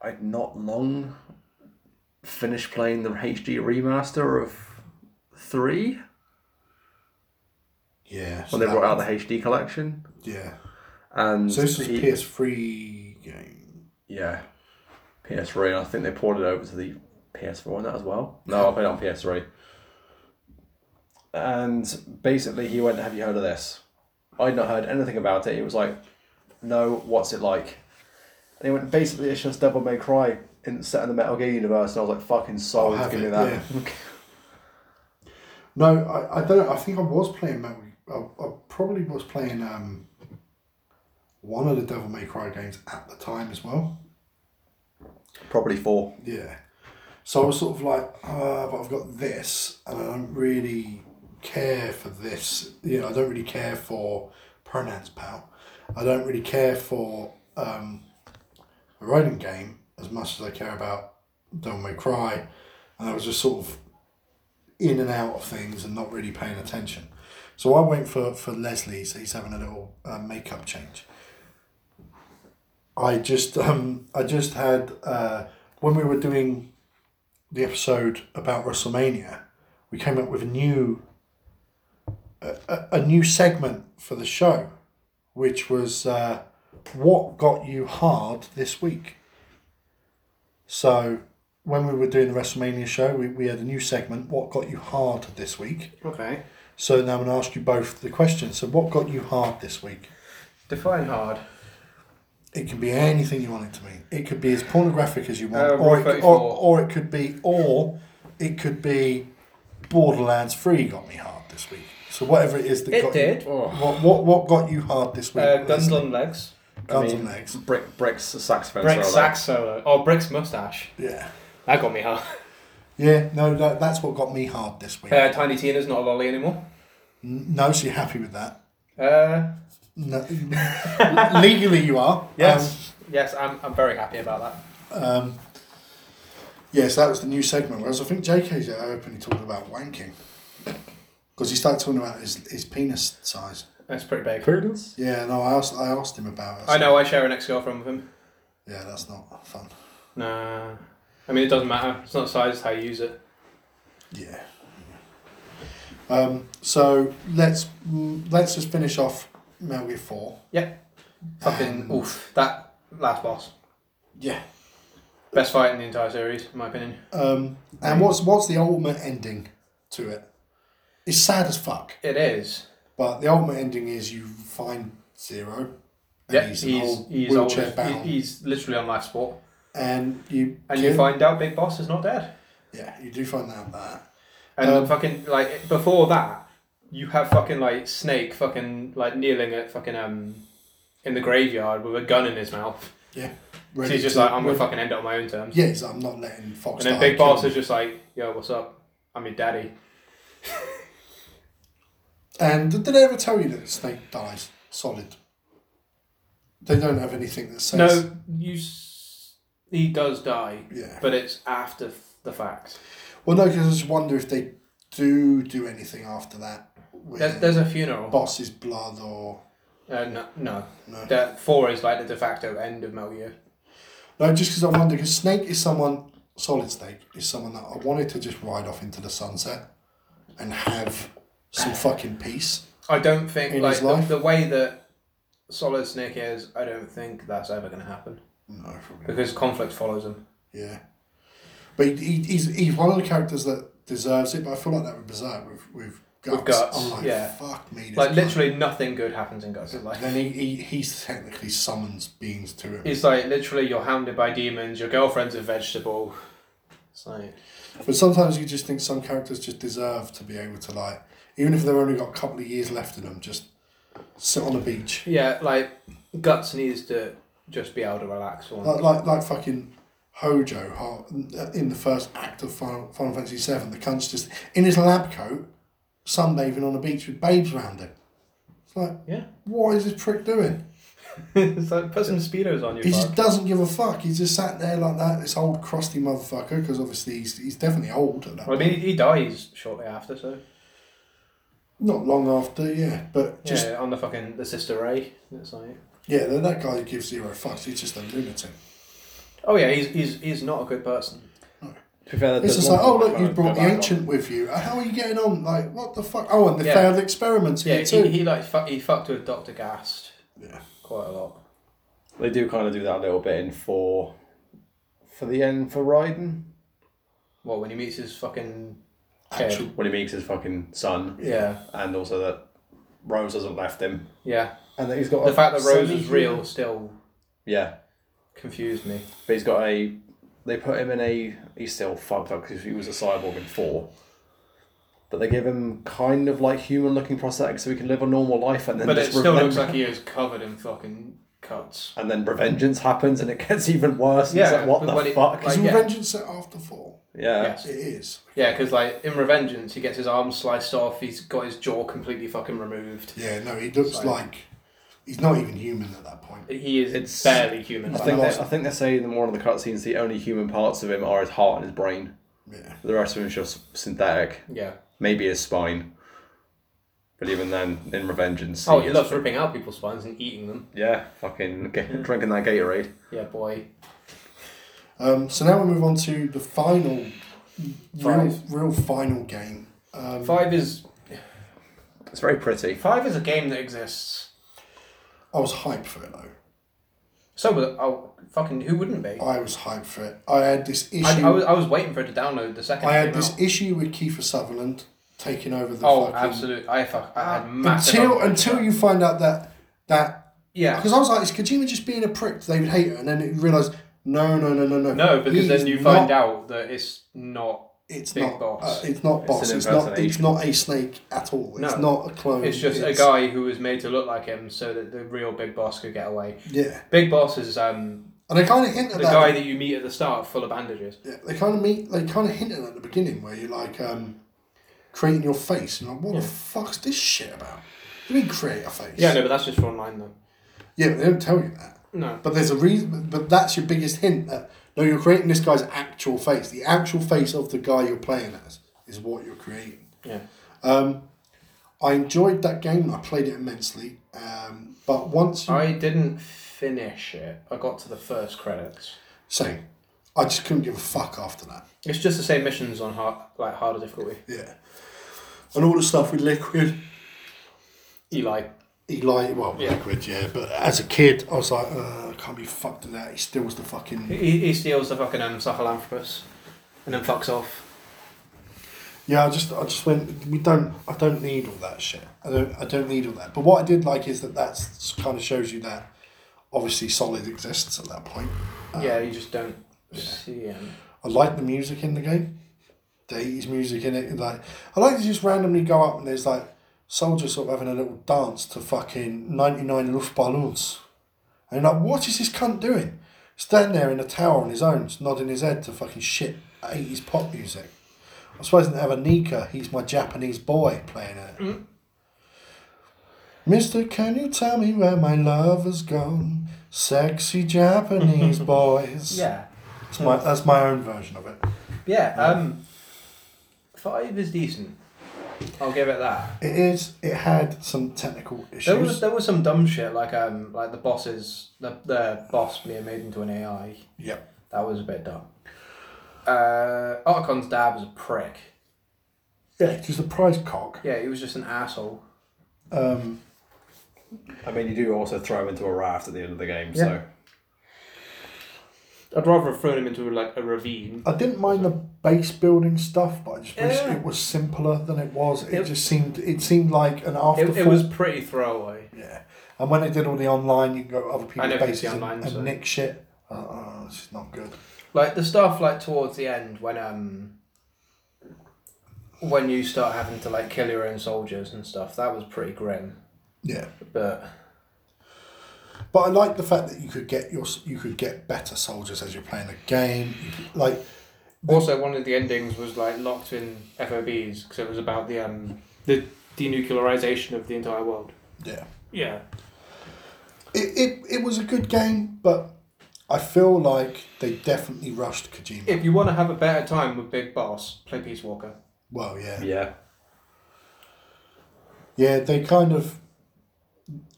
C: I'd not long finished playing the HD remaster of 3
A: Yeah. so
C: when they
A: that-
C: brought out the HD collection.
A: Yeah.
C: And
A: So this was
C: he-
A: PS3 game.
C: Yeah. PS3, and I think they ported it over to the PS4 on that as well. No, I played it on PS3. And basically, he went, Have you heard of this? I'd not heard anything about it. He was like, No, what's it like? And he went, Basically, it's just Devil May Cry,
D: in, set in the Metal Gear universe, and I was like, fucking sold.
A: have
D: Give me
A: it,
D: that.
A: yeah. no, I, I don't. know. I think I was playing Metal. I, I probably was playing um, one of the Devil May Cry games at the time as well.
D: Probably four.
A: Yeah. So I was sort of like, uh, but I've got this, and I don't really care for this. You know, I don't really care for pronouns, pal. I don't really care for um, a writing game as much as I care about Don't May Cry. And I was just sort of in and out of things and not really paying attention. So I went for, for Leslie's. He's having a little uh, makeup change. I just um I just had uh when we were doing the episode about WrestleMania, we came up with a new a, a, a new segment for the show, which was uh, what got you hard this week. So when we were doing the WrestleMania show, we, we had a new segment, what got you hard this week.
B: Okay.
A: So now I'm gonna ask you both the question. So what got you hard this week?
B: Define hard.
A: It can be anything you want it to mean. It could be as pornographic as you want,
B: Uh, Rule
A: or, it, could- or
B: 34.
A: or it could be, or it could be Borderlands Three got me hard this week. So whatever it is that
B: It
A: got
B: did.
A: you,
C: Oh.
A: what what what got you hard this week?
B: Uh, guns
A: Leslie?
B: on legs.
A: guns
D: I mean,
A: on legs.
D: Brick, bricks, saxophone.
B: Brick's
D: solo.
B: sax solo. Oh, Brick's mustache.
A: Yeah,
B: That got me hard.
A: yeah. No, that, that's what got me hard this week.
B: Uh, Tiny Tina's not a lolly anymore.
A: N- no, so you're happy with that?
B: Uh,
A: No, legally you are. Um,
B: yes. yes, I'm, I'm very happy about that.
A: Um, yes, that was the new segment. Whereas I think JK's out openly talking about wanking. Because he started talking about his, his penis size.
B: That's pretty big.
C: Prudence?
A: Yeah, no, I asked, I asked him about it.
B: I know I share an ex girlfriend with him.
A: Yeah, that's not fun.
B: Nah. I mean, it doesn't matter. It's not size, it's how you use it.
A: Yeah. Um, so let's mm, let's just finish off Metal Gear 4.
B: Fucking
A: Um,
B: oof. That last boss.
A: Yeah.
B: Best fight in the entire series, in my opinion.
A: Um, and what's what's the ultimate ending to it? It's sad as fuck,
B: It is.
A: but the ultimate ending is you find Zero. And
B: Yeah,
A: he's,
B: he's,
A: an
B: he's,
A: old
B: old.
A: wheelchair
B: He,
A: bound.
B: he's literally on life support.
A: and you
B: And
A: kill-
B: you find out Big Boss is not dead.
A: yeah you do find out that uh,
B: And
A: Um,
B: fucking like before that, you have fucking like Snake fucking like kneeling at fucking um in the graveyard with a gun in his mouth. So
A: Ready
B: he's just
A: to-
B: like, I'm gonna fucking end it on my own terms.
A: yeah he's like, I'm not letting Fox
B: and then
A: die,
B: Big
A: kill
B: Boss
A: me.
B: is just like, Yo, what's up? I'm your daddy.
A: and did they ever tell you that Snake dies solid they don't have anything that says
B: No, you. S- he does die,
A: yeah
B: but it's after f- the fact.
A: well no because I just wonder if they do do anything after that with
B: There's, there's a funeral.
A: Boss's blood or
B: Uh, no, no.
A: no
B: That four is like the de facto end of Metal Gear.
A: no just because I wonder because Snake is someone solid Snake is someone that I wanted to just ride off into the sunset and have some fucking peace
B: I don't think
A: In
B: like
A: his
B: the,
A: life?
B: the way that Solid Snake is. I don't think that's ever going to happen
A: no probably
B: because conflict follows him.
A: Yeah. But he, he- he's he's one of the characters that deserves it, but I feel like that would berserk with with guts.
B: With Guts,
A: I'm like,
B: yeah.
A: fuck me. this
B: Like
A: guy.
B: literally nothing good happens in Guts' life.
A: Then he, he he technically summons beings to him.
B: It's like literally you're hounded by demons. Your girlfriend's a vegetable. It's like
A: But sometimes you just think some characters just deserve to be able to like, even if they've only got a couple of years left in them, just sit on a beach.
B: yeah, like Guts needs to just be able to relax for once.
A: Like like, like fucking Hojo how- in the first act of Final, Final Fantasy VII, the cunt's just in his lab coat, sunbathing on a beach with babes round him. It's like,
B: Yeah.
A: what is this prick doing?
B: it's like put some speedos on you.
A: He
B: bud.
A: just doesn't give a fuck. He's just sat there like that, this old crusty motherfucker, because obviously he's, he's definitely old at that
B: Well, I mean, he dies shortly after, so
A: point. Not long after, yeah. But just,
B: yeah, on the fucking the sister Ray. It's like,
A: yeah, that that guy gives zero fucks. He's just a lunatic.
B: oh yeah, he's he's he's not a good person.
C: To be fair,
A: It's
C: there's
A: just
C: one
A: like, oh,
C: thing I
A: look, you
C: can't
A: brought
C: go
A: the
C: back
A: ancient with you. Uh, How are you getting on? Like, what the fuck? Oh, and the
B: Yeah.
A: failed experiments
B: Yeah,
A: here, too.
B: he, he like fu- he fucked with Doctor Gast
A: yeah.
B: quite a lot.
C: on. They do kind of do that a little bit in for for the end for Raiden.
B: Well, when he meets his fucking
A: Actual,
C: When he meets his fucking son,
B: yeah,
C: and also that Rose hasn't left him,
B: yeah.
C: and that he's got
B: The
C: a
B: fact that Rose
C: semi-
B: was real still
C: Yeah,
B: confused me.
C: but he's got a
D: They put him in a. He's still fucked up because he was a cyborg in four. But they give him kind of like human looking prosthetics so he can live a normal life and then
B: But it
D: just
B: still
D: reven-
B: looks like he is covered in fucking cuts.
D: and then revengeance happens and it gets even worse. Yeah,
B: Yeah,
D: like, what
B: but
D: the
B: when it-
D: fuck?
B: like-
A: Is
B: yeah.
A: Revengeance set after four?
D: yeah.
B: Yes.
A: It is.
B: Yeah, because like in Revengeance, he gets his arm sliced off. He's got his jaw completely fucking removed.
A: Yeah, no, he looks
B: Sorry.
A: like he's not even human at that point.
B: He is
D: It's-
B: barely human.
D: I
B: by
D: think
B: that
D: they,
B: point.
D: I think they say in one of the cutscenes the only human parts of him are his heart and his brain.
A: Yeah.
D: The rest of him is just synthetic.
B: yeah.
D: Maybe his spine. But even then, in Revengeance.
B: Oh,
D: he
B: he
D: is-
B: loves ripping out people's spines and eating them.
D: Yeah, fucking ga- drinking that Gatorade.
B: Yeah, boy.
A: Um, so now we move on to the final, real,
B: Five.
A: real final game. Um,
B: Five is
D: It's very pretty.
B: five is a game that exists.
A: I was hyped for it though.
B: So was oh fucking who wouldn't be?
A: I was hyped for it. I had this issue.
B: I,
A: I,
B: I, was, I was waiting for it to download the second. it
A: had
B: came
A: this
B: out.
A: issue with Kiefer Sutherland taking over the.
B: Oh,
A: fucking, Ah,
B: absolutely! I fuck. I had massive.
A: Until
B: outrage.
A: until you find out that that
B: yeah.
A: because I was like, is Kojima just being a prick? They would hate her, and then you realise. No, no, no, no, no.
B: No, because
A: He
B: then
A: is
B: you
A: not
B: find out that it's not.
A: it's
B: Big
A: not
B: boss.
A: uh, it's not boss. It's,
D: an
A: not it's
D: impersonation.
A: not a snake at all. It's
B: No.
A: not a clone.
B: It's just a guy who was made to look like him, so that the real Big Boss could get away.
A: Yeah,
B: Big Boss is um,
A: and they kind of hint
B: the
A: at
B: guy
A: that.
B: that you meet at the start, full of bandages.
A: yeah, they kind of meet. They kind of hint at that at the beginning where you're like um, creating your face. And you're like, what the fuck's this shit about? You mean create a face?
B: Yeah, no, but that's just for online though.
A: Yeah, but they don't tell you that.
B: No,
A: But there's a reason. But that's your biggest hint that no, you're creating this guy's actual face. The actual face of the guy you're playing as is what you're creating.
B: yeah,
A: Um, I enjoyed that game. and I played it immensely. Um, but once you
B: I didn't finish it. I got to the first credits.
A: Same. I just couldn't give a fuck after that.
B: It's just the same missions on hard, like harder difficulty.
A: Yeah. And all the stuff with Liquid,
B: Eli,
A: Eli, well,
B: Yeah.
A: Liquid, yeah. But as a kid, I was like, uh, I can't be fucked with that. He steals the fucking.
B: he, he steals the fucking um, Sahelanthropus, and then fucks off.
A: Yeah, I just, I just went. We don't. I don't need all that shit. I don't. I don't need all that. But what I did like is that that's kind of shows you that obviously Solid exists at that point.
B: yeah, you just don't see him.
A: I like the music in the game. The 80s music in it. Like I like to just randomly go up and there's like soldiers sort of having a little dance to fucking 99 Luftballons. And you're like, what is this cunt doing? Standing there in a tower on his own, just nodding his head to fucking shit 80s pop music. I suppose they have a Nika, he's my Japanese boy playing it. Mister, can you tell me where my love has gone? Sexy Japanese boys.
B: Yeah,
A: That's my, that's my own version of it.
B: yeah. Um, five is decent. I'll give it that.
A: It is. It had some technical
B: There was
A: issues.
B: there was some dumb shit like um like the bosses the the boss being made into an AI.
A: Yep.
B: That was a bit dumb. Uh, Archon's dad was a prick.
A: Yeah, just a prize cock.
B: Yeah, he was just an asshole.
A: Um,
D: I mean, you do also throw him into a raft at the end of the game,
B: Yeah.
D: so.
B: I'd rather have thrown him into like a ravine.
A: I didn't mind the base building stuff, but I just wish
B: Yeah.
A: it was simpler than it was. It,
B: It-
A: just seemed. It seemed like an afterthought.
B: It, it was pretty throwaway.
A: Yeah. And when they did all the online, you can go to other people's
B: never did
A: bases
B: the
A: and,
B: online,
A: and
B: so-
A: nick shit. Uh, uh, this is not good.
B: Like the stuff like towards the end when um when you start having to like kill your own soldiers and stuff, that was pretty grim.
A: Yeah.
B: But
A: But I like the fact that you could get your you could get better soldiers as you're playing the game. You could- like
B: also one of the endings was like locked in FOBs because it was about the um the denuclearization of the entire world.
A: yeah.
B: Yeah.
A: It, it, it was a good game, but I feel like they definitely rushed Kojima.
B: If you want to have a better time with Big Boss, play Peace Walker.
A: well, yeah.
D: Yeah.
A: Yeah, they kind of.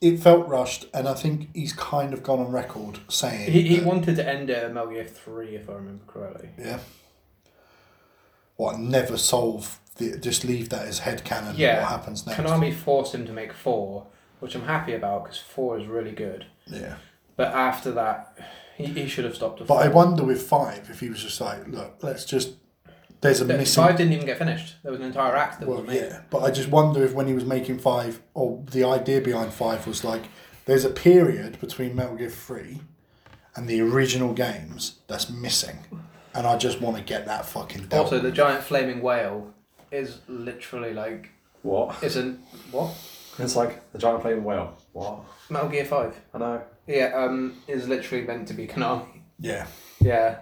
A: It felt rushed, and I think he's kind of gone on record saying.
B: He, he
A: that-
B: wanted to end it at Metal three, if I remember correctly.
A: Yeah. What, never solve. The, just leave that as headcanon.
B: Yeah.
A: What happens next?
B: Konami forced him to make four, which I'm happy about because four is really good.
A: Yeah.
B: But after that, he, he should have stopped. at
A: But I
B: four.
A: wonder with five if he was just like, look, let's just. There's a
B: That-
A: missing
B: Five didn't even get finished. There was an entire act that
A: Well,
B: was made.
A: yeah, but I just wonder if when he was making five, or the idea behind five was like, there's a period between Metal Gear Three and the original games that's missing, and I just want to get that fucking dealt.
B: Also, the giant flaming whale is literally like
D: What?
B: isn't what
D: It's like the giant flaming whale. What?
B: Metal Gear Five.
D: I know.
B: Yeah, um, is literally meant to be Konami.
A: yeah,
B: Yeah.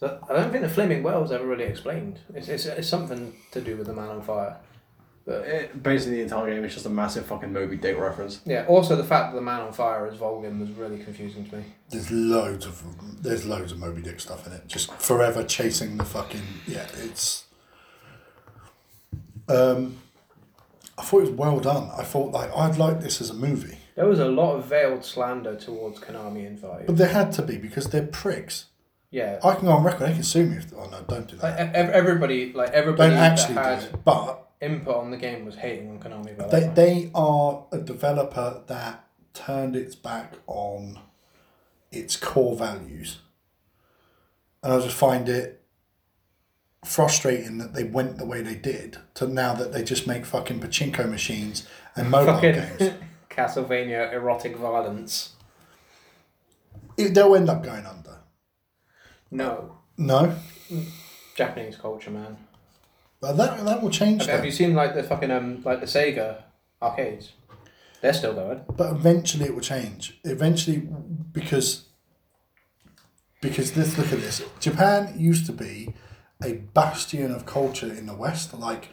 B: So I don't think the flaming whale was ever really explained. It's, it's, it's something to do with the man on fire.
D: It, basically, the entire game is just a massive fucking Moby Dick reference.
B: Yeah. Also, the fact that the man on fire is Volgin was really confusing to me.
A: there's loads of there's loads of Moby Dick stuff in it. Just forever chasing the fucking yeah. It's. Um, I thought it was well done. I thought like I'd like this as a movie,
B: There was a lot of veiled slander towards Konami and Five.
A: but there had to be because they're pricks.
B: Yeah.
A: I can go on record. They can sue me if oh no, don't do
B: Like,
A: that.
B: ev- ev- everybody, like everybody
A: Don't actually
B: that
A: do
B: had
A: it, but
B: input on the game was hating on Konami. By
A: They,
B: that time.
A: they are a developer that turned its back on its core values. And I just find it frustrating that they went the way they did to now that they just make fucking pachinko machines and mobile games.
B: Fucking Castlevania erotic violence.
A: It- They'll end up going under.
B: No,
A: No,
B: Japanese culture, man.
A: but that, that will change
B: Have, have
A: them.
B: you seen like the fucking um like the Sega arcades? They're still going.
A: But eventually it will change. Eventually, because because let's look at this. Japan used to be a bastion of culture in the West. Like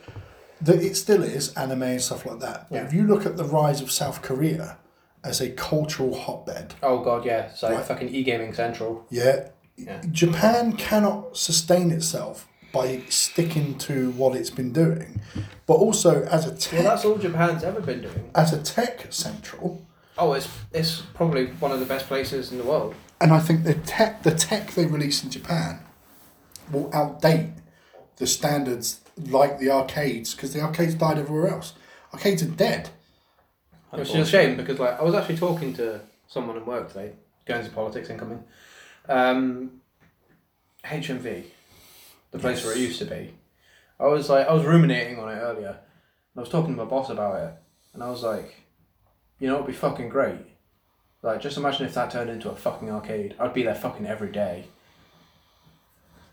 A: the, it still is anime and stuff like that. But if you look at the rise of South Korea as a cultural hotbed,
B: Oh god, yeah. So
A: Right.
B: fucking e gaming central.
A: yeah,
B: Yeah.
A: Japan cannot sustain itself by sticking to what it's been doing. But also as a
B: Well,
A: tech,
B: that's all Japan's ever been doing.
A: as a tech central,
B: Oh, it's it's probably one of the best places in the world.
A: and I think the tech the tech they release in Japan will outdate the standards like the arcades because the arcades died everywhere else. Arcades are dead.
B: Which is a shame because like I was actually talking to someone at work today, going to politics incoming. Um, HMV, the place where it used to be. I was like I was ruminating on it earlier, and I was talking to my boss about it, and I was like, you know, it'd be fucking great. Like, just imagine if that turned into a fucking arcade. I'd be there fucking every day.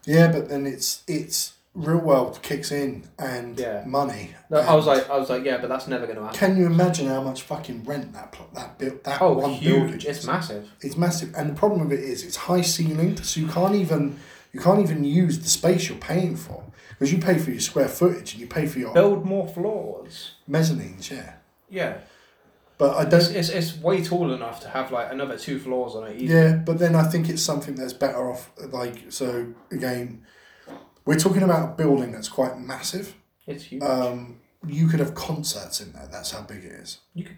A: Yeah, but then it's it's real world kicks in and
B: Yeah.
A: money.
B: No, I was
A: and-
B: like, I was like, yeah, but that's never gonna happen.
A: can you imagine how much fucking rent that pl- that built that one
B: Oh,
A: building?
B: huge! It's massive.
A: It's massive, and the problem with it is it's high ceilinged, so you can't even you can't even use the space you're paying for because you pay for your square footage and you pay for your
B: Build more floors.
A: mezzanines. Yeah,
B: Yeah.
A: but I don't.
B: It's, it's, it's way tall enough to have like another two floors on it. Easy.
A: Yeah, but then I think it's something that's better off. Like, so again, we're talking about a building that's quite massive.
B: It's huge.
A: Um, you could have concerts in there. That's how big it is.
B: you could,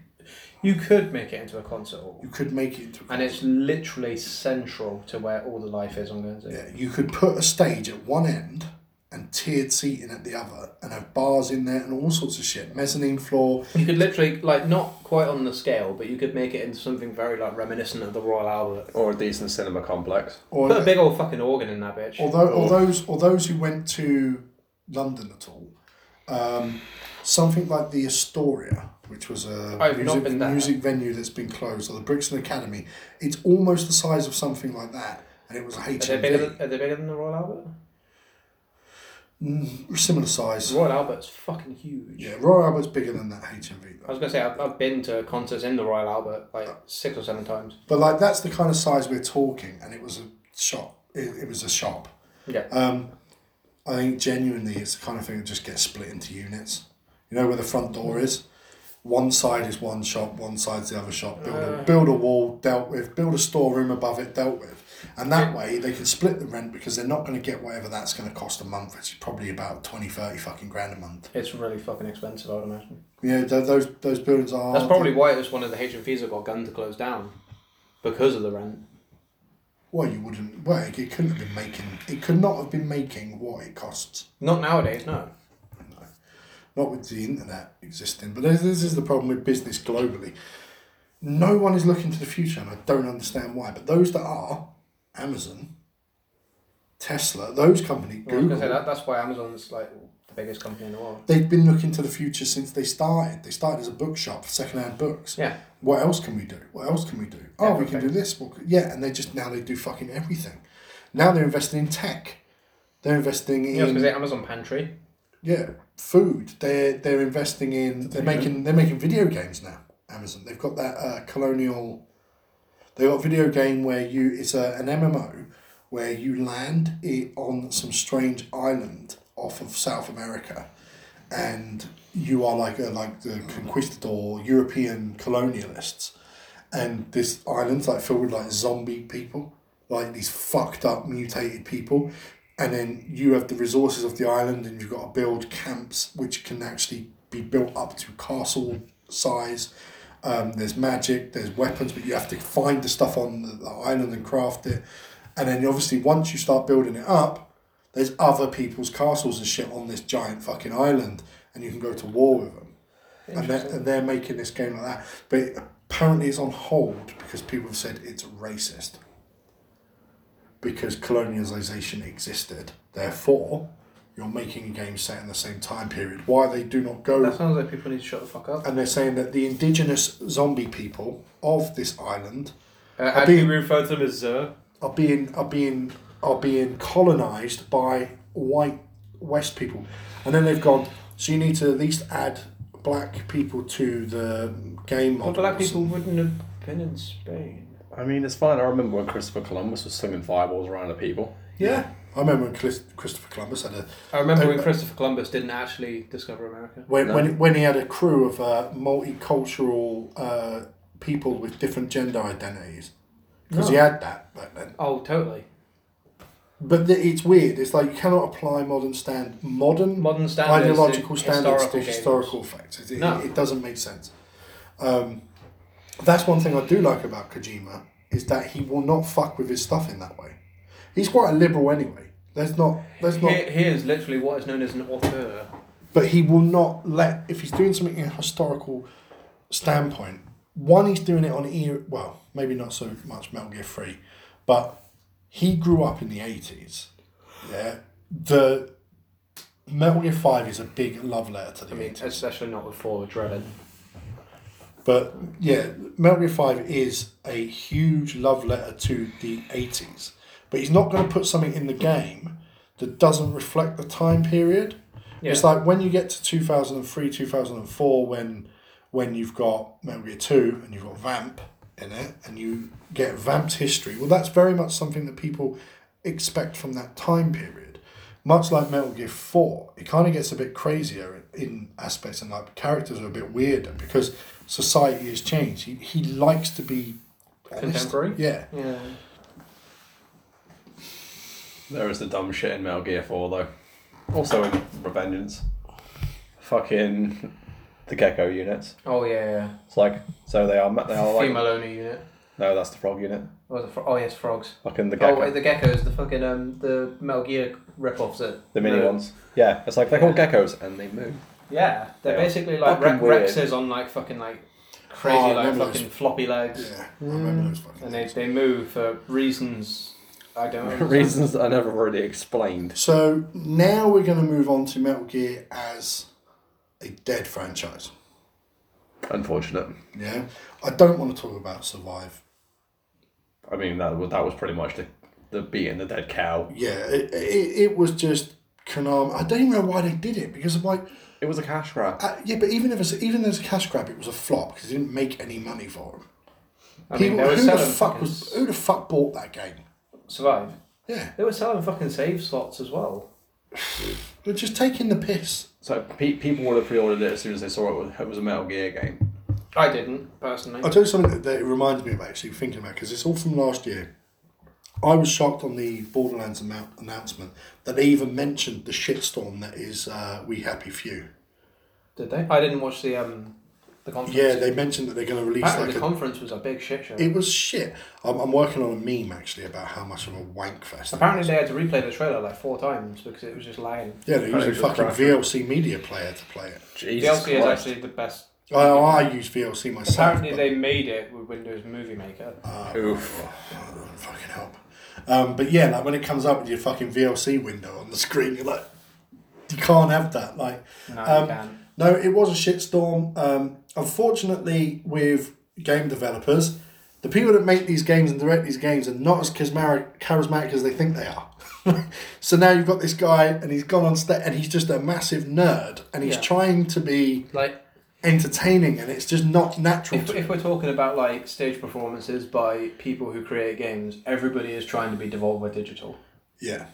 B: you could make it into a concert hall,
A: You could make it into. A
B: and it's literally central to where all the life is on Guernsey.
A: yeah, you could put a stage at one end and tiered seating at the other, and have bars in there and all sorts of shit. Mezzanine floor.
B: You could literally like not quite on the scale, but you could make it into something very like reminiscent of the Royal Albert.
D: Or a decent cinema complex.
A: Or
B: Put a big old fucking organ in that bitch.
A: although or those or those who went to London at all, um, something like the Astoria, which was a
B: I've not
A: music,
B: been there.
A: music venue that's been closed, or the Brixton Academy, it's almost the size of something like that, and it was a
B: Are they, bigger
A: HMV,
B: than, are they bigger than the Royal Albert?
A: Mm, similar
B: The
A: size.
B: Royal Albert's fucking huge.
A: Yeah, Royal Albert's bigger than that HMV
B: I
A: though.
B: was gonna say I've, I've been to concerts in the Royal Albert like six or seven times.
A: But like that's the kind of size we're talking, and it was a shop. It, it was a shop.
B: Yeah.
A: Um, I think genuinely it's the kind of thing that just gets split into units. You know where the front door is? One side is one shop, one side's the other shop. Build
B: Uh.
A: a, build a wall, dealt with. Build a storeroom above it, dealt with. And that way they can split the rent because they're not going to get whatever that's going to cost a month, which is probably about 20, 30 fucking grand a month.
B: It's really fucking expensive, I would imagine.
A: You know, th- those, those buildings are.
B: That's probably why it was one of the HMVs that got gunned to close down because of the rent.
A: Well, you wouldn't. Well, it couldn't have been making. It could not have been making what it costs.
B: Not nowadays, no.
A: not with the internet existing, but this, this is the problem with business globally. No one is looking to the future, and I don't understand why. But those that are, Amazon, Tesla, those companies,
B: I was
A: Google,
B: gonna say that, that's why Amazon's like the biggest company in the world.
A: they've been looking to the future since they started. They started as a bookshop for secondhand books.
B: Yeah.
A: What else can we do? What else can we do? Oh, we can
B: Everything.
A: do this. Well, yeah, and they just now they do fucking everything. Now they're investing in tech. They're investing in
B: Yeah, I was gonna say Amazon Pantry.
A: yeah, food. They're they're investing in. They're making they're making video games now. Amazon. They've got that uh, colonial. They got a video game where you it's a, an MMO where you land it on some strange island off of South America, and you are like a, like the conquistador European colonialists, and this island's like filled with like zombie people, like these fucked up mutated people, and then you have the resources of the island, and you've got to build camps which can actually be built up to castle size. Um, there's magic, there's weapons, but you have to find the stuff on the, the island and craft it. And then obviously, once you start building it up, there's other people's castles and shit on this giant fucking island, and you can go to war with them. And they're, and they're making this game like that, but it, apparently it's on hold because people have said it's racist. Because colonialization existed, therefore, you're making a game set in the same time period. Why they do not go
B: That sounds like people need to shut the fuck up.
A: and they're saying that the indigenous zombie people of this island
B: Uh,
A: I
B: I'd be
A: think-
B: referred to them as uh, Zer.
A: are being are being are being colonized by white West people, and then they've gone. So you need to at least add black people to the game.
B: Well,
A: models."
B: black people wouldn't have been in Spain.
C: I mean, it's fine. I remember when Christopher Columbus was slinging fireballs around at people.
A: Yeah, I remember when Chris- Christopher Columbus had a
B: I remember
A: Oh,
B: when
A: but-
B: Christopher Columbus didn't actually discover America.
A: when when, when he had a crew of uh, multicultural uh, people with different gender identities because
B: Ah.
A: he had that back then.
B: Oh, totally.
A: But th- it's weird. It's like you cannot apply modern stand modern
B: Modern standards.
A: ideological
B: to
A: standards
B: historical
A: to
B: games.
A: historical facts. It, it-
B: No.
A: it doesn't make sense. Um, that's one thing I do like about Kojima is that he will not fuck with his stuff in that way. He's quite a liberal anyway. There's not. There's not.
B: Here, here's literally what is known as an auteur.
A: But he will not let if he's doing something in a historical standpoint. One, he's doing it on era. Well, maybe not so much Metal Gear Three, but he grew up in the eighties. Yeah, the Metal Gear Five is a big love letter to the
B: I mean,
A: 80s.
B: especially not with Forward Dreaded.
A: But yeah, Metal Gear 5 is a huge love letter to the 80s. But he's not going to put something in the game that doesn't reflect the time period.
B: Yeah.
A: It's like when you get to 2003, 2004, when when you've got Metal Gear 2 and you've got Vamp in it, and you get Vamp's history. Well, that's very much something that people expect from that time period. Much like Metal Gear 4, it kind of gets a bit crazier in, in aspects, and like characters are a bit weirder because society has changed. He, he likes to be honest.
B: Contemporary?
A: Yeah.
B: Yeah.
C: There is the dumb shit in Metal Gear 4, though. Also in Revengeance. Fucking the gecko units.
B: Oh yeah.
C: It's like, so they are, ma- they are
B: yeah.
C: like,
B: Female only unit.
C: no, that's the frog unit.
B: Or the fro- oh yes, frogs.
C: Fucking the
B: Oh
C: gecko.
B: wait, the geckos, the fucking um, the Metal Gear rip-offs that
C: the mini
B: the-
C: ones. Yeah, it's like they're called geckos and they move.
B: Yeah, they're
C: They are
B: basically like
C: fucking
B: re-
C: weird.
B: Rexes on like fucking like crazy
A: Oh, I
B: like
A: remember
B: fucking
A: those.
B: floppy legs,
A: Yeah. I remember those fucking
B: and they,
A: things.
B: they move for reasons I don't know.
C: Reasons that are never really explained.
A: So now we're going to move on to Metal Gear as a dead franchise.
C: Unfortunate.
A: Yeah, I don't want to talk about Survive.
C: I mean, that, wa- that was pretty much the, the beating the dead cow.
A: Yeah, it, it, it was just Konami. I don't even know why they did it because I'm like,
C: It was a cash grab.
A: uh, yeah, but even if it's even as a cash grab, it was a flop because it didn't make any money for them.
B: I mean,
A: People,
B: they were
A: who the
B: selling
A: fuck
B: fucking
A: was who the fuck bought that game?
B: survive.
A: Yeah,
B: They were selling fucking save slots as well.
A: they're just taking the piss.
C: So pe- people would have pre-ordered it as soon as they saw it was, it was a Metal Gear game.
B: I didn't personally.
A: I'll tell you something that, that it reminded me of actually thinking about because it's all from last year. I was shocked on the Borderlands amount, announcement that they even mentioned the shitstorm that is uh, We Happy Few.
B: Did they? I didn't watch the um the conference.
A: Yeah, they mentioned that they're going to release
B: Apparently
A: like
B: the
A: a
B: conference was a big shit show.
A: It was shit. I'm, I'm working on a meme actually about how much of a wank fest. it
B: Apparently
A: was.
B: they had to replay the trailer like four times because it was just lying.
A: yeah, they use
C: Apparently
A: a
C: it's
A: fucking
C: crap.
A: VLC media player to play it.
C: Jesus
B: DLC is
C: Christ.
B: actually the best.
A: I, I use VLC myself.
B: Apparently
A: but-
B: they made it with Windows Movie Maker.
C: Oof.
A: Oh, fucking help. Um, but yeah, like when it comes up with your fucking VLC window on the screen, you're like, you can't have that. Like,
B: No,
A: um,
B: you can.
A: No, it was a shitstorm. Um, unfortunately, with game developers, the people that make these games and direct these games are not as charismatic, charismatic as they think they are. so now you've got this guy, and he's gone on stage, and he's just a massive nerd, and he's
B: Yeah.
A: trying to be
B: Like,
A: entertaining, and it's just not natural.
B: if,
A: to
B: if we're talking about like stage performances by people who create games, everybody is trying to be devolver digital
A: Yeah,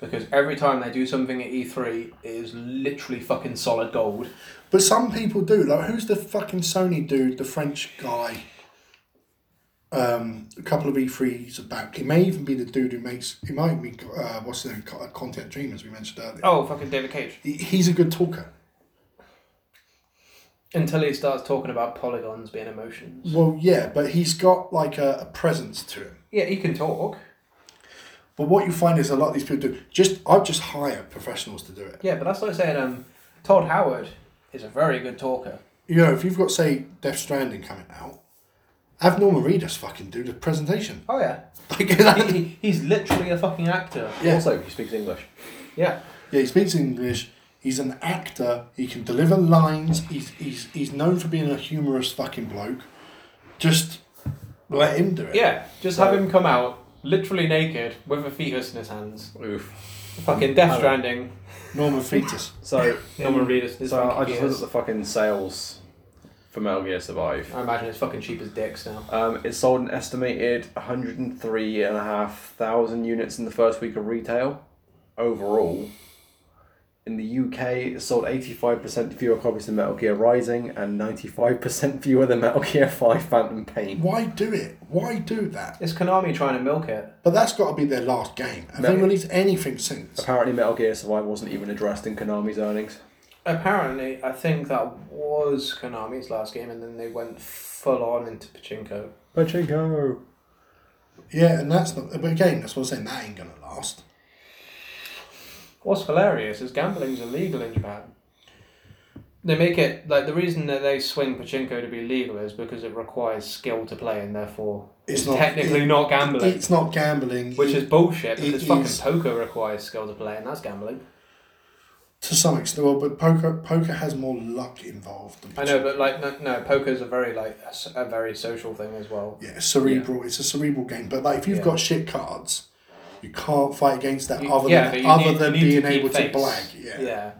B: because every time they do something at E3, it is literally fucking solid gold.
A: but some people do. Like, who's the fucking Sony dude? The French guy. Um, a couple of E3s back. It may even be the dude who makes. It might be uh, what's the name? Co- Content Dream, as we mentioned earlier.
B: Oh, fucking David Cage.
A: He- He's a good talker.
B: Until he starts talking about polygons being emotions.
A: Well, yeah, but he's got like a, a presence to him.
B: Yeah, he can talk.
A: But what you find is a lot of these people do just I just hire professionals to do it.
B: Yeah, but that's like saying um, Todd Howard is a very good talker.
A: You know, if you've got say Death Stranding coming out, have Norman Reedus fucking do the presentation.
B: Oh yeah,
A: Like, that-
B: he, he- he's literally a fucking actor.
A: Yeah.
C: Also, he speaks English.
B: Yeah,
A: yeah, he speaks English. He's an actor. He can deliver lines. He's he's he's known for being a humorous fucking bloke. Just let him do it.
B: yeah. Just have him come out literally naked with a fetus in his hands.
D: Oof.
B: Fucking Death Stranding.
A: Norman Fetus.
D: So,
B: Norman Reedus. is
D: so I
B: fucking
D: just looked at
B: fetus.
D: the fucking sales for Metal Gear Survive.
B: I imagine it's fucking cheap as dicks now.
D: Um, it sold an estimated 103,500 units in the first week of retail overall. In the UK, it sold 85% fewer copies than Metal Gear Rising and 95% fewer than Metal Gear 5 Phantom Pain.
A: Why do it? Why do that?
B: It's Konami trying to milk it.
A: But that's got to be their last game. Have they
D: No.
A: released anything since?
D: Apparently, Metal Gear Survive wasn't even addressed in Konami's earnings.
B: Apparently, I think that was Konami's last game, and then they went full on into pachinko.
D: Pachinko!
A: Yeah, and that's not. But again, that's what I'm saying. That ain't gonna last.
B: What's hilarious is gambling's illegal in Japan. They make it like the reason that they swing pachinko to be legal is because it requires skill to play and therefore
A: It's
B: it's,
A: not-
B: technically
A: it-
B: not gambling,
A: It's not gambling,
B: which is bullshit because
A: it
B: fucking
A: is-
B: poker requires skill to play and that's gambling.
A: to some extent. Well, but poker poker has more luck involved. Than
B: I know, but like no, no poker's a very like a s- a very social thing as well.
A: yeah, cerebral. It's a cerebral game. But like, if you've
B: Yeah.
A: got shit cards, you can't fight against that
B: You-
A: other
B: yeah, but
A: than
B: you
A: other
B: need-
A: than
B: you need
A: being
B: to keep
A: able
B: face.
A: to blag. Yeah.
B: yeah.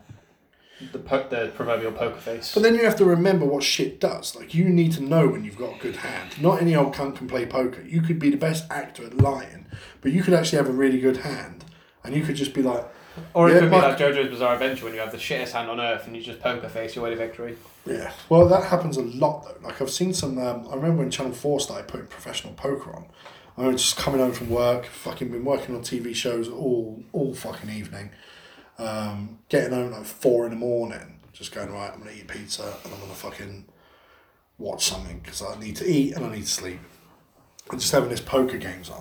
B: The po- the proverbial poker face.
A: But then you have to remember what shit does. Like you need to know when you've got a good hand. Not any old cunt can play poker. You could be the best actor at lying, but you could actually have a really good hand, and you could just be like,
B: Or it
A: Yeah,
B: could
A: Mike-
B: be like JoJo's Bizarre Adventure when you have the shittest hand on earth and you just poker face your way to victory.
A: Yeah, well, that happens a lot though. Like I've seen some. Um, I remember when Channel Four started putting professional poker on. I remember just coming home from work, fucking been working on TV shows all all fucking evening, um, getting home like four in the morning, just going right. I'm gonna eat pizza and I'm gonna fucking watch something because I need to eat and I need to sleep. And just having this poker games on,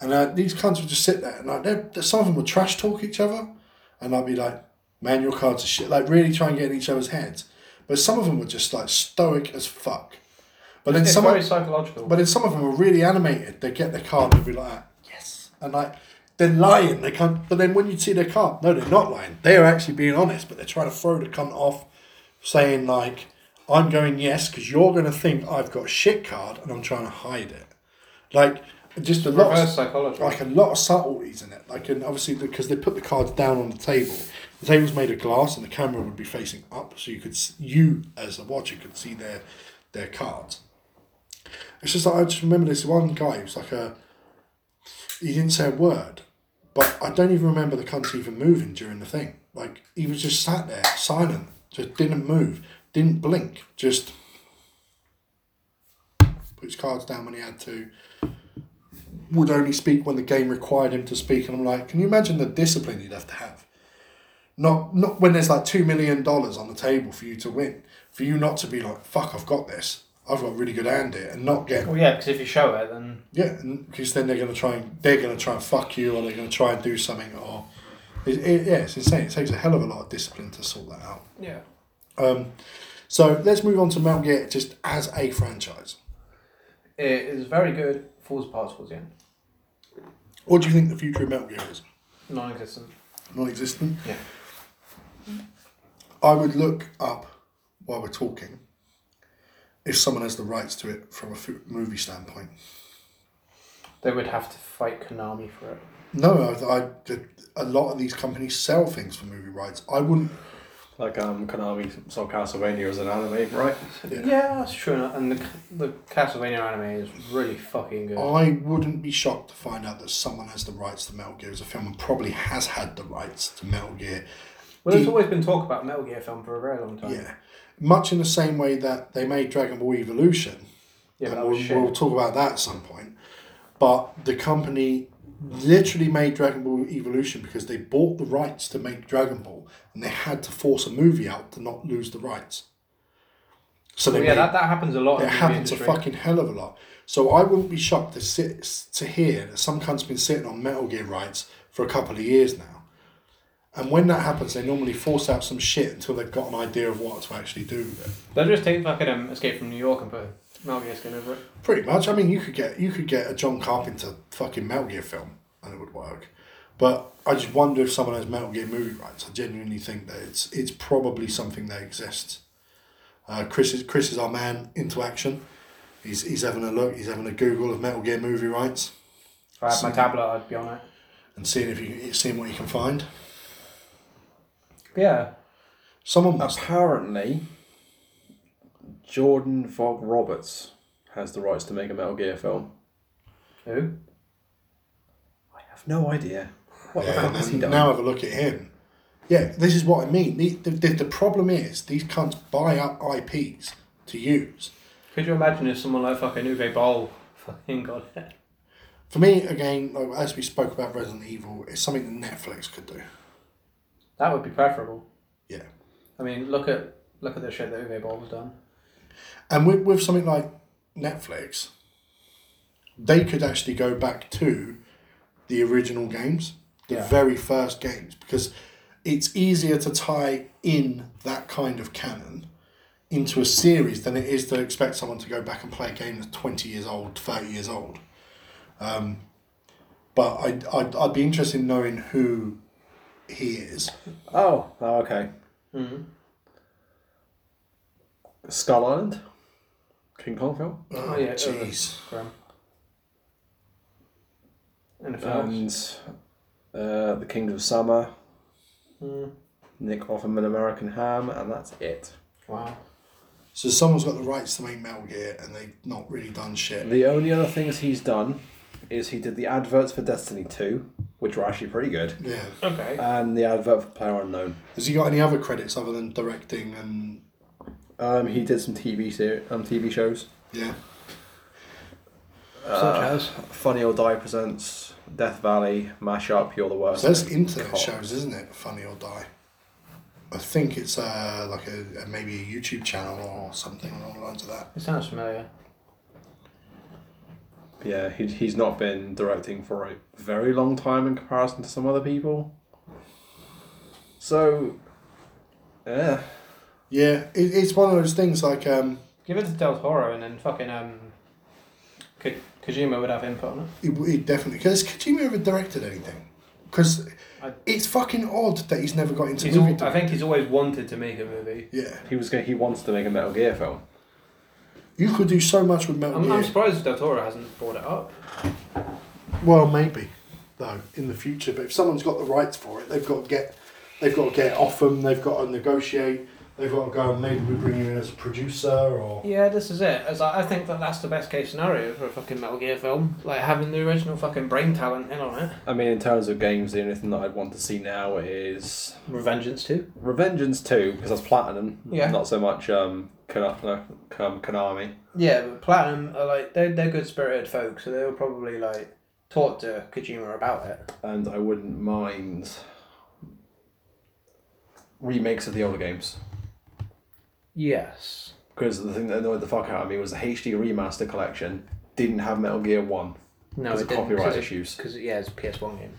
A: and uh, these cunts would just sit there and like they're, some of them would trash talk each other, and I'd be like, "Man, your cards are shit." Like really try and get in each other's heads. But some of them were just like stoic as fuck. But then
B: It's
A: some,
B: very
A: of,
B: psychological.
A: but then some of them were really animated. They get their card and be like, that, "Yes," and like they're lying. They can't. But then when you see their card, no, they're not lying. They are actually being honest. But they're trying to throw the cunt off, saying like, "I'm going yes because you're going to think I've got a shit card and I'm trying to hide it." Like just a lot. of-
B: Reverse psychology.
A: like a lot of subtleties in it. Like, and obviously because they put the cards down on the table, the table's made of glass, and the camera would be facing up, so you could s- you as a watcher could see their their cards. It's just like I just remember this one guy who was like a he didn't say a word, but I don't even remember the cunt even moving during the thing. Like he was just sat there, silent, just didn't move, didn't blink, just put his cards down when he had to would only speak when the game required him to speak. And I'm like, can you imagine the discipline you'd have to have? Not not when there's like two million dollars on the table for you to win, for you not to be like, fuck, I've got this. I've got a really good hand here, and not get
B: well, yeah, because if you show it, then
A: yeah, because then they're gonna try and they're gonna try and fuck you, or they're gonna try and do something, or it, it, yeah, it's insane. It takes a hell of a lot of discipline to sort that out.
B: yeah.
A: So let's move on to Metal Gear just as a franchise.
B: It is very good. Falls apart towards the end.
A: What do you think the future of Metal Gear is?
B: Non-existent.
A: non-existent.
B: Yeah.
A: I would look up while we're talking if someone has the rights to it from a fu- movie standpoint.
B: They would have to fight Konami for it.
A: No, I, I, a lot of these companies sell things for movie rights. I wouldn't.
C: Like um, Konami sold Castlevania as an anime, right?
A: Yeah.
B: Yeah, that's true. enough. And the, the Castlevania anime is really fucking good.
A: I wouldn't be shocked to find out that someone has the rights to Metal Gear as a film, and probably has had the rights to Metal Gear.
B: well, there's always been talk about Metal Gear film for a very long time.
A: Yeah, much in the same way that they made Dragon Ball Evolution.
B: Yeah, but
A: and
B: that was
A: we'll,
B: shit.
A: we'll talk about that at some point. But the company literally made Dragon Ball Evolution because they bought the rights to make Dragon Ball, and they had to force a movie out to not lose the rights. So they
B: But Oh, yeah,
A: made,
B: that, that happens a lot. in
A: it
B: the
A: happens a
B: industry.
A: fucking hell of a lot. So I wouldn't be shocked to sit to hear that some cunt's been sitting on Metal Gear rights for a couple of years now. And when that happens, they normally force out some shit until they've got an idea of what to actually do with it.
B: They'll just take fucking um, Escape from New York and put Metal Gear skin over it.
A: Pretty much. I mean, you could get you could get a John Carpenter fucking Metal Gear film, and it would work. But I just wonder if someone has Metal Gear movie rights. I genuinely think that it's it's probably something that exists. Uh, Chris is Chris is our man into action. He's he's having a look. He's having a Google of Metal Gear movie rights
B: If I had my
A: Same.
B: tablet, I'd be on it.
A: and seeing if you seeing what you can find.
B: Yeah.
A: Someone must.
C: Apparently, Jordan Vogt Roberts has the rights to make a Metal Gear film.
B: Who?
C: I have no idea. What the
A: Yeah,
C: fuck
A: and
C: has he
A: then
C: done?
A: now have a look at him. Yeah, this is what I mean. The, the, the, the problem is these cunts buy up IPs to use.
B: Could you imagine if someone like fucking Uwe Boll fucking got it?
A: For me, again, like, as we spoke about Resident Evil, it's something that Netflix could do.
B: That would be preferable.
A: Yeah.
B: I mean, look at look at the shit that Uwe Boll's done.
A: And with, with something like Netflix, they could actually go back to the original games, the
B: Yeah.
A: very first games, because it's easier to tie in that kind of canon into a series than it is to expect someone to go back and play a game that's 20 years old, 30 years old. Um, but I'd, I'd, I'd be interested in knowing who he is.
C: Oh, oh, okay.
B: Mm-hmm.
C: Skull Island? King Kong film?
B: Oh, yeah,
A: Jeez.
B: Grim. And if
A: Um,
B: else,
C: And uh, The Kingdom of Summer,
B: mm,
C: Nick Offerman American Ham, and that's it.
B: wow.
A: So someone's got the rights to make Metal Gear, and they've not really done shit.
C: The only other things he's done is he did the adverts for Destiny 2, which were actually pretty good,
A: Yeah.
B: Okay.
C: and the advert for Player Unknown.
A: Has he got any other credits other than directing and
C: Um, he did some TV ser- um, TV shows.
A: yeah? uh,
B: Such as
C: Funny or Die presents Death Valley, Mash Up, You're the Worst.
A: So that's internet
C: God.
A: shows, isn't it? Funny or Die. I think it's uh, like a, a maybe a YouTube channel or something along the lines of that.
B: it sounds familiar.
C: Yeah, he, he's not been directing for a very long time in comparison to some other people. So, yeah.
A: Yeah, it, it's one of those things like um,
B: Give it to Del Toro and then fucking um, Ko- Kojima would have input on it.
A: it, it definitely because Kojima ever directed anything? Because
B: I-
A: it's fucking odd that he's never got into
B: He's
A: movie.
B: al- I think he's always wanted to make a movie.
A: yeah,
C: He was going. He wants to make a Metal Gear film.
A: you could do so much with Metal
B: I'm,
A: Gear.
B: I'm surprised Del Toro hasn't brought it up.
A: Well, maybe though in the future. But if someone's got the rights for it, they've got to get they've got to get it off them. They've got to negotiate. They've got to go and maybe we bring you in as a producer or
B: Yeah, this is it. As I, I think that that's the best case scenario for a fucking Metal Gear film, like having the original fucking brain talent in on it.
C: I mean, in terms of games, the only thing that I'd want to see now is
B: Revengeance too.
C: Revengeance Two because that's Platinum.
B: Yeah.
C: Not so much um, Kon- no, um Konami.
B: Yeah, but Platinum are like they're they're good spirited folk, so they were probably like taught to Kojima about it.
C: And I wouldn't mind remakes of the older games.
B: Yes.
C: Because the thing that annoyed the fuck out of me was the HD remaster collection didn't have Metal Gear One.
B: No,
C: Because
B: it
C: of
B: didn't,
C: copyright
B: it-
C: issues.
B: Because yeah, it's a PS One game.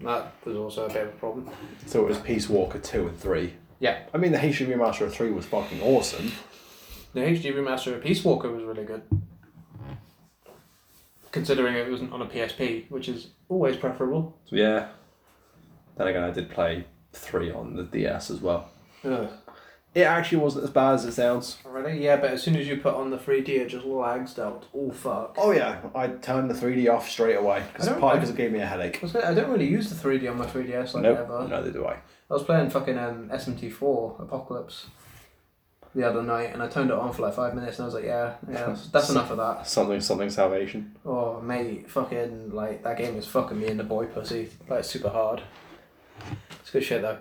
B: That was also a bit of a problem.
C: So it was Peace Walker two and three.
B: Yeah.
C: I mean, the HD remaster of three was fucking awesome.
B: The HD remaster of Peace Walker was really good. Considering it wasn't on a PSP, which is always preferable.
C: So yeah. Then again, I did play three on the DS as well.
B: Ugh.
D: It actually wasn't as bad as it sounds.
B: Already? Yeah, but as soon as you put on the 3D, it just lags out. Oh, fuck.
D: Oh yeah, I turned the 3D off straight away because
B: I don't
D: partly
B: know.
D: because it gave me a headache.
B: I, was gonna, I don't really use the 3D on my 3DS like
D: Nope,
B: ever.
D: neither do I.
B: I was playing fucking um, SMT4 Apocalypse the other night and I turned it on for like five minutes and I was like, yeah, yeah that's, that's enough of that.
C: Something, something salvation.
B: Oh, mate, fucking, like, that game is fucking me in the boy pussy. Like, super hard. It's good shit, though.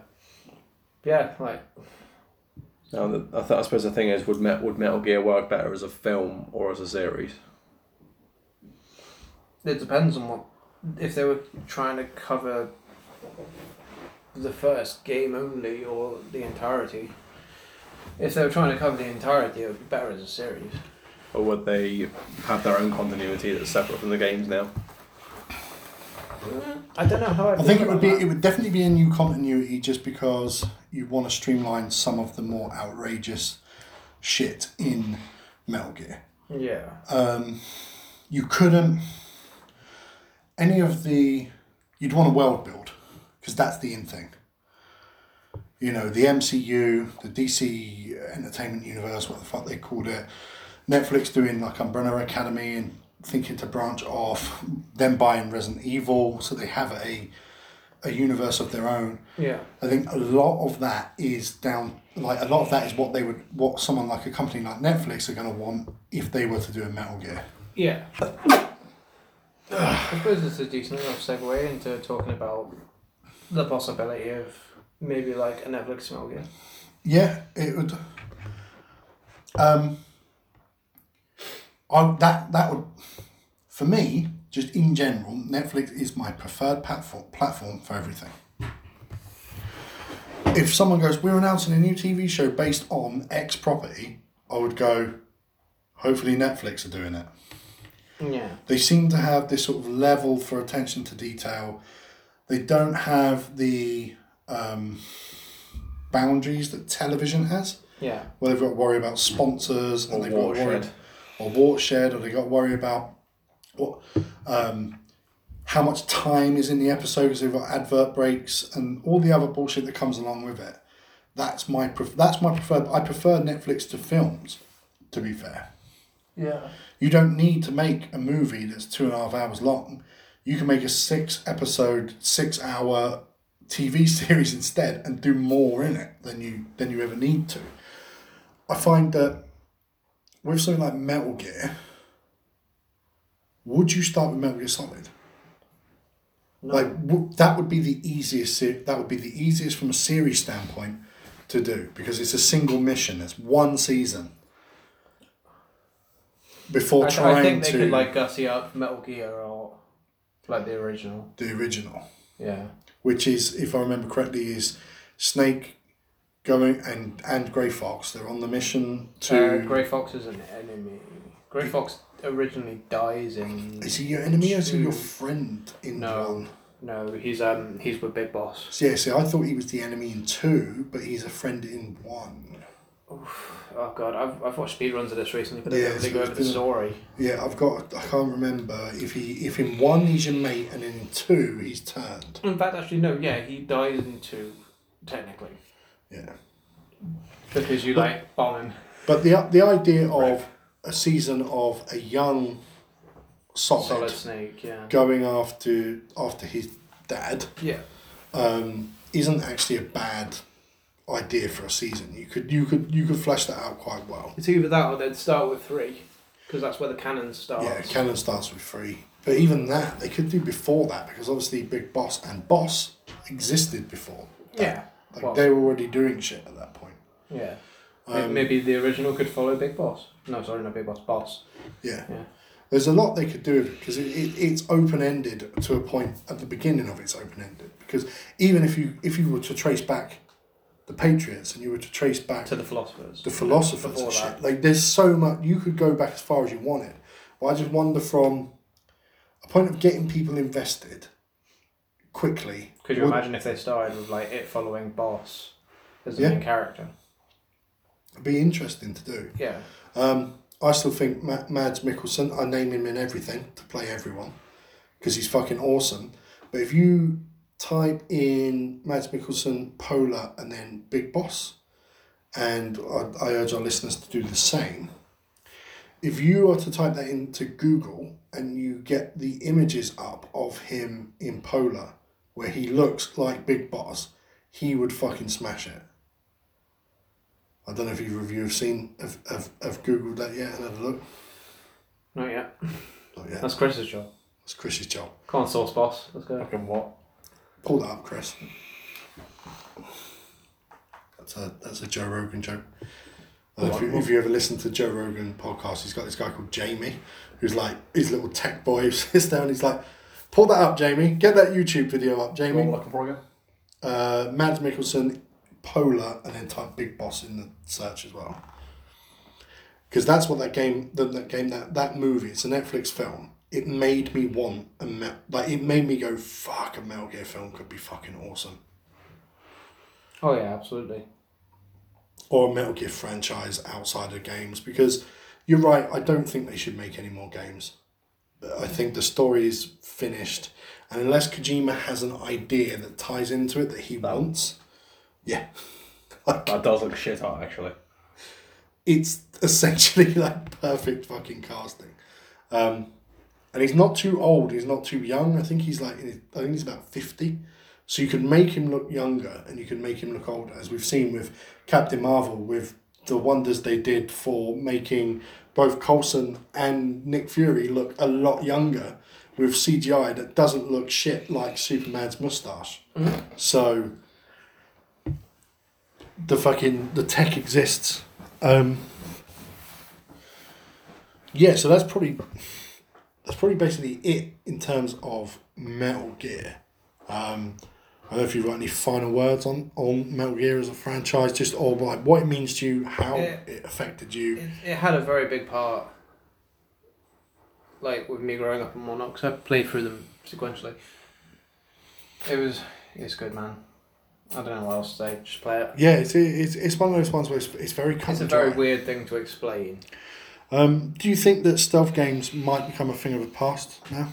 B: Yeah, like,
C: Now, the, I, th- I suppose the thing is, would Met, would Metal Gear work better as a film or as a series?
B: it depends on what. If they were trying to cover the first game only or the entirety. If they were trying to cover the entirety, it would be better as a series.
C: Or would they have their own continuity that's separate from the games now?
B: I don't know how I
A: I think it would be it would definitely be a new continuity just because you want to streamline some of the more outrageous shit in Metal Gear.
B: Yeah.
A: Um, you couldn't any of the you'd want a world build because that's the in thing. You know the MCU, the DC Entertainment Universe, what the fuck they called it. Netflix doing like Umbrella Academy and thinking to branch off, then buying Resident Evil, so they have a a universe of their own.
B: Yeah.
A: I think a lot of that is down like a lot of that is what they would what someone like a company like Netflix are gonna want if they were to do a Metal Gear.
B: Yeah. I suppose it's a decent enough segue into talking about the possibility of maybe like a Netflix smell game.
A: Yeah, it would. Um, I that that would, for me, just in general, Netflix is my preferred platform platform for everything. If someone goes, we're announcing a new TV show based on X property, I would go. Hopefully, Netflix are doing it.
B: Yeah.
A: They seem to have this sort of level for attention to detail. They don't have the um, boundaries that television has
B: Yeah.
A: where they've got to worry about sponsors and
C: Or
A: they've got to worry
C: watershed.
A: or watershed or they've got to worry about what um, how much time is in the episode because they've got advert breaks and all the other bullshit that comes along with it. That's my pref- that's my preferred I prefer Netflix to films, to be fair.
B: Yeah.
A: You don't need to make a movie that's two and a half hours long. You can make a six episode, six hour TV series instead and do more in it than you than you ever need to. I find that with something like Metal Gear, would you start with Metal Gear Solid? Like w- that would be the easiest. se- That would be the easiest from a series standpoint to do because it's a single mission. It's one season. Before
B: I,
A: trying
B: I think they
A: to
B: could like gussy up Metal Gear or like the original.
A: the original,
B: Yeah.
A: which is, if I remember correctly, is Snake going and and Grey Fox. They're on the mission
B: Uh,
A: to.
B: Grey Fox is an enemy. Grey Fox originally dies in.
A: is he your enemy or is he your
B: to-
A: friend in
B: No.
A: one?
B: No, he's um he's with Big Boss.
A: So, yeah, see, I thought he was the enemy in two, but he's a friend in one.
B: Oh god, I've, I've watched speedruns of this recently, but I
A: Yeah,
B: don't really
A: so
B: go
A: it's
B: over the
A: been-
B: story.
A: Yeah, I've got. I can't remember if he if in one he's your mate and in two he's turned.
B: In fact, actually, no. Yeah, he dies in two, technically,
A: Yeah,
B: because you like bomb him.
A: but the the idea of a season of a young solid,
B: Solid Snake. Yeah.
A: going after after his dad
B: Yeah.
A: um, isn't actually a bad idea for a season. You could you could you could flesh that out quite well.
B: It's either that or they'd start with three, because that's where the canon starts.
A: Yeah, Canon starts with three, but even that they could do before that because obviously Big Boss and Boss existed before. that.
B: Yeah.
A: Like
B: Well-
A: they were already doing shit at that point.
B: Yeah. May-
A: Um,
B: Maybe the original could follow Big Boss. No, sorry, not Big Boss. Boss.
A: yeah.
B: Yeah.
A: There's a lot they could do because it, it, it's open ended to a point at the beginning of it's open ended because even if you if you were to trace back the Patriots and you were to trace back
B: To the philosophers.
A: the philosophers
B: Before
A: and shit.
B: that.
A: Like there's so much you could go back as far as you wanted. But I just wonder from a point of getting people invested quickly.
B: Could you
A: would-
B: imagine if they started with like it following Boss as the
A: Yeah.
B: main character?
A: Be interesting to do.
B: Yeah.
A: Um, I still think Ma- Mads Mikkelsen. I name him in everything to play everyone because he's fucking awesome. But if you type in Mads Mikkelsen, Polar, and then Big Boss, and I, I urge our listeners to do the same. If you are to type that into Google and you get the images up of him in Polar, where he looks like Big Boss, he would fucking smash it. I don't know if either of you have seen, have, have, have Googled that yet and had a look.
B: Not yet.
A: Not yet.
B: That's Chris's job.
A: That's Chris's job.
B: Come on, Source Boss. Let's go.
C: Fucking what?
A: Pull that up, Chris. That's a that's a Joe Rogan joke. Uh, if, you, if you ever listen to Joe Rogan podcast, he's got this guy called Jamie, who's like his little tech boy who sits down. He's like, pull that up, Jamie. Get that YouTube video up,
C: What I'm
A: Jamie.
C: looking for again?
A: Uh, Mads Mikkelsen, Polar, and then type Big Boss in the search as well. Because that's what that game, that, that game, that that movie. It's a Netflix film. It made me want a Mel, like it made me go, fuck, a Metal Gear film could be fucking awesome.
B: Oh yeah, absolutely.
A: or a Metal Gear franchise outside of games because you're right, I don't think they should make any more games. I think the story is finished, and unless Kojima has an idea that ties into it that he wants, yeah, like
D: That does look shit out, actually.
A: it's essentially like perfect fucking casting. Um, and he's not too old. He's not too young. I think he's like in his, I think he's about fifty. So you can make him look younger, and you can make him look older, as we've seen with Captain Marvel, with the wonders they did for making both Coulson and Nick Fury look a lot younger with CGI that doesn't look shit like Superman's mustache. So the fucking the tech exists. Um, yeah, so that's probably that's probably basically it in terms of Metal Gear. Um, I don't know if you've got any final words on, on Metal Gear as a franchise, just or like what it means to you, how
B: Yeah.
A: it affected you.
B: It, it had a very big part. Like with me growing up in whatnot, 'cause I played through them sequentially. It was it's good, man. I don't know what else to say. Just play it.
A: Yeah, it's it's, it's one of those ones where it's, it's very cut
B: It's a
A: and
B: very
A: dry.
B: weird thing to explain.
A: Um, do you think that stealth games might become a thing of the past now?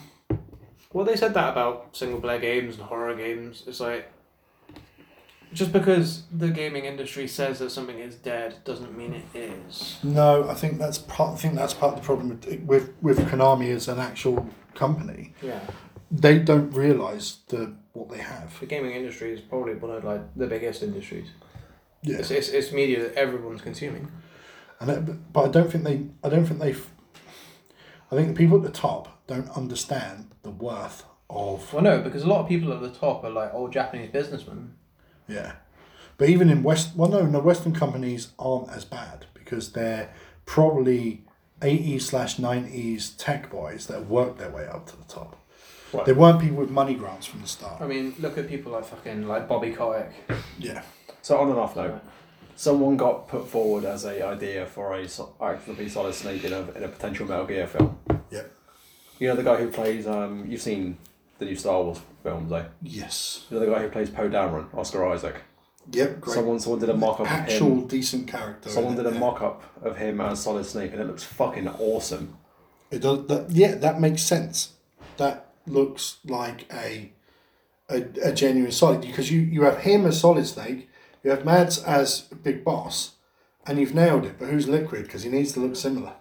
B: Well, they said that about single player games and horror games. It's like just because the gaming industry says that something is dead doesn't mean it is.
A: No, I think that's part. I think that's part of the problem with with, with Konami as an actual company.
B: Yeah.
A: they don't realize the what they have.
B: The gaming industry is probably one of like the biggest industries.
A: Yeah,
B: It's, it's, it's media that everyone's consuming.
A: and it- but- but I don't think they. I don't think they. f- I think the people at the top don't understand the worth of
B: Well, no, because a lot of people at the top are like old Japanese businessmen.
A: yeah. But even in West, well, no, no, Western companies aren't as bad because they're probably eighties slash nineties tech boys that worked their way up to the top.
D: Right.
A: They weren't people with money grants from the start.
B: I mean, look at people like fucking like Bobby Kotick.
A: Yeah,
D: So on and off note, someone got put forward as a idea for a so- actively solid snake in a, in a potential Metal Gear film.
A: Yep.
D: You know the guy who plays um you've seen the new Star Wars films though.
A: yes,
D: You know the guy who plays Poe Dameron, Oscar Isaac.
A: yep, great.
D: Someone someone did a mock up of
A: Actual
D: him.
A: decent character.
D: Someone
A: in it,
D: did a
A: yeah.
D: mock up of him as Solid Snake and it looks fucking awesome.
A: It does. That, yeah, that makes sense. That looks like a a, a genuine solid because you you have him as Solid Snake, you have Mads as Big Boss, and you've nailed it. But who's Liquid? Because he needs to look similar.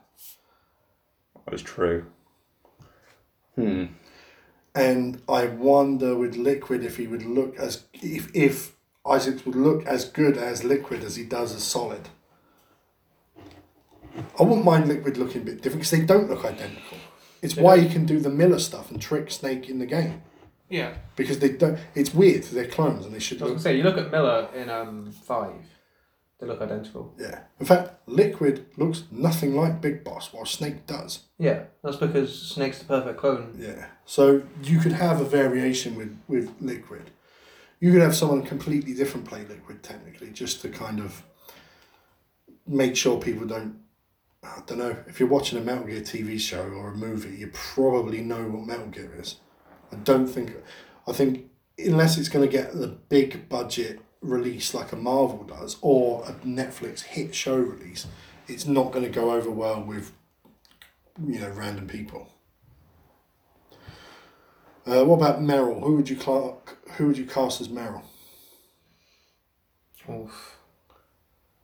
D: That was true.
A: And I wonder with Liquid if he would look as if if Isaacs would look as good as Liquid as he does as Solid. I wouldn't mind Liquid looking a bit different because they don't look identical. It's why he can do the Miller stuff and trick Snake in the game.
B: Yeah.
A: because they don't. It's weird. They're clones, and they should
B: I was gonna
A: look.
B: say, you look at Miller in um five, they look identical.
A: Yeah. In fact, Liquid looks nothing like Big Boss, while Snake does.
B: Yeah, that's because Snake's the perfect clone.
A: Yeah. So you could have a variation with with Liquid. You could have someone completely different play Liquid technically, just to kind of make sure people don't. I don't know. If you're watching a Metal Gear TV show or a movie, you probably know what Metal Gear is. I don't think. I think unless it's going to get the big budget release like a Marvel does or a Netflix hit show release, it's not going to go over well with you know random people. Uh, what about Merrill? Who would you cla- Who would you cast as Merrill?
B: Oof.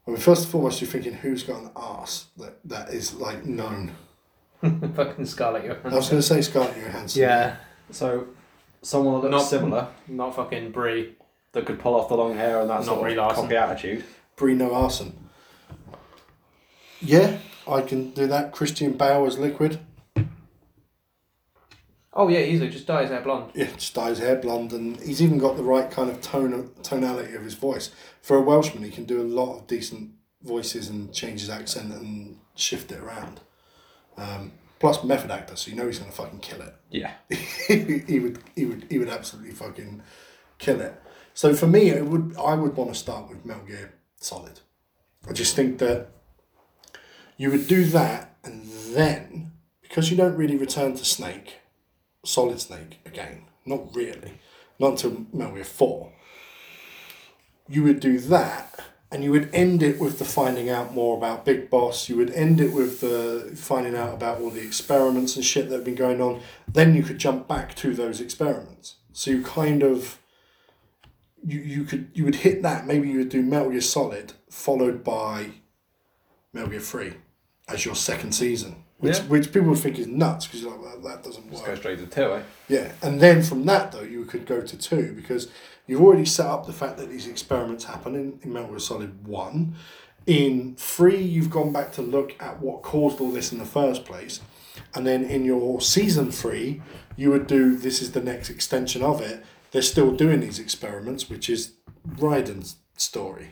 A: I mean, first and foremost, you're thinking who's got an arse that, that is like known.
B: Fucking Scarlett
A: I
B: Johansson.
A: was going to say Scarlett Johansson.
B: Yeah.
D: So, someone that looks
B: Not-
D: similar
B: Not fucking Brie.
D: that could pull off the long hair and that
B: Not
D: sort
B: Brie
D: of
B: Larson.
D: cocky attitude.
A: Brie Noarson. Yeah, I can do that. Christian Bale as Liquid.
B: Oh yeah, easily. Just dye his hair blonde.
A: Yeah, just dye his hair blonde, and he's even got the right kind of tone tonality of his voice. For a Welshman, he can do a lot of decent voices and change his accent and shift it around. Um, plus, method actor, so you know he's going to fucking kill it.
D: Yeah.
A: he would he would he would absolutely fucking kill it. So for me, it would I would want to start with Metal Gear Solid. I just think that you would do that, and then because you don't really return to Snake, Solid Snake again, not really, not until Metal Gear Four. You would do that. And you would end it with the finding out more about Big Boss. You would end it with the finding out about all the experiments and shit that have been going on then you could jump back to those experiments. So you kind of you you could you would hit that. Maybe you would do Metal Gear Solid followed by Metal Gear Three as your second season, which
D: Yeah.
A: which people would think is nuts because you're like well, that doesn't
D: Just
A: work.
D: go straight to two, eh?
A: Yeah, and then from that though, you could go to two because you've already set up the fact that these experiments happen in, in Metal Gear Solid One. In three, you've gone back to look at what caused all this in the first place, and then in your season three, you would do this is the next extension of it. They're still doing these experiments, which is Raiden's story,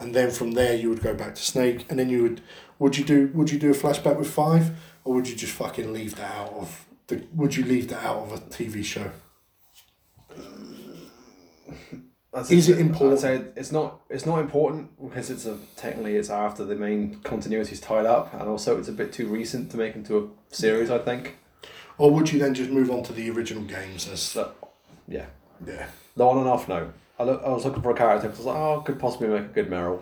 A: and then from there you would go back to Snake, and then you would would you do would you do a flashback with five, or would you just fucking leave that out of the, would you leave that out of a TV show?
D: That's
A: Is it
D: I'd
A: important?
D: say it's not. It's not important because it's a technically it's after the main continuity's tied up, and also it's a bit too recent to make into a series. I think.
A: Or would you then just move on to the original games as
D: So, yeah.
A: yeah?
D: The on and off no. I, look, I was looking for a character because I was like, oh, could possibly make a good Meryl.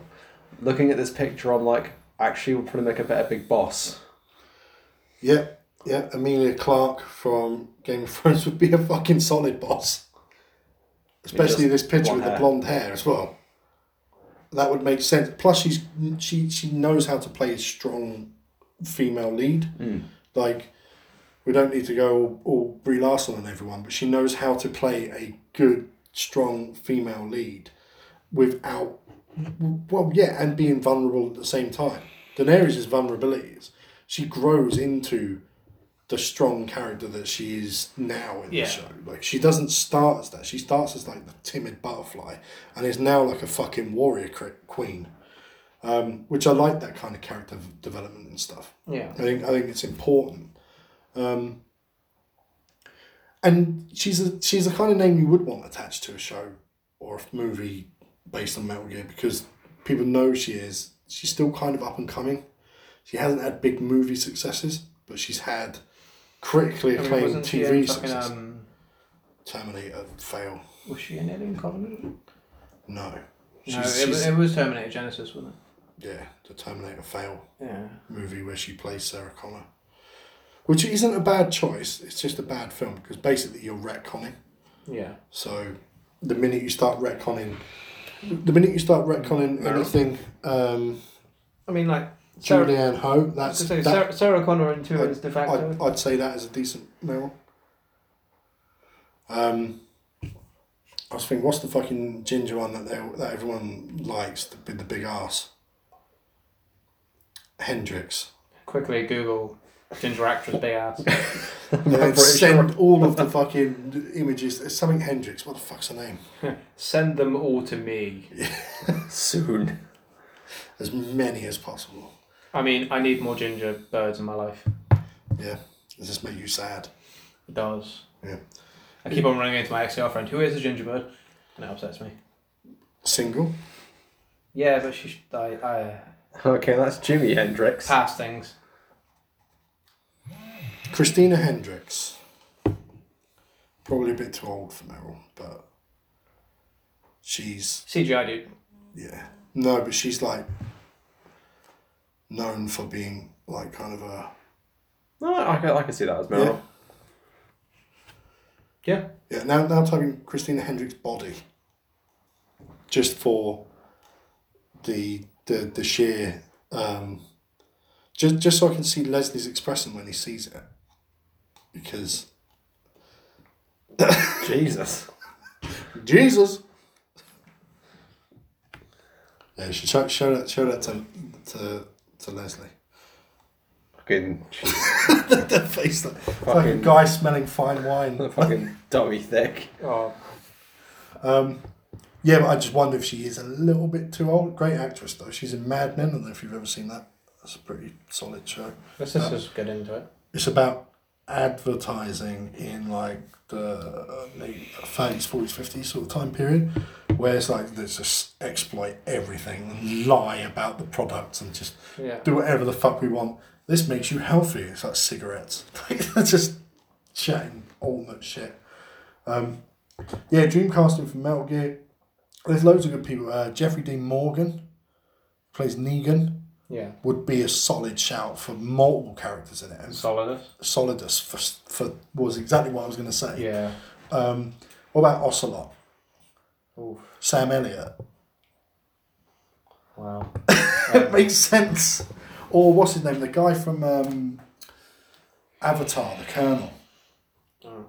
D: Looking at this picture, I'm like, actually, we'll probably make a better Big Boss.
A: Yeah, yeah. Amelia Clark from Game of Thrones would be a fucking solid boss. Especially
D: Just
A: this picture
D: blonde
A: with the
D: hair.
A: blonde hair as well. That would make sense. Plus, she's she she knows how to play a strong female lead.
D: Hmm.
A: Like, we don't need to go all, all Brie Larson on everyone, but she knows how to play a good, strong female lead without. Well, yeah, and being vulnerable at the same time. Daenerys' vulnerabilities. She grows into the strong character that she is now in
B: Yeah.
A: the show. Like she doesn't start as that. She starts as like the timid butterfly, and is now like a fucking warrior cre- queen. Um, which I like that kind of character v- development and stuff.
B: Yeah.
A: I think I think it's important. Um, and she's a she's the kind of name you would want attached to a show or a movie based on Metal Gear because people know she is. She's still kind of up and coming. She hasn't had big movie successes, but she's had critically
B: I mean,
A: acclaimed
B: wasn't she in
A: TV
B: fucking,
A: success.
B: um,
A: Terminator fail.
B: was she in Alien Covenant?
A: No. She's,
B: No, it,
A: she's-
B: was, it was Terminator Genesis, wasn't
A: yeah, the Terminator fail.
B: it? Yeah.
A: movie where she plays Sarah Connor, which isn't a bad choice. It's just a bad film because basically you're retconning.
B: Yeah.
A: So the minute you start retconning, the minute you start retconning
D: Meryl.
A: anything, um,
B: I mean, like Sarah,
A: Julianne Ho,
B: I was
A: that's
B: gonna say,
A: that,
B: Sarah, Sarah Connor and two
A: I-
B: is de facto.
A: I'd, I'd say that is a decent Meryl. Um, I was thinking, what's the fucking ginger one that they, that everyone likes, the, big- the big ass? Hendrix.
B: Quickly Google ginger actress big ass.
A: And then
D: pretty
A: send all of the fucking images. It's something Hendrix. What the fuck's her name?
B: Send them all to me.
D: Soon.
A: As many as possible.
B: I mean, I need more ginger birds in my life.
A: Yeah. Does this make you sad?
B: It does.
A: Yeah.
B: I keep on running into my ex girlfriend, who is a ginger bird, and it upsets me.
A: Single?
B: Yeah, but she sh- I, I
D: Okay, that's Jimi Hendrix.
B: pass things.
A: Christina Hendricks. Probably a bit too old for Meryl, but she's
B: CGI dude.
A: yeah. No, but she's like known for being like kind of a
D: No, I can, I can see that as Meryl.
A: Yeah.
B: Yeah.
A: Yeah, now now typing Christina Hendricks body. Just for the the the sheer um, just just so I can see Leslie's expression when he sees it, because
C: Jesus.
A: Jesus. Yeah, she show, show that show that to to, to Leslie.
C: Fucking,
A: That face, like, fucking
C: Fucking-
A: guy smelling fine wine.
C: fucking dummy thick.
B: Oh,
A: Um, yeah, but I just wonder if she is a little bit too old. Great actress though. She's in Mad Men. I don't know if you've ever seen that. That's a pretty solid show.
B: let's just, just get into it.
A: It's about advertising in like the late 30s, 40s, 50s sort of time period, where it's like they just exploit everything and lie about the products and just
B: Yeah.
A: do whatever the fuck we want. This makes you healthy. It's like cigarettes. They're just chatting all that shit. Um, yeah, Dreamcasting from Metal Gear. There's loads of good people. Uh, Jeffrey Dean Morgan plays Negan.
B: Yeah.
A: Would be a solid shout for multiple characters in it. And
B: Solidus.
A: Solidus for, for was exactly what I was going to say.
B: Yeah.
A: Um, what about Ocelot?
B: Oof.
A: Sam Elliott.
B: Wow. Um,
A: It makes sense. Or what's his name? The guy from um, Avatar, the Colonel.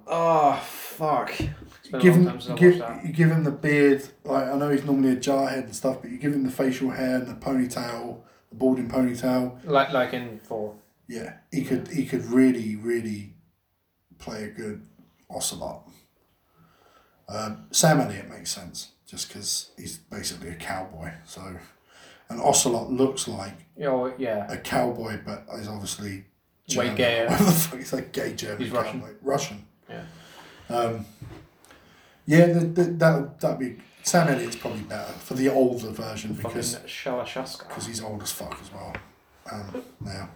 D: Oh, fuck.
B: It's been
A: give
B: a long
A: him,
B: time since I
A: give,
B: watched that.
A: you give him the beard. Like I know he's normally a jarhead and stuff, but you give him the facial hair and the ponytail, the balding ponytail.
B: Like like in four.
A: Yeah, he could he could really really play a good ocelot. Um, Sam Elliott makes sense just because he's basically a cowboy. So, an ocelot looks like
B: Yeah, oh, yeah.
A: a cowboy, but is obviously German.
B: gayer.
A: What the fuck? He's like gay German.
B: He's Russian.
A: cowboy. Russian.
B: Yeah.
A: Um, yeah, th th that that'd be Sam Elliott's probably better for the older version
B: Fucking
A: because
B: Shalashaska.
A: because he's old as fuck as well. Um, now,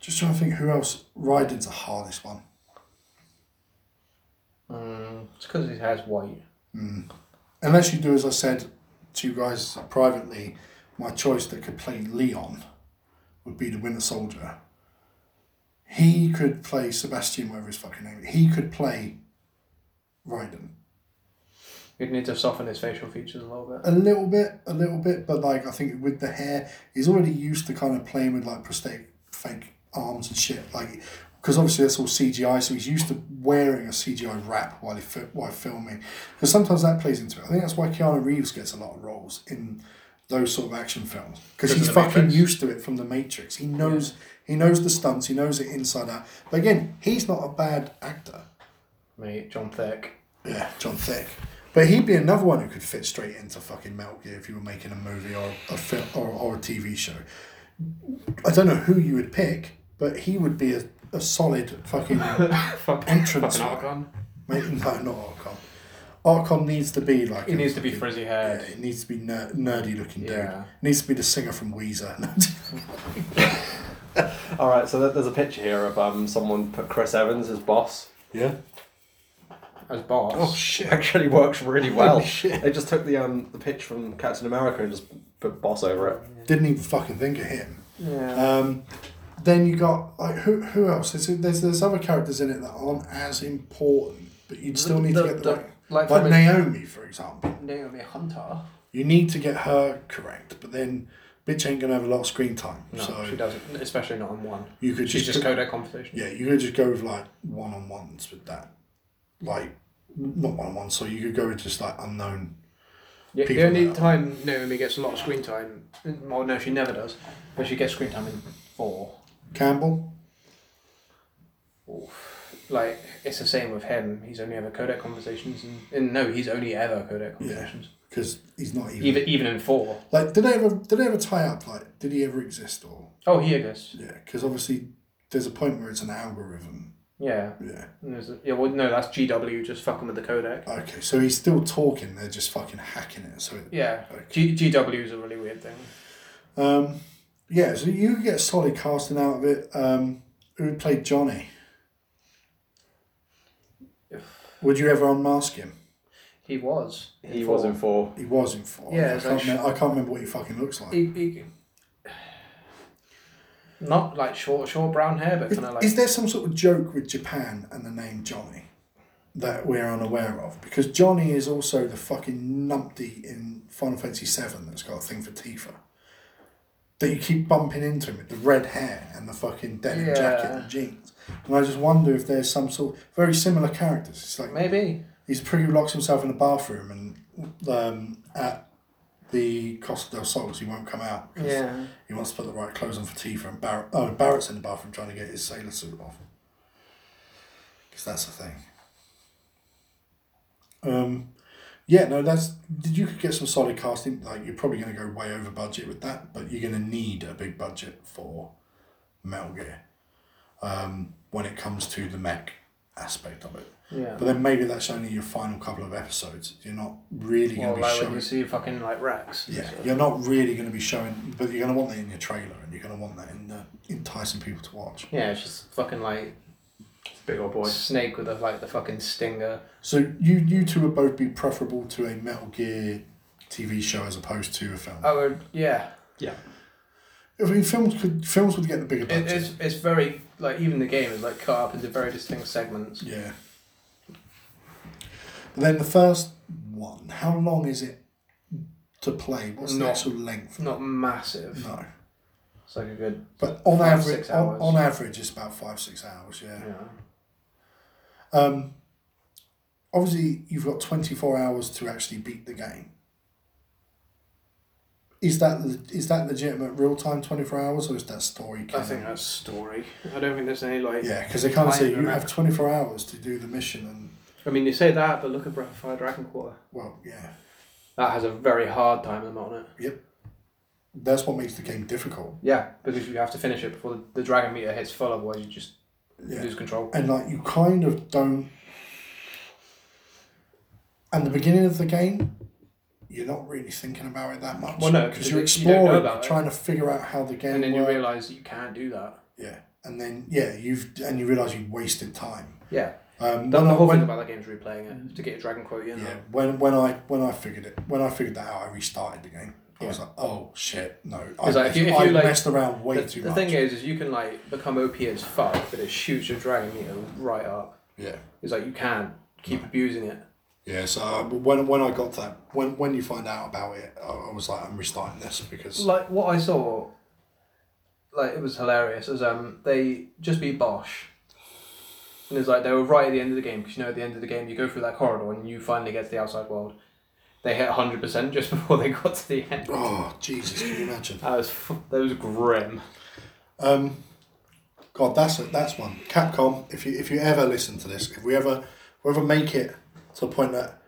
A: just trying to think who else. Ryden's a hardest one.
B: Mm, it's because his hair's white.
A: Unless you do as I said to you guys privately, my choice that could play Leon would be the Winter Soldier. He could play Sebastian, whatever his fucking name. is. He could play Ryden.
B: You'd need to soften his facial features a little bit.
A: A little bit, a little bit, but like I think with the hair, he's already used to kind of playing with like prosthetic fake arms and shit. Like, because obviously that's all CGI, so he's used to wearing a CGI wrap while he fi- while filming. Because sometimes that plays into it. I think that's why Keanu Reeves gets a lot of roles in those sort of action films because
B: Because of
A: he's
B: The
A: fucking
B: Matrix.
A: used to it from the Matrix. He knows he knows the stunts, he knows it inside out. But again, he's not a bad actor.
B: Mate, John Thick.
A: Yeah, John Thick. But he'd be another one who could fit straight into fucking Metal Gear if you were making a movie or a film or, or a TV show. I don't know who you would pick, but he would be a, a solid fucking
B: Fuck,
A: entrance.
B: fucking Argon.
A: Mate, no, not Archon. Archon needs to be like.
B: He
A: a-
B: needs to be frizzy
A: Yeah,
B: haired.
A: it needs to be ner- nerdy looking dude.
B: Yeah.
A: Needs to be the singer from Weezer.
C: All right, so there- there's a picture here of um, someone put Chris Evans as boss.
A: yeah.
B: As boss.
A: Oh shit.
C: Actually works really well.
A: Holy shit.
C: They just took the um the pitch from Captain America and just put boss over it.
A: Didn't even fucking think of him.
B: yeah.
A: Um, then you got like who who else? There's, there's there's other characters in it that aren't as important, but you'd still need to
B: The-
A: get the
B: the-
A: right.
B: like
A: Like,
B: from a-
A: Naomi, for example,
B: Naomi Hunter.
A: you need to get her correct, but then bitch ain't gonna have a lot of screen time.
B: No,
A: so
B: she doesn't. Especially not on one.
A: you could
B: She's
A: just,
B: just codec conversation.
A: yeah, you could just go with like one on ones with that, like not one on one. So you could go with just like unknown.
B: Yeah, the
A: people
B: only
A: that-
B: time Naomi gets a lot of screen time, well, no, she never does, but she gets screen time in four.
A: Campbell,
B: Like, it's the same with him. He's only ever codec conversations, and, and no, he's only ever codec conversations.
A: because he's not even,
B: Even even in four.
A: like. Did they ever did they ever tie up? Like, did he ever exist or?
B: Oh, he exists.
A: Yeah, because obviously there's a point where it's an algorithm.
B: Yeah.
A: Yeah.
B: And there's a- yeah, well, no, that's GW just fucking with the codec.
A: Okay, so he's still talking. They're just fucking hacking it. So, it,
B: Yeah.
A: Okay.
B: G- GW is a really weird thing.
A: um, yeah. So you get solid casting out of it. Um, who played Johnny? Would you ever unmask him?
B: He was.
C: He
B: four.
C: was in four.
A: He was in four.
B: Yeah,
A: I
B: it's
A: can't,
B: like-
A: remember, I can't remember what he fucking looks like.
B: He, he, not like short, short brown hair, but
A: Is,
B: kind of like.
A: is there some sort of joke with Japan and the name Johnny? that we're unaware of because Johnny is also the fucking numpty in Final Fantasy VII that's got a thing for Tifa. That you keep bumping into him with the red hair and the fucking denim jacket
B: Yeah.
A: and jeans. And I just wonder if there's some sort very similar characters. It's like
B: Maybe.
A: he's pretty locks himself in a bathroom and um, at the Costa del Sol 'cause he won't come out. 'cause
B: Yeah.
A: He wants to put the right clothes on for Tifa and Barrett. Oh, and Barrett's in the bathroom trying to get his sailor suit off. Because that's the thing. Um, yeah, no, that's you could get some solid casting. Like you're probably going to go way over budget with that, but you're going to need a big budget for Metal Gear um, when it comes to the mech aspect of it.
B: Yeah.
A: But then maybe that's only your final couple of episodes. You're not really going
B: Or
A: to
B: like
A: be
B: when you
A: showing.
B: see fucking like Rex.
A: Yeah, you're not really going to be showing, but you're going to want that in your trailer, and you're going to want that in the enticing people to watch.
B: Yeah, it's just fucking like
D: Big old boy.
B: snake with a, like the fucking stinger.
A: So you you two would both be preferable to a Metal Gear TV show as opposed to a film.
B: I would, yeah.
A: I mean, films could films would get the bigger
B: It,
A: budget.
B: it's it's very like even the game is like cut up into very distinct segments.
A: Yeah. But then the first one, how long is it to play? What's the
B: Not-
A: actual length?
B: Not massive.
A: No,
B: It's like a good.
A: but on
B: Five,
A: average,
B: six
A: on,
B: hours.
A: on average, it's about five six hours. Yeah.
B: You know.
A: Um, obviously, you've got 24 hours to actually beat the game. Is that is that legitimate real time 24 hours or is that story?
B: I
A: canon?
B: think that's story. I don't think there's any like.
A: Yeah, because they kind of
B: I
A: say you
B: remember.
A: have 24 hours to do the mission and,
B: I mean, you say that, but look at Breath of Fire Dragon Quarter.
A: well, yeah.
B: That has a very hard time limit on it.
A: That's what makes the game difficult.
B: Yeah, because you have to finish it before the, the dragon meter hits full, otherwise you just
A: Yeah.
B: lose control.
A: And, like, you kind of don't. And the beginning of the game, you're not really thinking about it that much.
B: Well, no,
A: because
B: 'cause
A: you're
B: you- you don't know
A: exploring,
B: about
A: you're
B: it.
A: trying to figure out how the game
B: And then you
A: works.
B: realise you can't do that.
A: Yeah, and then yeah, you've and you realise you've wasted time.
B: Yeah,
A: Um,
B: That's
A: when
B: the
A: I,
B: whole
A: when, Mm.
B: thing about that game is replaying it to get your dragon quote in.
A: yeah, when when I when I figured it when I figured that out, I restarted the game. I was like, oh shit, no, I,
B: like, if you- if
A: I
B: you, like-
A: messed around way
B: The,
A: too
B: the
A: much.
B: thing is, is you can like become OP as fuck, but it shoots your dragon meter right up.
A: yeah,
B: It's like you can't keep abusing it.
A: yeah. So I, when when I got that when when you find out about it, I, I was like, I'm restarting this because
B: Like what I saw, like it was hilarious. Is um they just beat Bosch, and it's like they were right at the end of the game because you know at the end of the game you go through that corridor and you finally get to the outside world. They hit hundred percent just before they got to the end.
A: oh Jesus, can you imagine?
B: That was f- that was grim.
A: Um, God, that's it. That's one. Capcom. If you if you ever listen to this, if we ever we ever make it to the point that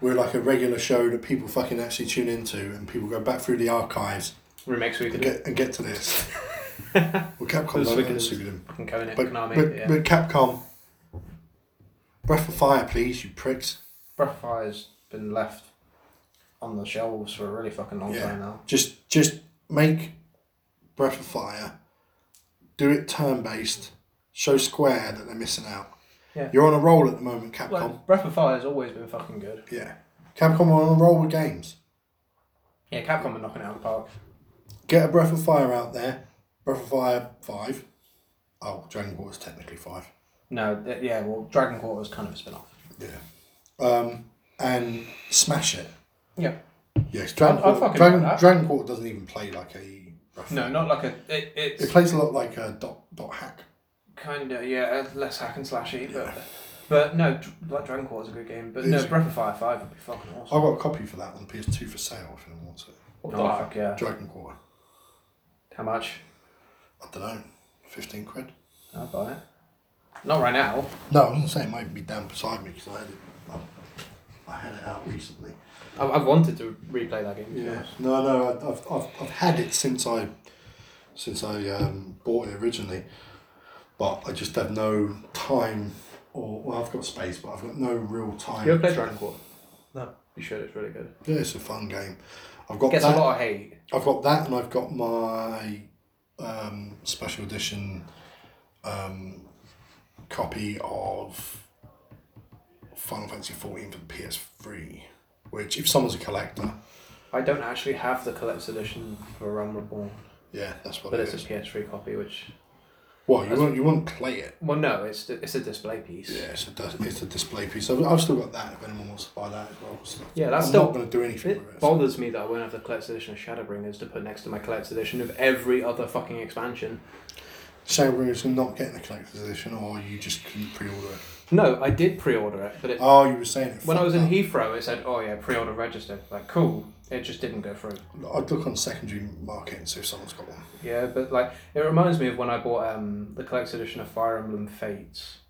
A: we're like a regular show that people fucking actually tune into, and people go back through the archives
B: Remakes we
A: and
B: could do.
A: get and get to this. well, Capcom
B: Those
A: don't
B: fuckers.
A: listen to them.
B: Fucking Konami.
A: But,
B: Konami,
A: but,
B: yeah.
A: but Capcom, Breath of Fire, please, you pricks.
B: Breath of Fire's been left on the shelves for a really fucking long
A: Yeah.
B: time now.
A: Just just make Breath of Fire, do it turn based, show Square that they're missing out.
B: Yeah.
A: You're on a roll at the moment, Capcom.
B: Like, Breath of Fire's always been fucking good.
A: Yeah. Capcom are on a roll with games.
B: Yeah, Capcom are knocking it out of the park.
A: Get a Breath of Fire out there. Breath of Fire 5. Oh, Dragon Ball is technically 5.
B: No, th- yeah, well, Dragon Quarter was kind of a spin off.
A: Yeah. Um, and smash it.
B: Yeah.
A: Yes, Dragon,
B: I'd
A: Quarter,
B: fucking
A: Dragon,
B: like that.
A: Dragon Quarter doesn't even play like a. Breath of
B: No,
A: Fire.
B: not like a. It,
A: It
B: it's
A: plays a lot like a dot, dot hack.
B: kind of, yeah, uh, less hack and slashy, but. But no, dr- like Dragon Quarter's a good game. But
A: It
B: no,
A: is.
B: Breath of Fire 5 would be fucking awesome.
A: I've got a copy for that on PS2 for sale if anyone wants it.
D: What
B: Oh,
D: the fuck?
B: fuck yeah.
A: Dragon Quarter.
B: How much?
A: I don't know. 15 quid?
B: I'll buy it. Not right now.
A: No, I wasn't saying it might even be down beside me because I had it. I- I had it out recently.
B: I've, I've wanted to replay that game. to be
A: Yeah.
B: honest.
A: No, no. I- I've, I've, I've had it since I since I um, bought it originally, but I just have no time. Or well, I've got space, but I've got no real time.
B: You ever played Dragon Quarter?
D: No.
B: You should, it's really good.
A: Yeah, it's a fun game. I've got
B: Gets
A: Oh, that.
B: a lot of hate.
A: I've got that, and I've got my um, special edition um, copy of Final Fantasy fourteen for the PS three. Which, if someone's a collector,
B: I don't actually have the collector's edition for Realm Reborn,
A: yeah, that's what
B: but
A: it
B: it's a
A: is.
B: PS3 copy, which
A: What you won't you won't play it?
B: Well, no, it's it's a display piece.
A: Yeah, it's a dis- it's a display piece. I've, I've still got that. If anyone wants to buy that as well, so
B: Yeah, that's
A: I'm
B: still-
A: not going to do anything
B: It
A: with it.
B: bothers me that I won't have the collector's edition of Shadowbringers to put next to my collector's edition of every other fucking expansion.
A: Shadowbringers not getting the collector's edition, or you just couldn't pre-order it.
B: No, I did pre-order it, but it,
A: Oh, you were saying it.
B: when I
A: fucked
B: was in
A: up.
B: Heathrow, it said, "Oh yeah, pre-order registered." Like, cool. It just didn't go through.
A: I'd look on secondary market and see if someone's got one.
B: Yeah, but like it reminds me of when I bought um, the collector's edition of Fire Emblem Fates.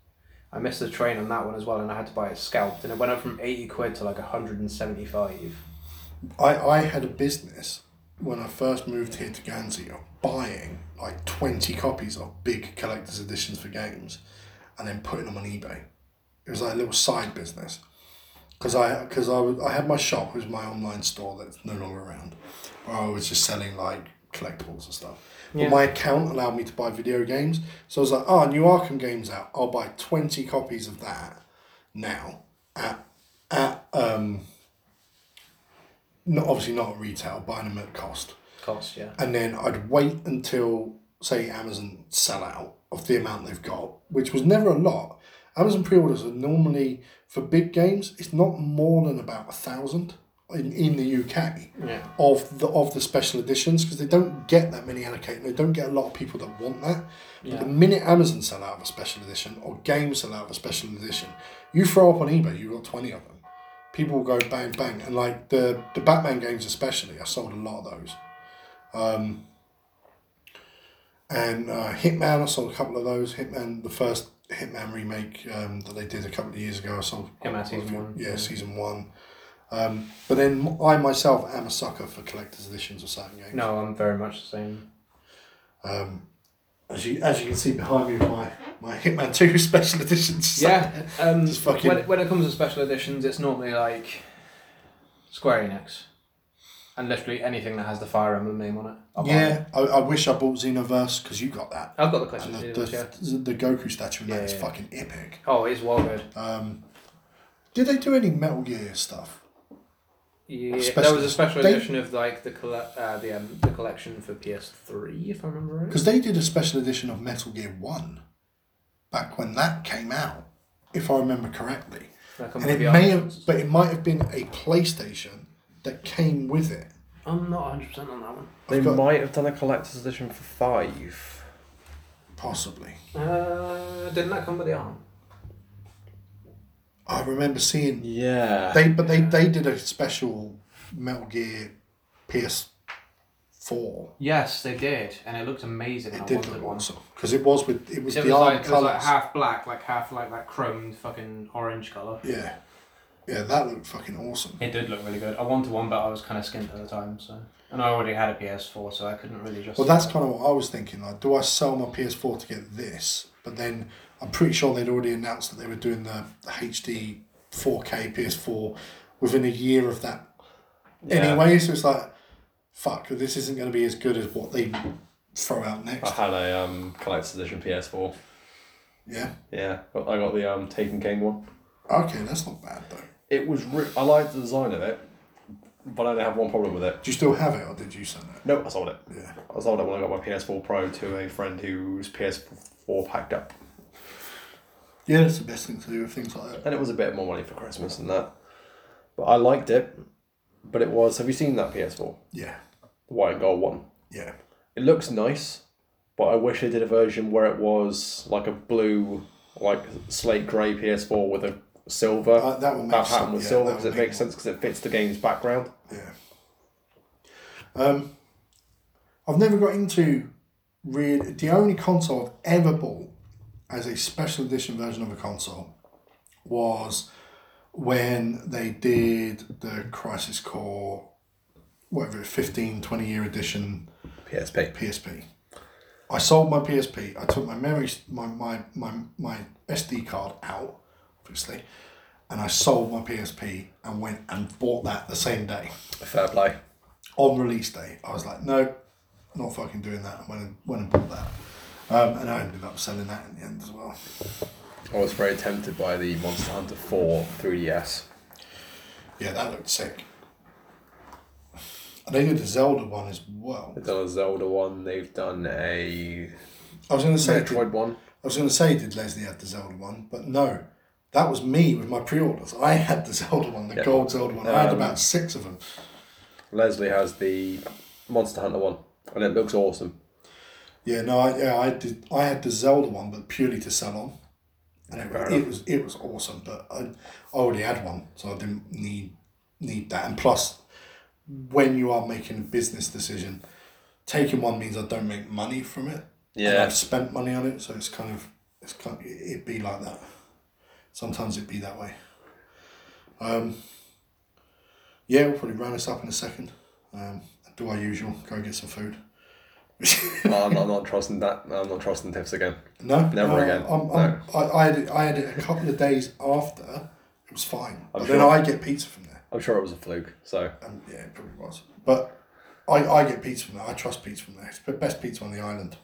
B: I missed the train on that one as well, and I had to buy it scalped, and it went up from eighty quid to like hundred and seventy-five.
A: I, I had a business when I first moved here to Guernsey of buying like 20 copies of big collector's editions for games and then putting them on eBay. It was like a little side business. Because I, cause I, was- I had my shop, which was my online store that's no longer around, where I was just selling like collectibles and stuff.
B: Yeah.
A: But my account allowed me to buy video games. So I was like, oh, new Arkham game's out. I'll buy 20 copies of that now at, at um, not obviously not at retail, buying them at cost.
B: Cost, yeah.
A: And then I'd wait until say Amazon sell out of the amount they've got, which was never a lot. Amazon pre-orders are normally for big games. It's not more than about a thousand in, in the UK
B: Yeah.
A: of the of the special editions because they don't get that many allocated. They don't get a lot of people that want that. But
B: Yeah.
A: the minute Amazon sell out of a special edition or games sell out of a special edition, you throw up on eBay, you've got twenty of them. People will go bang bang, and like the the Batman games especially, I sold a lot of those. Um, and uh, Hitman, I sold a couple of those. Hitman, the first Hitman remake um, that they did a couple of years ago, I sold.
B: Hitman Season One.
A: Yeah, season one. Um, but then I myself am a sucker for collector's editions of certain games.
B: No, I'm very much the same.
A: Um, as you as you can see behind me, my my Hitman Two special editions.
B: Yeah. Um,
A: Just fucking-
B: when, it- when it comes to special editions, it's normally like Square Enix, and literally anything that has the Fire Emblem name on it. I'll buy it.
A: yeah. I, I wish I bought Xenoverse because you got that.
B: I've got the
A: And
B: collector's
A: the,
B: edition. Yeah.
A: the, the Goku statue in that
B: Yeah,
A: is
B: yeah.
A: fucking epic.
B: Oh, it's well good.
A: Um, did they do any Metal Gear stuff?
B: Yeah,
A: Special-
B: there was a special
A: they-
B: edition of like the colle- uh, the um, the collection for PS3, if I remember right.
A: Because they did a special edition of Metal Gear One back when that came out, if I remember correctly.
B: Like, I'm
A: And it
B: gonna be
A: may
B: honest,
A: have, but it might have been a PlayStation that came with it.
B: I'm not 100 percent on that one.
C: They
A: I've got-
C: might have done a collector's edition for five.
A: Possibly.
B: Uh, didn't that come with the arm?
A: I remember seeing
C: Yeah.
A: they, but they they did a special Metal Gear PS Four.
B: Yes, they did, and it looked amazing.
A: It did look awesome because it was with it was the arm
B: like, it was
A: colours.
B: like half black, like half like that chromed fucking orange color.
A: yeah, yeah, that looked fucking awesome.
B: It did look really good. I wanted one, but I was kind of skint at the time, so and I already had a PS4, so I couldn't really just.
A: Well, that's kind of what I was thinking. Like, do I sell my PS4 to get this? But then I'm pretty sure they'd already announced that they were doing the HD 4K PS4 within a year of that anyway. So it's like, fuck, this isn't going to be as good as what they throw out
C: I
A: next.
B: Uh-huh.
C: had a um, collector's edition PS4.
A: Yeah.
C: Yeah, but I got the um, Taken King one.
A: Okay, that's not bad though.
C: It was ri I liked the design of it, but I only have one problem with it.
A: Do you still have it, or did you sell it?
C: No, I sold it.
A: Yeah.
C: I sold it when I got my PS4 Pro to a friend whose PS4 packed up,
A: Yeah, that's the best thing to do with things like that.
C: and it was a bit more money for Christmas than that. But I liked it. But it was. Have you seen that PS4?
A: Yeah.
C: The white and gold one.
A: Yeah.
C: It looks nice, but I wish they did a version where it was like a blue, like slate grey PS4 with a silver.
A: Uh, that would make
C: pattern
A: sense,
C: with
A: yeah,
C: silver
A: that
C: because
A: would
C: it
A: make
C: makes sense because it fits the game's background.
A: Yeah. Um, I've never got into really the only console I've ever bought as a special edition version of a console was when they did the Crisis Core, whatever, 15, 20 year edition
C: PSP.
A: PSP. I sold my PSP. I took my memory, my my my, my SD card out, obviously, and I sold my PSP and went and bought that the same day
C: Fair play.
A: on release day. I was like, no, not fucking doing that. I went and, went and bought that, um, and I ended up selling that in the end as well.
C: I was very tempted by the Monster Hunter 4 3DS.
A: Yeah, that looked sick. And they did the Zelda one as well.
C: They've done a Zelda one. They've done a
A: I was going to say, did,
C: Metroid One.
A: I was going to say, did Leslie have the Zelda one? But no, that was me with my pre-orders. I had the Zelda one, the gold Zelda one. I had
C: Um,
A: about six of them.
C: Leslie has the Monster Hunter one, and it looks awesome.
A: Yeah, no, I, yeah, I did. I had the Zelda one, but purely to sell on, and it, was- it was it was awesome. But I already had one, so I didn't need need that. And plus, when you are making a business decision, taking one means I don't make money from it. and
C: Yeah,
A: I've spent money on it, so it's kind of it's kind it- it'd be like that. Sometimes it'd be that way. Um, yeah, we'll probably round this up in a second. Um, do our usual, go get some food.
C: I'm, not, I'm not trusting that. I'm not trusting Tiffs again.
A: No,
C: Never
A: no,
C: again.
A: I'm, I'm, I, I, had it, I had it a couple of days after. It was fine.
C: I'm
A: but then
C: sure.
A: I get pizza from there.
C: I'm sure it was a fluke. So
A: Um, yeah, it probably was. But I, I get pizza from there. I trust pizza from there. It's the best pizza on the island,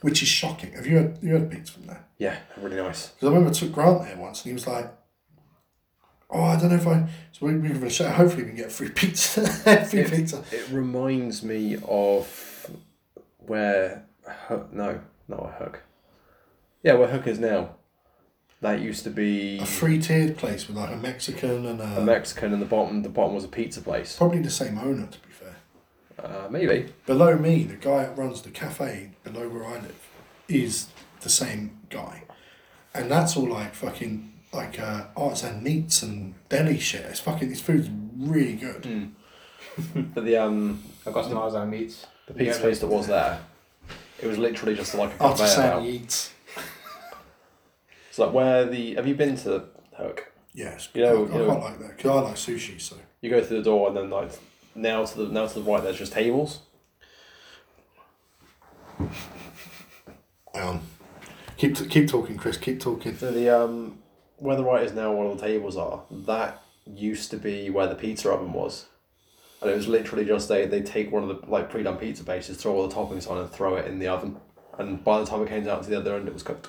A: which is shocking. Have you had, you had pizza from there?
C: yeah, really nice.
A: Because I remember I took Grant there once and he was like, Oh, I don't know if I. So we, we give it a shot. Hopefully, we can get free pizza. free pizza.
C: It reminds me of where Hook. No, not where Hook. Yeah, where Hook is now. That used to be
A: A free tiered place with like a Mexican and
C: a
A: a.
C: Mexican, and the bottom the bottom was a pizza place.
A: probably the same owner, to be fair.
C: Uh, maybe.
A: below me, the guy that runs the cafe below where I live is the same guy. And that's all like fucking like uh, arts and meats and deli shit. It's fucking his food's really good.
C: But the um
B: I've got some Arzan meats.
C: the pizza
B: Yeah.
C: place that was there, it was literally just like a conveyor
A: Artisan
C: belt.
A: eats.
C: It's like where the have you been to Hook?
A: Yes,
C: You
A: I,
C: know-
A: I
C: you know-
A: quite like that because I like sushi. So
C: You go through the door and then like now to the now to the right there's just tables.
A: um, keep t- keep talking, Chris. Keep talking.
C: So the um where the right is now where all the tables are, that used to be where the pizza oven was. And it was literally just they they take one of the like pre done pizza bases, throw all the toppings on and throw it in the oven. And by the time it came out to the other end it was cooked.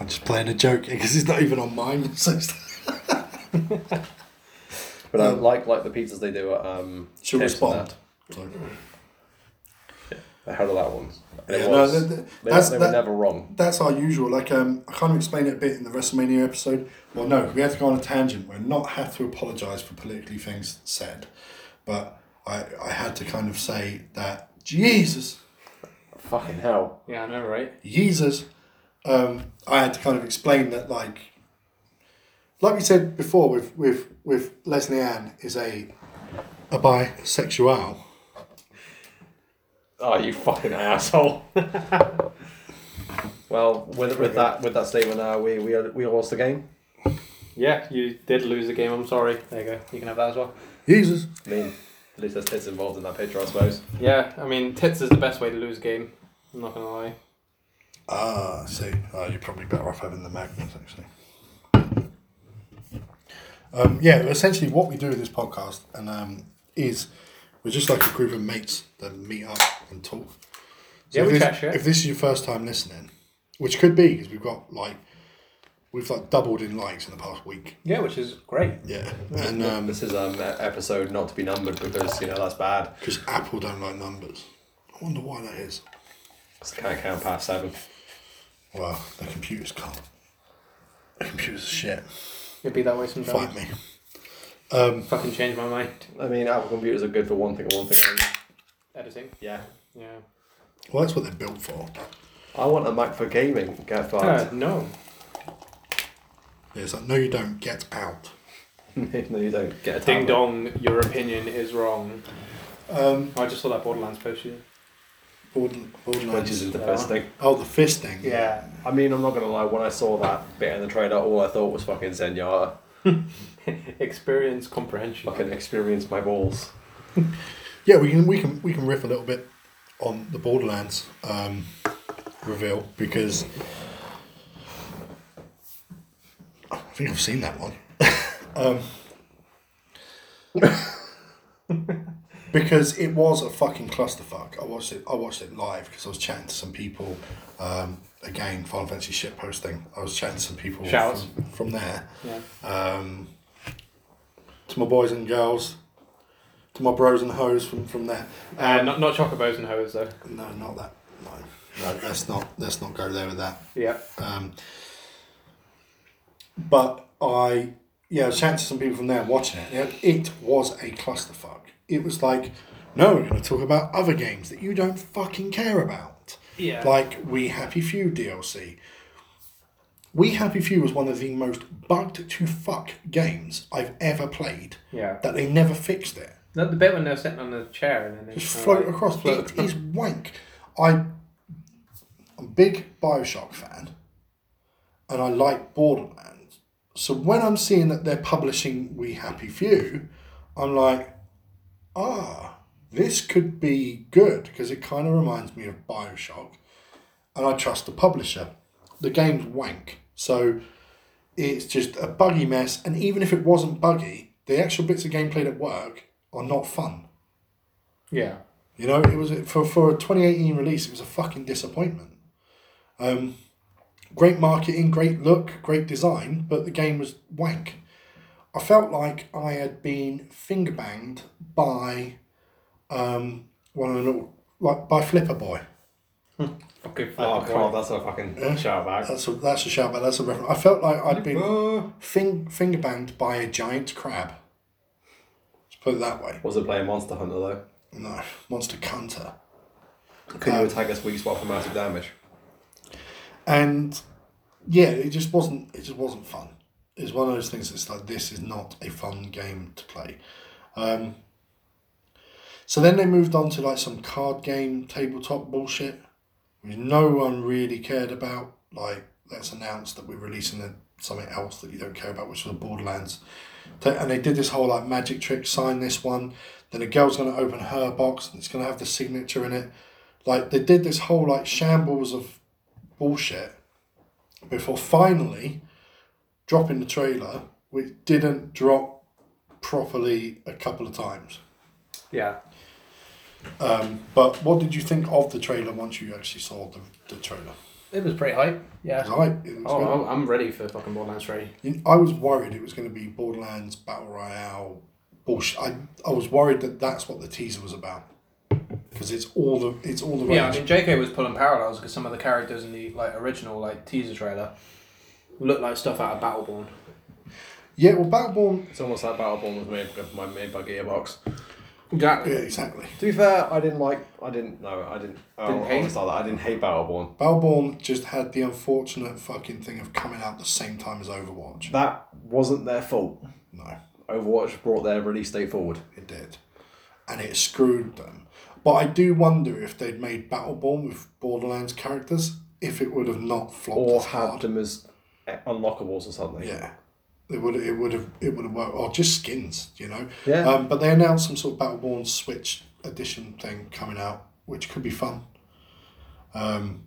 A: I'm just playing a joke because it's not even on mine. So
C: But um, like like the pizzas they do at um
A: she'll
C: Tiff's
A: Hmm.
C: and
A: respond.
C: that,
A: So,
C: They had all that ones. And
A: yeah,
C: it
A: no,
C: was,
A: th- th-
C: they,
A: that's-
C: they were
A: that-
C: never wrong.
A: that's our usual. Like, um, I kind of explained it a bit in the WrestleMania episode. Well, no, we have to go on a tangent. We're not have to apologise for politically things said, but I, I had to kind of say that Jesus,
C: Fucking hell.
B: Yeah, I know, right?
A: Jesus, um, I had to kind of explain that like, like we said before with with with Leslie Ann is a a bisexual.
C: Oh, you fucking asshole. well, with, with that with that statement, uh, we we we lost the game.
B: Yeah, you did lose the game. I'm sorry. There you go. You can have that as well.
A: Jesus,
C: I mean, at least there's tits involved in that picture, I suppose.
B: Yeah, I mean, tits is the best way to lose a game. I'm not gonna lie.
A: ah, see, oh, you're probably better off having the magnums actually. Um, yeah, essentially what we do with this podcast and um, is we're just like a group of mates that meet up and talk.
B: Yeah,
A: if
B: we
A: this,
B: chat shit.
A: If this is your first time listening, which could be because we've got like we've like doubled in likes in the past week.
B: Yeah, which is great.
A: Yeah, and um
C: This is um e- episode not to be numbered because you know that's bad.
A: 'cause because Apple don't like numbers. I wonder why that is.
C: Just can't count past seven.
A: Well, the computers can't. The computers are shit.
B: It'd be that way sometimes.
A: Fight me. Um,
B: Fucking change my mind.
C: I mean, Apple computers are good for one thing and one thing. only.
B: Editing.
C: Yeah.
B: Yeah.
A: well, that's what they're built for.
C: I want a Mac for gaming. Get
B: Uh,
C: fucked.
B: no.
A: Yeah, it's like no, you don't. Get out.
C: no, you don't. Get a
B: Ding
C: tablet.
B: dong, your opinion is wrong. Oh,
A: Um,
B: I just saw that Borderlands post. you-
A: Borden,
C: Which is
A: Borderlands.
C: the first thing.
A: Oh, the fist thing.
B: Yeah.
C: I mean, I'm not gonna lie. When I saw that bit in the trailer, all I thought was fucking Zenyatta.
B: Experience comprehension.
C: Fucking experience my balls.
A: Yeah, we can we can we can riff a little bit on the Borderlands um, reveal because I think I've seen that one. um, because it was a fucking clusterfuck. I watched it. I watched it live because I was chatting to some people. Um, again, Final Fantasy shit posting. I was chatting to some people
B: Shouts.
A: from, from there.
B: Yeah.
A: Um, to my boys and girls, to my bros and hoes from from there.
B: Uh, not not chocobos and hoes though.
A: No, not that. No, no, let's not let's not go there with that.
B: Yeah.
A: Um, but I, yeah, I was chatting to some people from there and watching it. You know, it was a clusterfuck. It was like, no, we're going to talk about other games that you don't fucking care about.
B: Yeah.
A: Like We Happy Few DLC. We Happy Few was one of the most bugged to fuck games I've ever played.
B: Yeah.
A: That they never fixed it.
B: The, the bit when they're sitting on the chair and then uh, they
A: Just
B: kinda
A: float
B: like-
A: across.
B: float.
A: It is wank. I, I'm a big Bioshock fan, and I like Borderlands. So when I'm seeing that they're publishing We Happy Few, I'm like, ah, this could be good because it kind of reminds me of Bioshock, and I trust the publisher. The game's wank, so it's just a buggy mess. And even if it wasn't buggy, the actual bits of gameplay that work are not fun.
B: Yeah.
A: You know, it was for for a 2018 release. It was a fucking disappointment. Um, great marketing, great look, great design, but the game was wank. I felt like I had been finger banged by um, one of the little like by Flipper Boy.
B: Okay.
D: Oh,
B: fucking
D: come on, that's a fucking shower bag.
A: That's a that's a shout, but that's a reference. I felt like I'd been
D: Uh,
A: fing, finger banged by a giant crab. Let's put it that way.
D: wasn't playing Monster Hunter though.
A: No, monster cunter.
D: Couldn't even tag a sweet spot for massive damage.
A: and yeah, it just wasn't. It just wasn't fun. It's one of those things. that's like this is not a fun game to play. Um, so then they moved on to like some card game tabletop bullshit, which no one really cared about. Like let's announce that we're releasing a, something else that you don't care about, which was Borderlands. Ta- And they did this whole like magic trick, sign this one, then a girl's gonna open her box and it's gonna have the signature in it. Like they did this whole like shambles of bullshit before finally dropping the trailer, which didn't drop properly a couple of times.
B: Yeah.
A: Um, but what did you think of the trailer once you actually saw the, the trailer?
B: It was pretty hype. Yeah.
A: It was hype. It was
B: Oh,
A: good.
B: I'm- I'm ready for fucking Borderlands 3.
A: You- I was worried it was going to be Borderlands Battle Royale bullshit. I, I was worried that that's what the teaser was about because it's all the it's all the
B: Yeah, I
A: rage.
B: mean, JK was pulling parallels because some of the characters in the like original like teaser trailer looked like stuff out of Battleborn.
A: Yeah, well, Battleborn.
D: It's almost like Battleborn was made, my made by Gearbox.
B: Exactly.
A: Yeah, exactly.
D: To be fair, I didn't like. I didn't. No, I didn't. I
B: Didn't
D: didn't
B: hate?
D: hate. That. I didn't hate Battleborn.
A: Battleborn just had the unfortunate fucking thing of coming out the same time as Overwatch.
D: That wasn't their fault.
A: No.
D: Overwatch brought their release date forward.
A: It did. And it screwed them. But I do wonder if they'd made Battleborn with Borderlands characters, if it would have not flopped
D: or
A: as
D: had
A: hard.
D: them as unlockables or something.
A: Yeah. It would it would have it would have worked or just skins, you know.
D: Yeah.
A: Um, but they announced some sort of Battleborn Switch edition thing coming out, which could be fun. Um,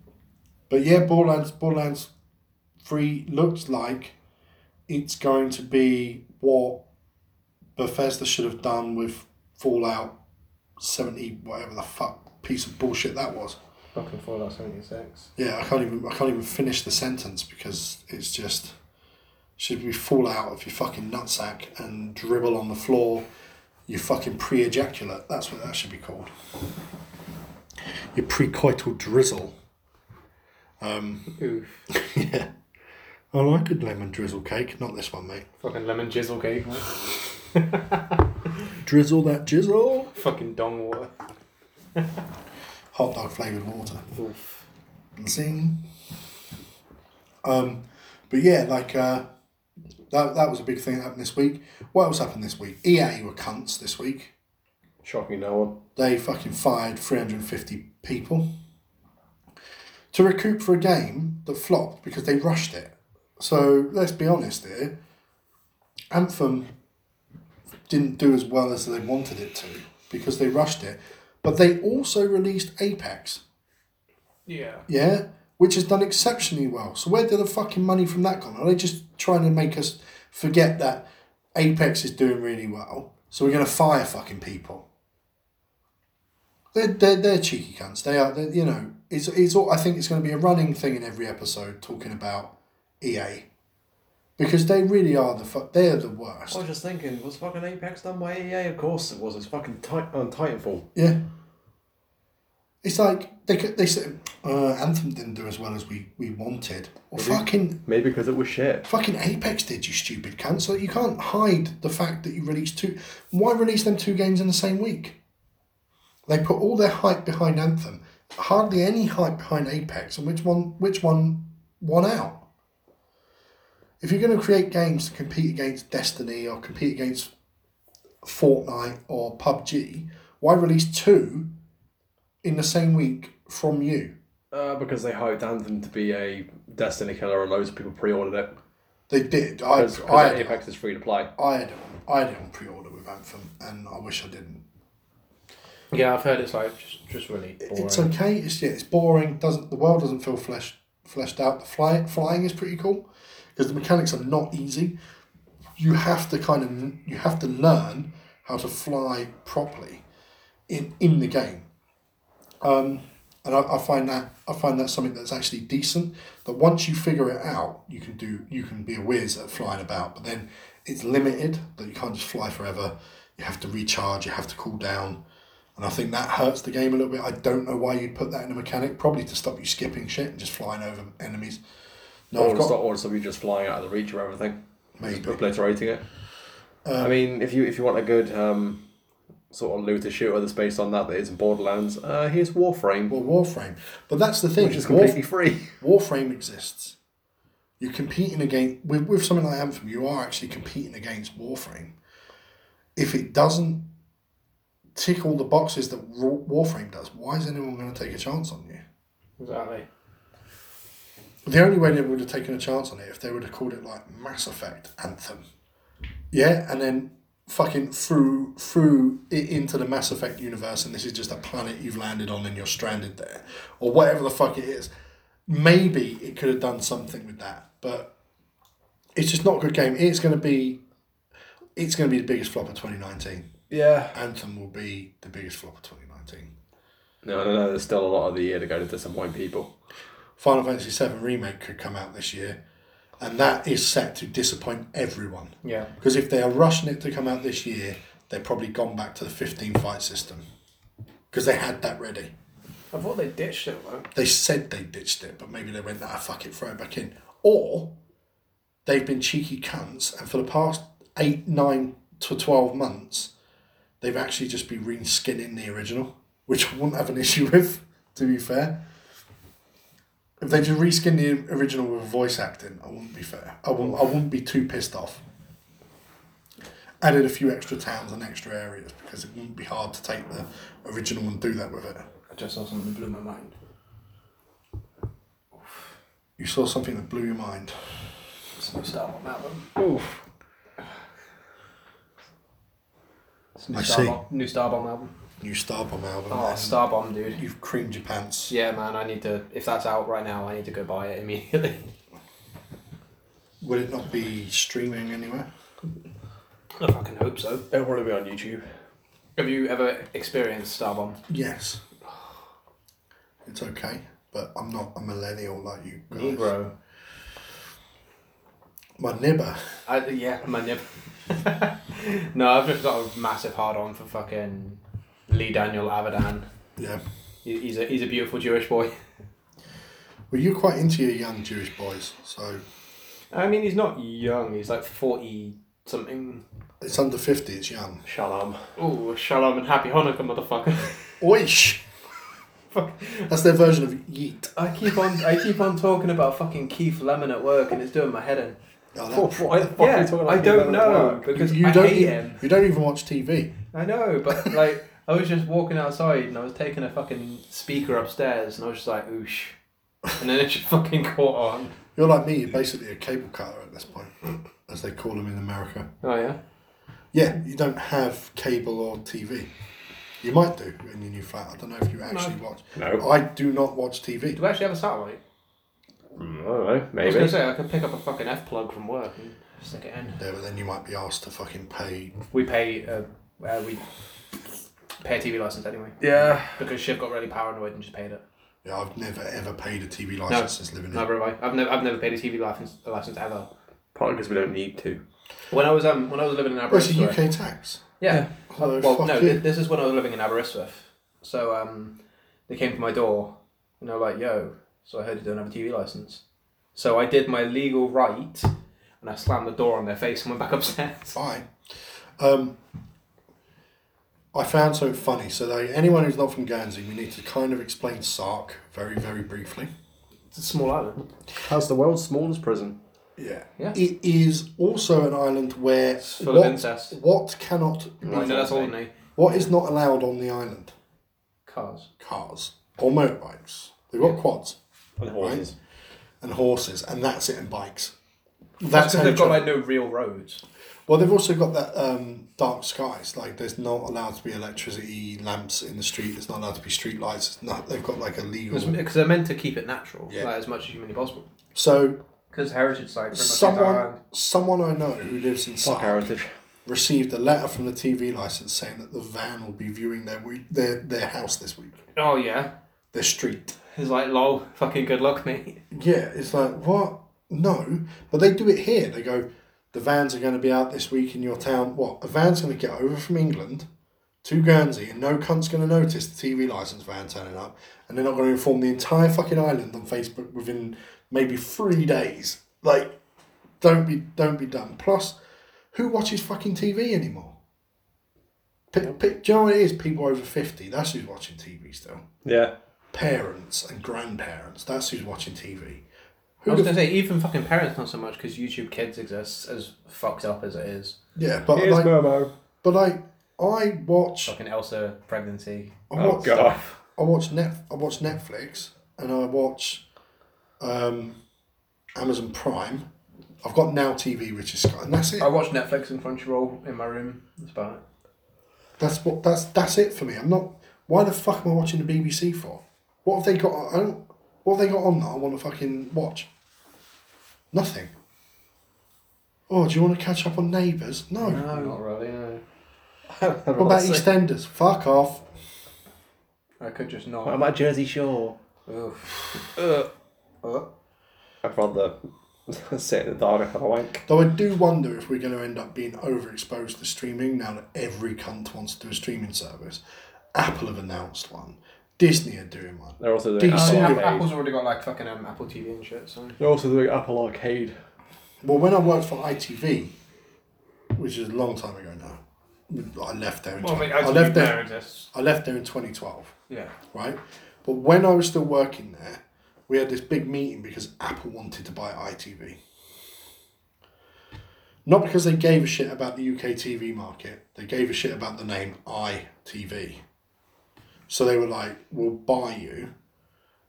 A: but yeah, Borderlands Borderlands three looks like it's going to be what Bethesda should have done with Fallout seventy whatever the fuck piece of bullshit that was.
B: Fucking Fallout 76.
A: Yeah, I can't even I can't even finish the sentence because it's just should we fall out of your fucking nutsack and dribble on the floor, you fucking pre ejaculate. That's what that should be called. Your precoital drizzle. Um,
B: Oof.
A: yeah. I like a lemon drizzle cake, not this one, mate.
B: Fucking lemon jizzle cake. mate.
A: Drizzle that jizzle.
B: Fucking dong water.
A: Hot dog flavoured water.
B: Oof.
A: Zing. Um, but yeah, like uh, that, that was a big thing that happened this week. What else happened this week? EA were cunts this week.
D: Shocking no one.
A: They fucking fired 350 people to recoup for a game that flopped because they rushed it. So let's be honest here Anthem didn't do as well as they wanted it to because they rushed it. But they also released Apex
B: Yeah.
A: yeah, which has done exceptionally well. So where did the fucking money from that gone? Are they just trying to make us forget that Apex is doing really well? So we're gonna fire fucking people. They're, they're, they're cheeky cunts. They are. they're- You know, it's it's. All, I think it's going to be a running thing in every episode talking about EA, because they really are the fu- They are the worst.
D: I was just thinking, was fucking E Apex done by EA? Of course it was. It's fucking tight on Titanfall.
A: Yeah. It's like they could, they said uh, Anthem didn't do as well as we, we wanted. Well,
D: Maybe.
A: fucking
D: Maybe because it was shit.
A: fucking Apex did you stupid cunt. So you can't hide the fact that you released two. Why release them two games in the same week? They put all their hype behind Anthem, hardly any hype behind Apex, and which one which one won out? If you're going to create games to compete against Destiny or compete against Fortnite or PUBG, why release two in the same week from you?
D: Uh, because they hyped Anthem to be a Destiny killer and loads of people pre-ordered it.
A: They did. I,
D: Because
A: I, had,
D: Apex is free to play.
A: I had it on, I had it on pre-order with Anthem, and I wish I didn't.
B: Yeah, I've heard it's like just, just really boring.
A: It's okay. It's yeah, it's boring. Doesn't the world doesn't feel fleshed fleshed out. The fly, flying is pretty cool because the mechanics are not easy. You have to kind of you have to learn how to fly properly in in the game. Um, and I, I find that I find that something that's actually decent. That once you figure it out, you can do you can be a whiz at flying about. But then it's limited that you can't just fly forever. You have to recharge. You have to cool down. And I think that hurts the game a little bit. I don't know why you'd put that in a mechanic. Probably to stop you skipping shit and just flying over enemies. No,
D: Or
A: I've
D: it's
A: got
D: not, or it's you just flying out of the reach of everything,
A: maybe.
D: obliterating it. I mean, if you if you want a good um, sort of looter shooter that's based on that, that isn't Borderlands. Uh, here's Warframe,
A: Well, Warframe. But that's the thing.
D: which is
A: Warf-
D: completely free.
A: Warframe exists. You're competing against with, with something like Anthem. You are actually competing against Warframe. If it doesn't tick all the boxes that Wa- Warframe does, why is anyone going to take a chance on you?
B: Exactly.
A: The only way they would have taken a chance on it if they would have called it like Mass Effect Anthem, yeah, and then fucking threw threw it into the Mass Effect universe, and this is just a planet you've landed on and you're stranded there, or whatever the fuck it is. Maybe it could have done something with that, but it's just not a good game. It's going to be, it's going to be the biggest flop of twenty nineteen.
D: Yeah.
A: Anthem will be the biggest flop of twenty nineteen.
D: No, no, no. There's still a lot of the year to go to disappoint people.
A: Final Fantasy VII Remake could come out this year, and that is set to disappoint everyone.
B: Yeah.
A: Because if they are rushing it to come out this year, they've probably gone back to the 15 fight system. Because they had that ready.
B: I thought they ditched it though.
A: They said they ditched it, but maybe they went, ah, fuck it, throw it back in. Or they've been cheeky cunts, and for the past 8, 9 to 12 months, they've actually just been reskinning the original, which I wouldn't have an issue with, to be fair. If they just reskinned the original with voice acting, I wouldn't be fair. I wouldn't, I wouldn't be too pissed off. Added a few extra towns and extra areas because it wouldn't be hard to take the original and do that with it.
B: I just saw something that blew my mind.
A: You saw something that blew your mind.
B: It's no Star Wars album.
D: Oof.
B: It's new
A: I
B: Star
A: see.
B: Bomb- new Starbomb album.
A: new Starbomb album.
B: Oh,
A: and
B: Starbomb, dude.
A: You've creamed your pants.
B: Yeah, man. I need to. If that's out right now, I need to go buy it immediately.
A: Will it not be streaming anywhere?
B: I fucking hope so.
D: It'll probably be on YouTube.
B: Have you ever experienced Starbomb?
A: Yes. It's okay, but I'm not a millennial like you guys.
B: Negro.
A: My nibber.
B: I, yeah, my nib. no, I've just got a massive hard on for fucking Lee Daniel Avedon.
A: Yeah.
B: He- He's a he's a beautiful Jewish boy.
A: Well, you're quite into your young Jewish boys, so
B: I mean, he's not young. He's like forty something.
A: it's under 50, it's young.
D: Shalom.
B: Oh, shalom and happy Hanukkah, motherfucker.
A: Oish!
B: Fuck.
A: That's their version of yeet.
B: I keep on I keep on talking about fucking Keith Lemon at work, and it's doing my head in.
A: Oh, that-
D: Oh, why the fuck are you
B: yeah,
D: talking about
B: I
D: me
B: don't
D: when I'm at
B: know
D: work?
B: because
A: you,
B: I
A: don't
B: hate
A: even,
B: him.
A: you don't even watch TV.
B: I know, but like I was just walking outside and I was taking a fucking speaker upstairs, and I was just like oosh, and then it just fucking caught on.
A: You're like me, you're basically a cable cutter at this point, as they call them in America.
B: Oh yeah.
A: Yeah, you don't have cable or TV. You might do in your new flat. I don't know if you actually watch.
D: No.
A: I do not watch TV.
B: Do we actually have a satellite?
D: Mm, I don't know.
B: I was gonna
D: Maybe.
B: say I could pick up a fucking F plug from work and stick it in.
A: Yeah, but then you might be asked to fucking pay.
B: We pay uh, uh we pay a TV license anyway
D: Yeah.
B: because Shiv got really paranoid and just paid it.
A: Yeah, I've never ever paid a TV license since living here.
B: Neither have I. I've never I've never paid a TV license a license ever.
D: Partly because we don't need to.
B: When I was um when I was living in
A: Well, it's
B: Aberystwyth.
A: a UK tax.
B: Yeah.
A: Oh,
B: Uh, well,
A: fuck
B: no,
A: you.
B: thi- this is when I was living in Aberystwyth. So um, They came to my door and they were like, yo, so I heard you don't have a TV license. So I did my legal right and I slammed the door on their face and went back upstairs.
A: Fine. Um, I found something funny. So, they, anyone who's not from Guernsey, we need to kind of explain Sark very, very briefly.
B: It's a small island.
C: How's the world's smallest prison?
A: Yeah.
B: Yeah.
A: It is also an island where
B: It's full of
A: what,
B: incest.
A: what cannot,
B: No, that's all me.
A: what is not allowed on the island?
B: Cars.
A: Cars or motorbikes. They've got quads
C: And horses.
A: and horses, and that's it, and bikes.
B: That's
A: That's
B: because
A: how
B: they've got
A: tra-
B: like no real roads.
A: Well, they've also got that um, dark skies. Like, there's not allowed to be electricity lamps in the street. There's not allowed to be street lights. It's not, they've got like a legal.
B: Because they're meant to keep it natural,
A: Yeah.
B: like, as much as humanly possible.
A: So,
B: Because heritage site. pretty much is
A: someone,
B: our-
A: someone I know who lives in
C: Fuck
A: Sark
C: heritage.
A: received a letter from the TV license saying that the van will be viewing their week, their their house this week,
B: Oh yeah.
A: their street.
B: He's like, lol, fucking good luck, mate.
A: Yeah, it's like what? No, but they do it here. They go, the vans are going to be out this week in your town. What? A van's going to get over from England to Guernsey, and no cunt's going to notice the TV license van turning up, and they're not going to inform the entire fucking island on Facebook within maybe three days. Like, don't be don't be dumb. Plus, who watches fucking TV anymore? Pick, pick, do you know what it is? People over fifty. That's who's watching TV still
C: Yeah.
A: parents and grandparents. That's who's watching TV.
B: I
A: Who
B: was
A: the,
B: gonna say even fucking parents not so much because YouTube Kids exists as fucked up as it is.
A: yeah, but like,
C: Momo.
A: but like, I watch,
B: Fucking Elsa pregnancy.
A: I watch,
C: God.
A: I watch net, I watch Netflix, and I watch, um, Amazon Prime. I've got Now TV, which is Sky, and that's it.
B: I watched Netflix and Crunchyroll in my room. That's about it.
A: That's what. That's that's it for me. I'm not. Why the fuck am I watching the BBC for? What have they got? I don't. What have they got on that I want to fucking watch? Nothing. Oh, do you want to catch up on Neighbours?
B: Oh, not really. No.
A: What about EastEnders? Fuck off.
B: I could just
C: What
B: not.
C: about Jersey Shore? Uh,
B: Oof.
C: I'd rather sit in the dark and have a wank.
A: Though I do wonder if we're going to end up being overexposed to streaming now that every cunt wants to do a streaming service. Apple have announced one. Disney are doing one.
C: They're also
A: Decent.
C: doing
B: Oh,
A: So-
B: yeah,
C: Apple
B: Apple-
C: Arcade.
B: Apple's already got like fucking um, Apple TV and shit. So
C: They're also doing Apple Arcade.
A: Well, when I worked for ITV, which is a long time ago now, I left there. In
B: well, I mean,
A: 20 I
B: ITV
A: left
B: there
A: there.
B: exists.
A: I left there in twenty twelve.
B: Yeah.
A: right? But when I was still working there, we had this big meeting because Apple wanted to buy ITV. Not because they gave a shit about the UK TV market, they gave a shit about the name ITV. So they were like, we'll buy you,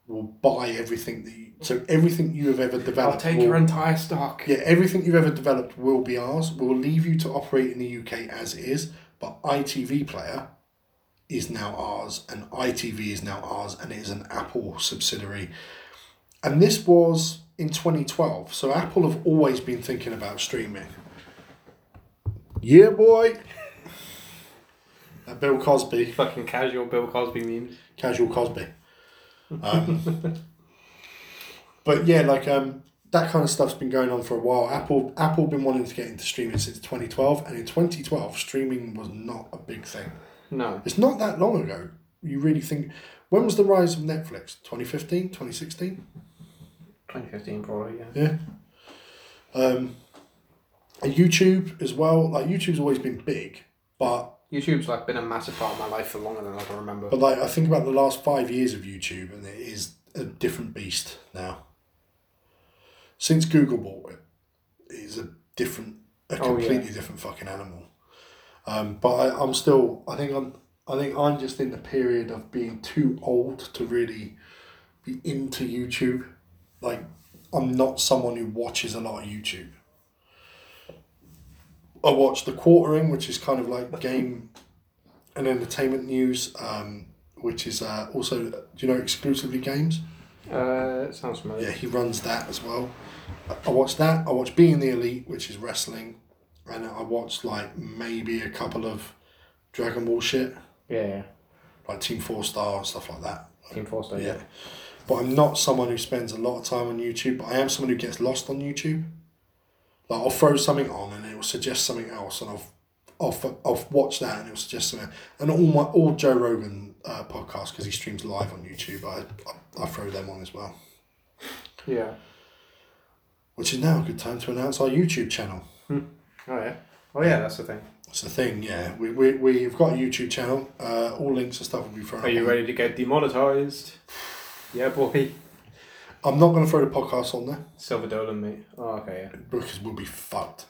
A: we'll buy everything that you, so everything you have ever developed.
B: I'll take
A: will-
B: your entire stock.
A: yeah, everything you've ever developed will be ours. We'll leave you to operate in the UK as is, but ITV Player is now ours, and ITV is now ours, and it is an Apple subsidiary. And this was in 2012, so Apple have always been thinking about streaming. Yeah, boy. That Bill Cosby,
B: Fucking casual Bill Cosby memes.
A: casual Cosby. Um, but yeah, like um, that kind of stuff's been going on for a while. Apple Apple been wanting to get into streaming since 2012, and in 2012, streaming was not a big thing.
B: No.
A: It's not that long ago. You really think when was the rise of Netflix? 2015, 2016?
B: 2015 probably. Yeah.
A: Yeah. Um, and YouTube as well. Like YouTube's always been big, but
B: YouTube's like been a massive part of my life for longer than I can remember.
A: But like I think about the last five years of YouTube, and it is a different beast now. Since Google bought it, it's a different, a
B: Oh, yeah.
A: completely different fucking animal. Um, but I, I'm still. I think I'm. I think I'm just in the period of being too old to really be into YouTube. Like, I'm not someone who watches a lot of YouTube. I watch the quartering, which is kind of like game and entertainment news, um, which is uh, also do you know exclusively games.
B: Uh, it sounds familiar.
A: Yeah, he runs that as well. I- I watch that. I watch Being the Elite, which is wrestling, and I watch like maybe a couple of Dragon Ball shit,
B: Yeah, yeah.
A: like Team Four Star and stuff like that.
B: Team Four Star.
A: Yeah. But I'm not someone who spends a lot of time on YouTube, but I am someone who gets lost on YouTube. Like I'll throw something on and it will suggest something else and I've off off watch that, and it was just uh, and all my all Joe Rogan uh, podcasts because he streams live on YouTube. I, I I throw them on as well,
B: Yeah.
A: which is now a good time to announce our YouTube channel.
B: Oh yeah. Oh yeah, that's the thing.
A: It's the thing, yeah. We we we have got a YouTube channel. Uh, all links and stuff will be thrown.
B: Are
A: up
B: you
A: on-
B: ready to get demonetized? Yeah, boy.
A: I'm not going to throw the podcast on there
B: Silver Dolan, mate. Oh, okay. Yeah.
A: because we'll be fucked.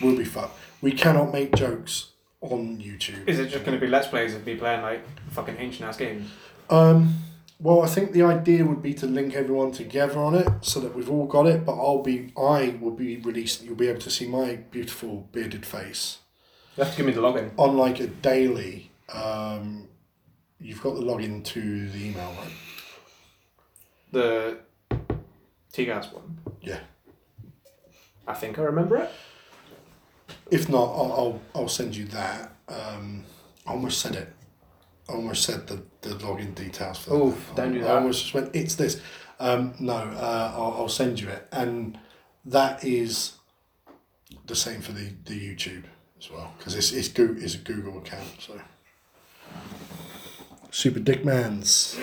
A: We'll be fucked. We cannot make jokes on YouTube.
B: Is it just going to be let's plays of me playing like fucking ancient ass games?
A: Um, well, I think the idea would be to link everyone together on it so that we've all got it. But I'll be, I will be released. You'll be able to see my beautiful bearded face
B: You have to give me the login.
A: on like a daily. Um, you've got the login to the email, right?
B: The T gas one.
A: Yeah.
B: I think I remember it.
A: If not, I'll I'll, I'll send you that. Um, I almost said it. I almost said the, the login details for
B: Oof, don't do
A: I
B: that.
A: almost just went, it's this. Um, no, uh, I'll, I'll send you it. And that is the same for the, the YouTube as well, because it's, it's, Goo- it's a Google account. So Super Dick Mans.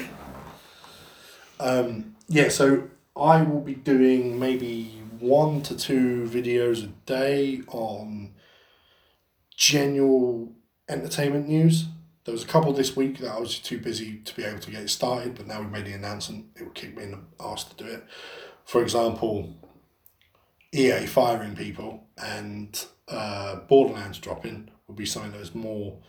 A: Um, yeah, so I will be doing maybe one to two videos a day on general entertainment news. There was a couple this week that I was too busy to be able to get it started, but now we've made the announcement, it will kick me in the arse to do it. For example, EA firing people and uh, Borderlands dropping would be something that is more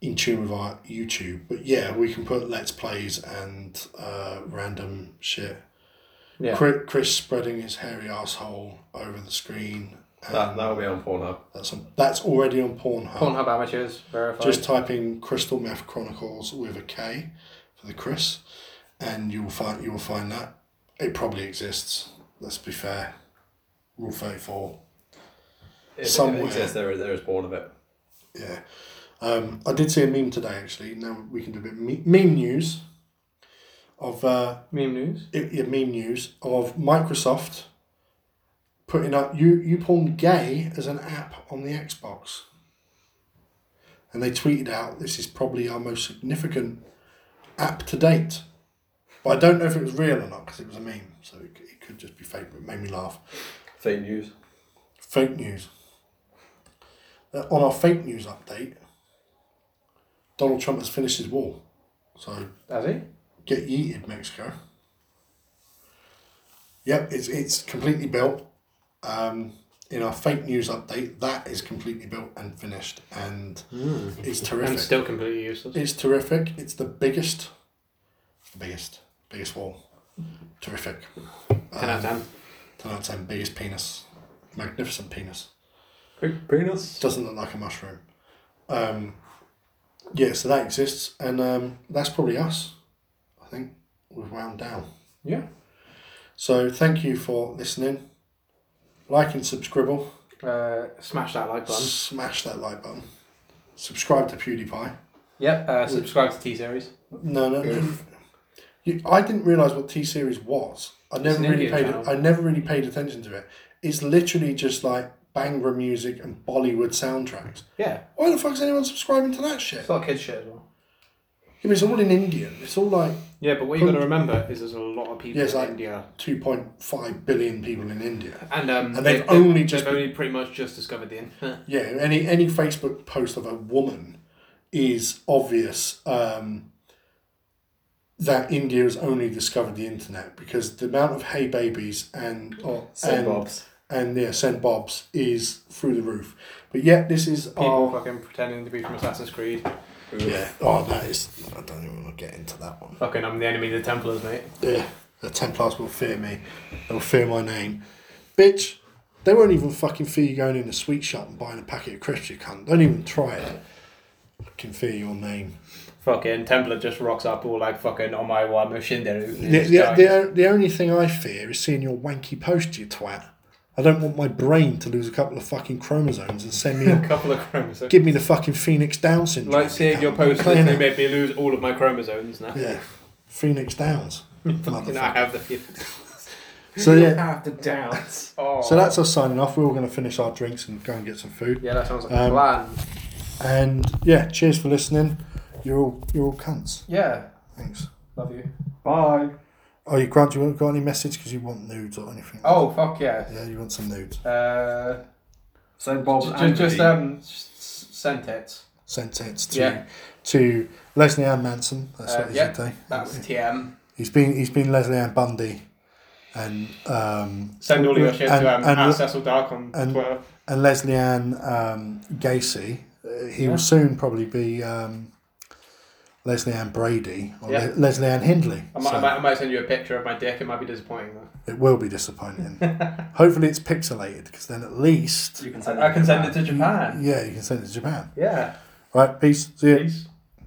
A: in tune with our YouTube. But yeah, we can put Let's Plays and uh, random shit.
B: Yeah.
A: Chris, Chris spreading his hairy asshole over the screen. and
C: That that'll be on Pornhub.
A: that's on, that's already on Pornhub.
B: Pornhub amateurs verified.
A: Just type in Crystal Meth Chronicles with a K for the Chris, and you will find you will find that it probably exists. Let's be fair. Rule thirty four.
C: If
A: Somewhere.
C: it exists, there is there is born of it.
A: Yeah. Um, I did see a meme today actually. Now we can do a bit of me- meme news. Of uh,
B: meme news.
A: it, yeah, meme news of Microsoft putting up you you porn gay as an app on the Xbox. And they tweeted out this is probably our most significant app to date. But I don't know if it was real or not because it was a meme, so it, c- it could just be fake. But it made me laugh.
C: Fake news.
A: Fake news. Uh, on our fake news update, Donald Trump has finished his wall. So
B: Has he?
A: get yeeted Mexico. Yep, it's it's completely built. Um, in our fake news update, that is completely built and finished, and
B: Hmm.
A: it's terrific.
B: And still completely useless.
A: It's terrific. It's the biggest, the biggest, biggest wall. Terrific.
B: Ten out of ten.
A: Ten out of ten. Biggest penis. Magnificent penis.
C: Big penis.
A: Doesn't look like a mushroom. Um, yeah, so that exists, and um, that's probably us. I think we've wound down.
B: Yeah.
A: So thank you for listening. Like and subscribe. Oh,
B: Uh, smash that like button.
A: Smash that like button. Subscribe to PewDiePie.
B: Yep. Uh, subscribe to T series.
A: No, no, no. You, I didn't realize what T series was. I never
B: an
A: really
B: Indian
A: paid.
B: channel.
A: I never really paid attention to it. It's literally just like Bangra music and Bollywood soundtracks.
B: Yeah.
A: Why the fuck is anyone subscribing to that shit?
B: It's a lot of kids shit as well.
A: I mean, it's all in Indian. It's all like
B: Yeah, but what you got to remember is there's a lot of people
A: Yes,
B: in
A: I-
B: India,
A: two point five billion people in India.
B: and um,
A: And they've only
B: they've
A: just-
B: only pretty much just discovered the internet.
A: Yeah, any any Facebook post of a woman is obvious um, that India has only discovered the internet because the amount of hey babies and or, and,
C: Send bobs.
A: and yeah send bobs is through the roof. But yet this is
B: People
A: our
B: fucking pretending to be from Assassin's Creed.
A: yeah. Oh, that is. I don't even want to get into that one.
B: Fucking, I'm the enemy of the Templars, mate.
A: Yeah, the Templars will fear me. They will fear my name, bitch. They won't even fucking fear you going in a sweet shop and buying a packet of crisps. You cunt. Don't even try it. Fucking fear your name.
B: Fucking Templar just rocks up all like fucking on my one Shinderu.
A: The, the, the, the only thing I fear is seeing your wanky post, you twat. I don't want my brain to lose a couple of fucking chromosomes and send me
B: a
A: a,
B: couple of chromosomes.
A: give me the fucking Phoenix Down syndrome.
B: Like seeing your post
A: Clean
B: literally
A: it.
B: made me lose all of my chromosomes now.
A: Yeah, Phoenix Downs.
B: And
A: Motherfucker.
B: I have the few.
A: So yeah,
D: have to dance.
B: Oh.
A: so that's us signing off. We're all going to finish our drinks and go and get some food.
B: yeah, that sounds like
A: Um,
B: a plan.
A: And yeah, cheers for listening. You're all you're all cunts.
B: Yeah,
A: Thanks.
B: love you.
D: Bye.
A: Oh, you Grant, you got any message because you want nudes or anything?
B: Oh fuck yeah.
A: yeah, you want some nudes.
B: Uh,
D: So Bob's
B: just,
D: angry.
B: just um, s- s- send it.
A: Sent it to
B: Yeah.
A: to Leslie Ann Manson. That's
B: Uh,
A: what he
B: yeah,
A: should say.
B: That's TM.
A: He's been he's been Leslie Ann Bundy, and um
B: Send all your shit
A: And-
B: to um,
A: and-
B: at Cecil Dark on
A: and-
B: Twitter.
A: and Leslie Ann um, Gacy. Uh, he
B: Yeah.
A: will soon probably be um, Leslie Ann Brady or
B: Yeah.
A: Le- Leslie Ann Hindley.
B: I might,
A: So
B: I, might, I might send you a picture of my dick. It might be disappointing though.
A: It will be disappointing. Hopefully, it's pixelated because then at least
D: You can
B: I, I can send it to Japan.
A: yeah, you can send it to Japan.
B: Yeah.
A: Right, peace. See you.
B: Peace.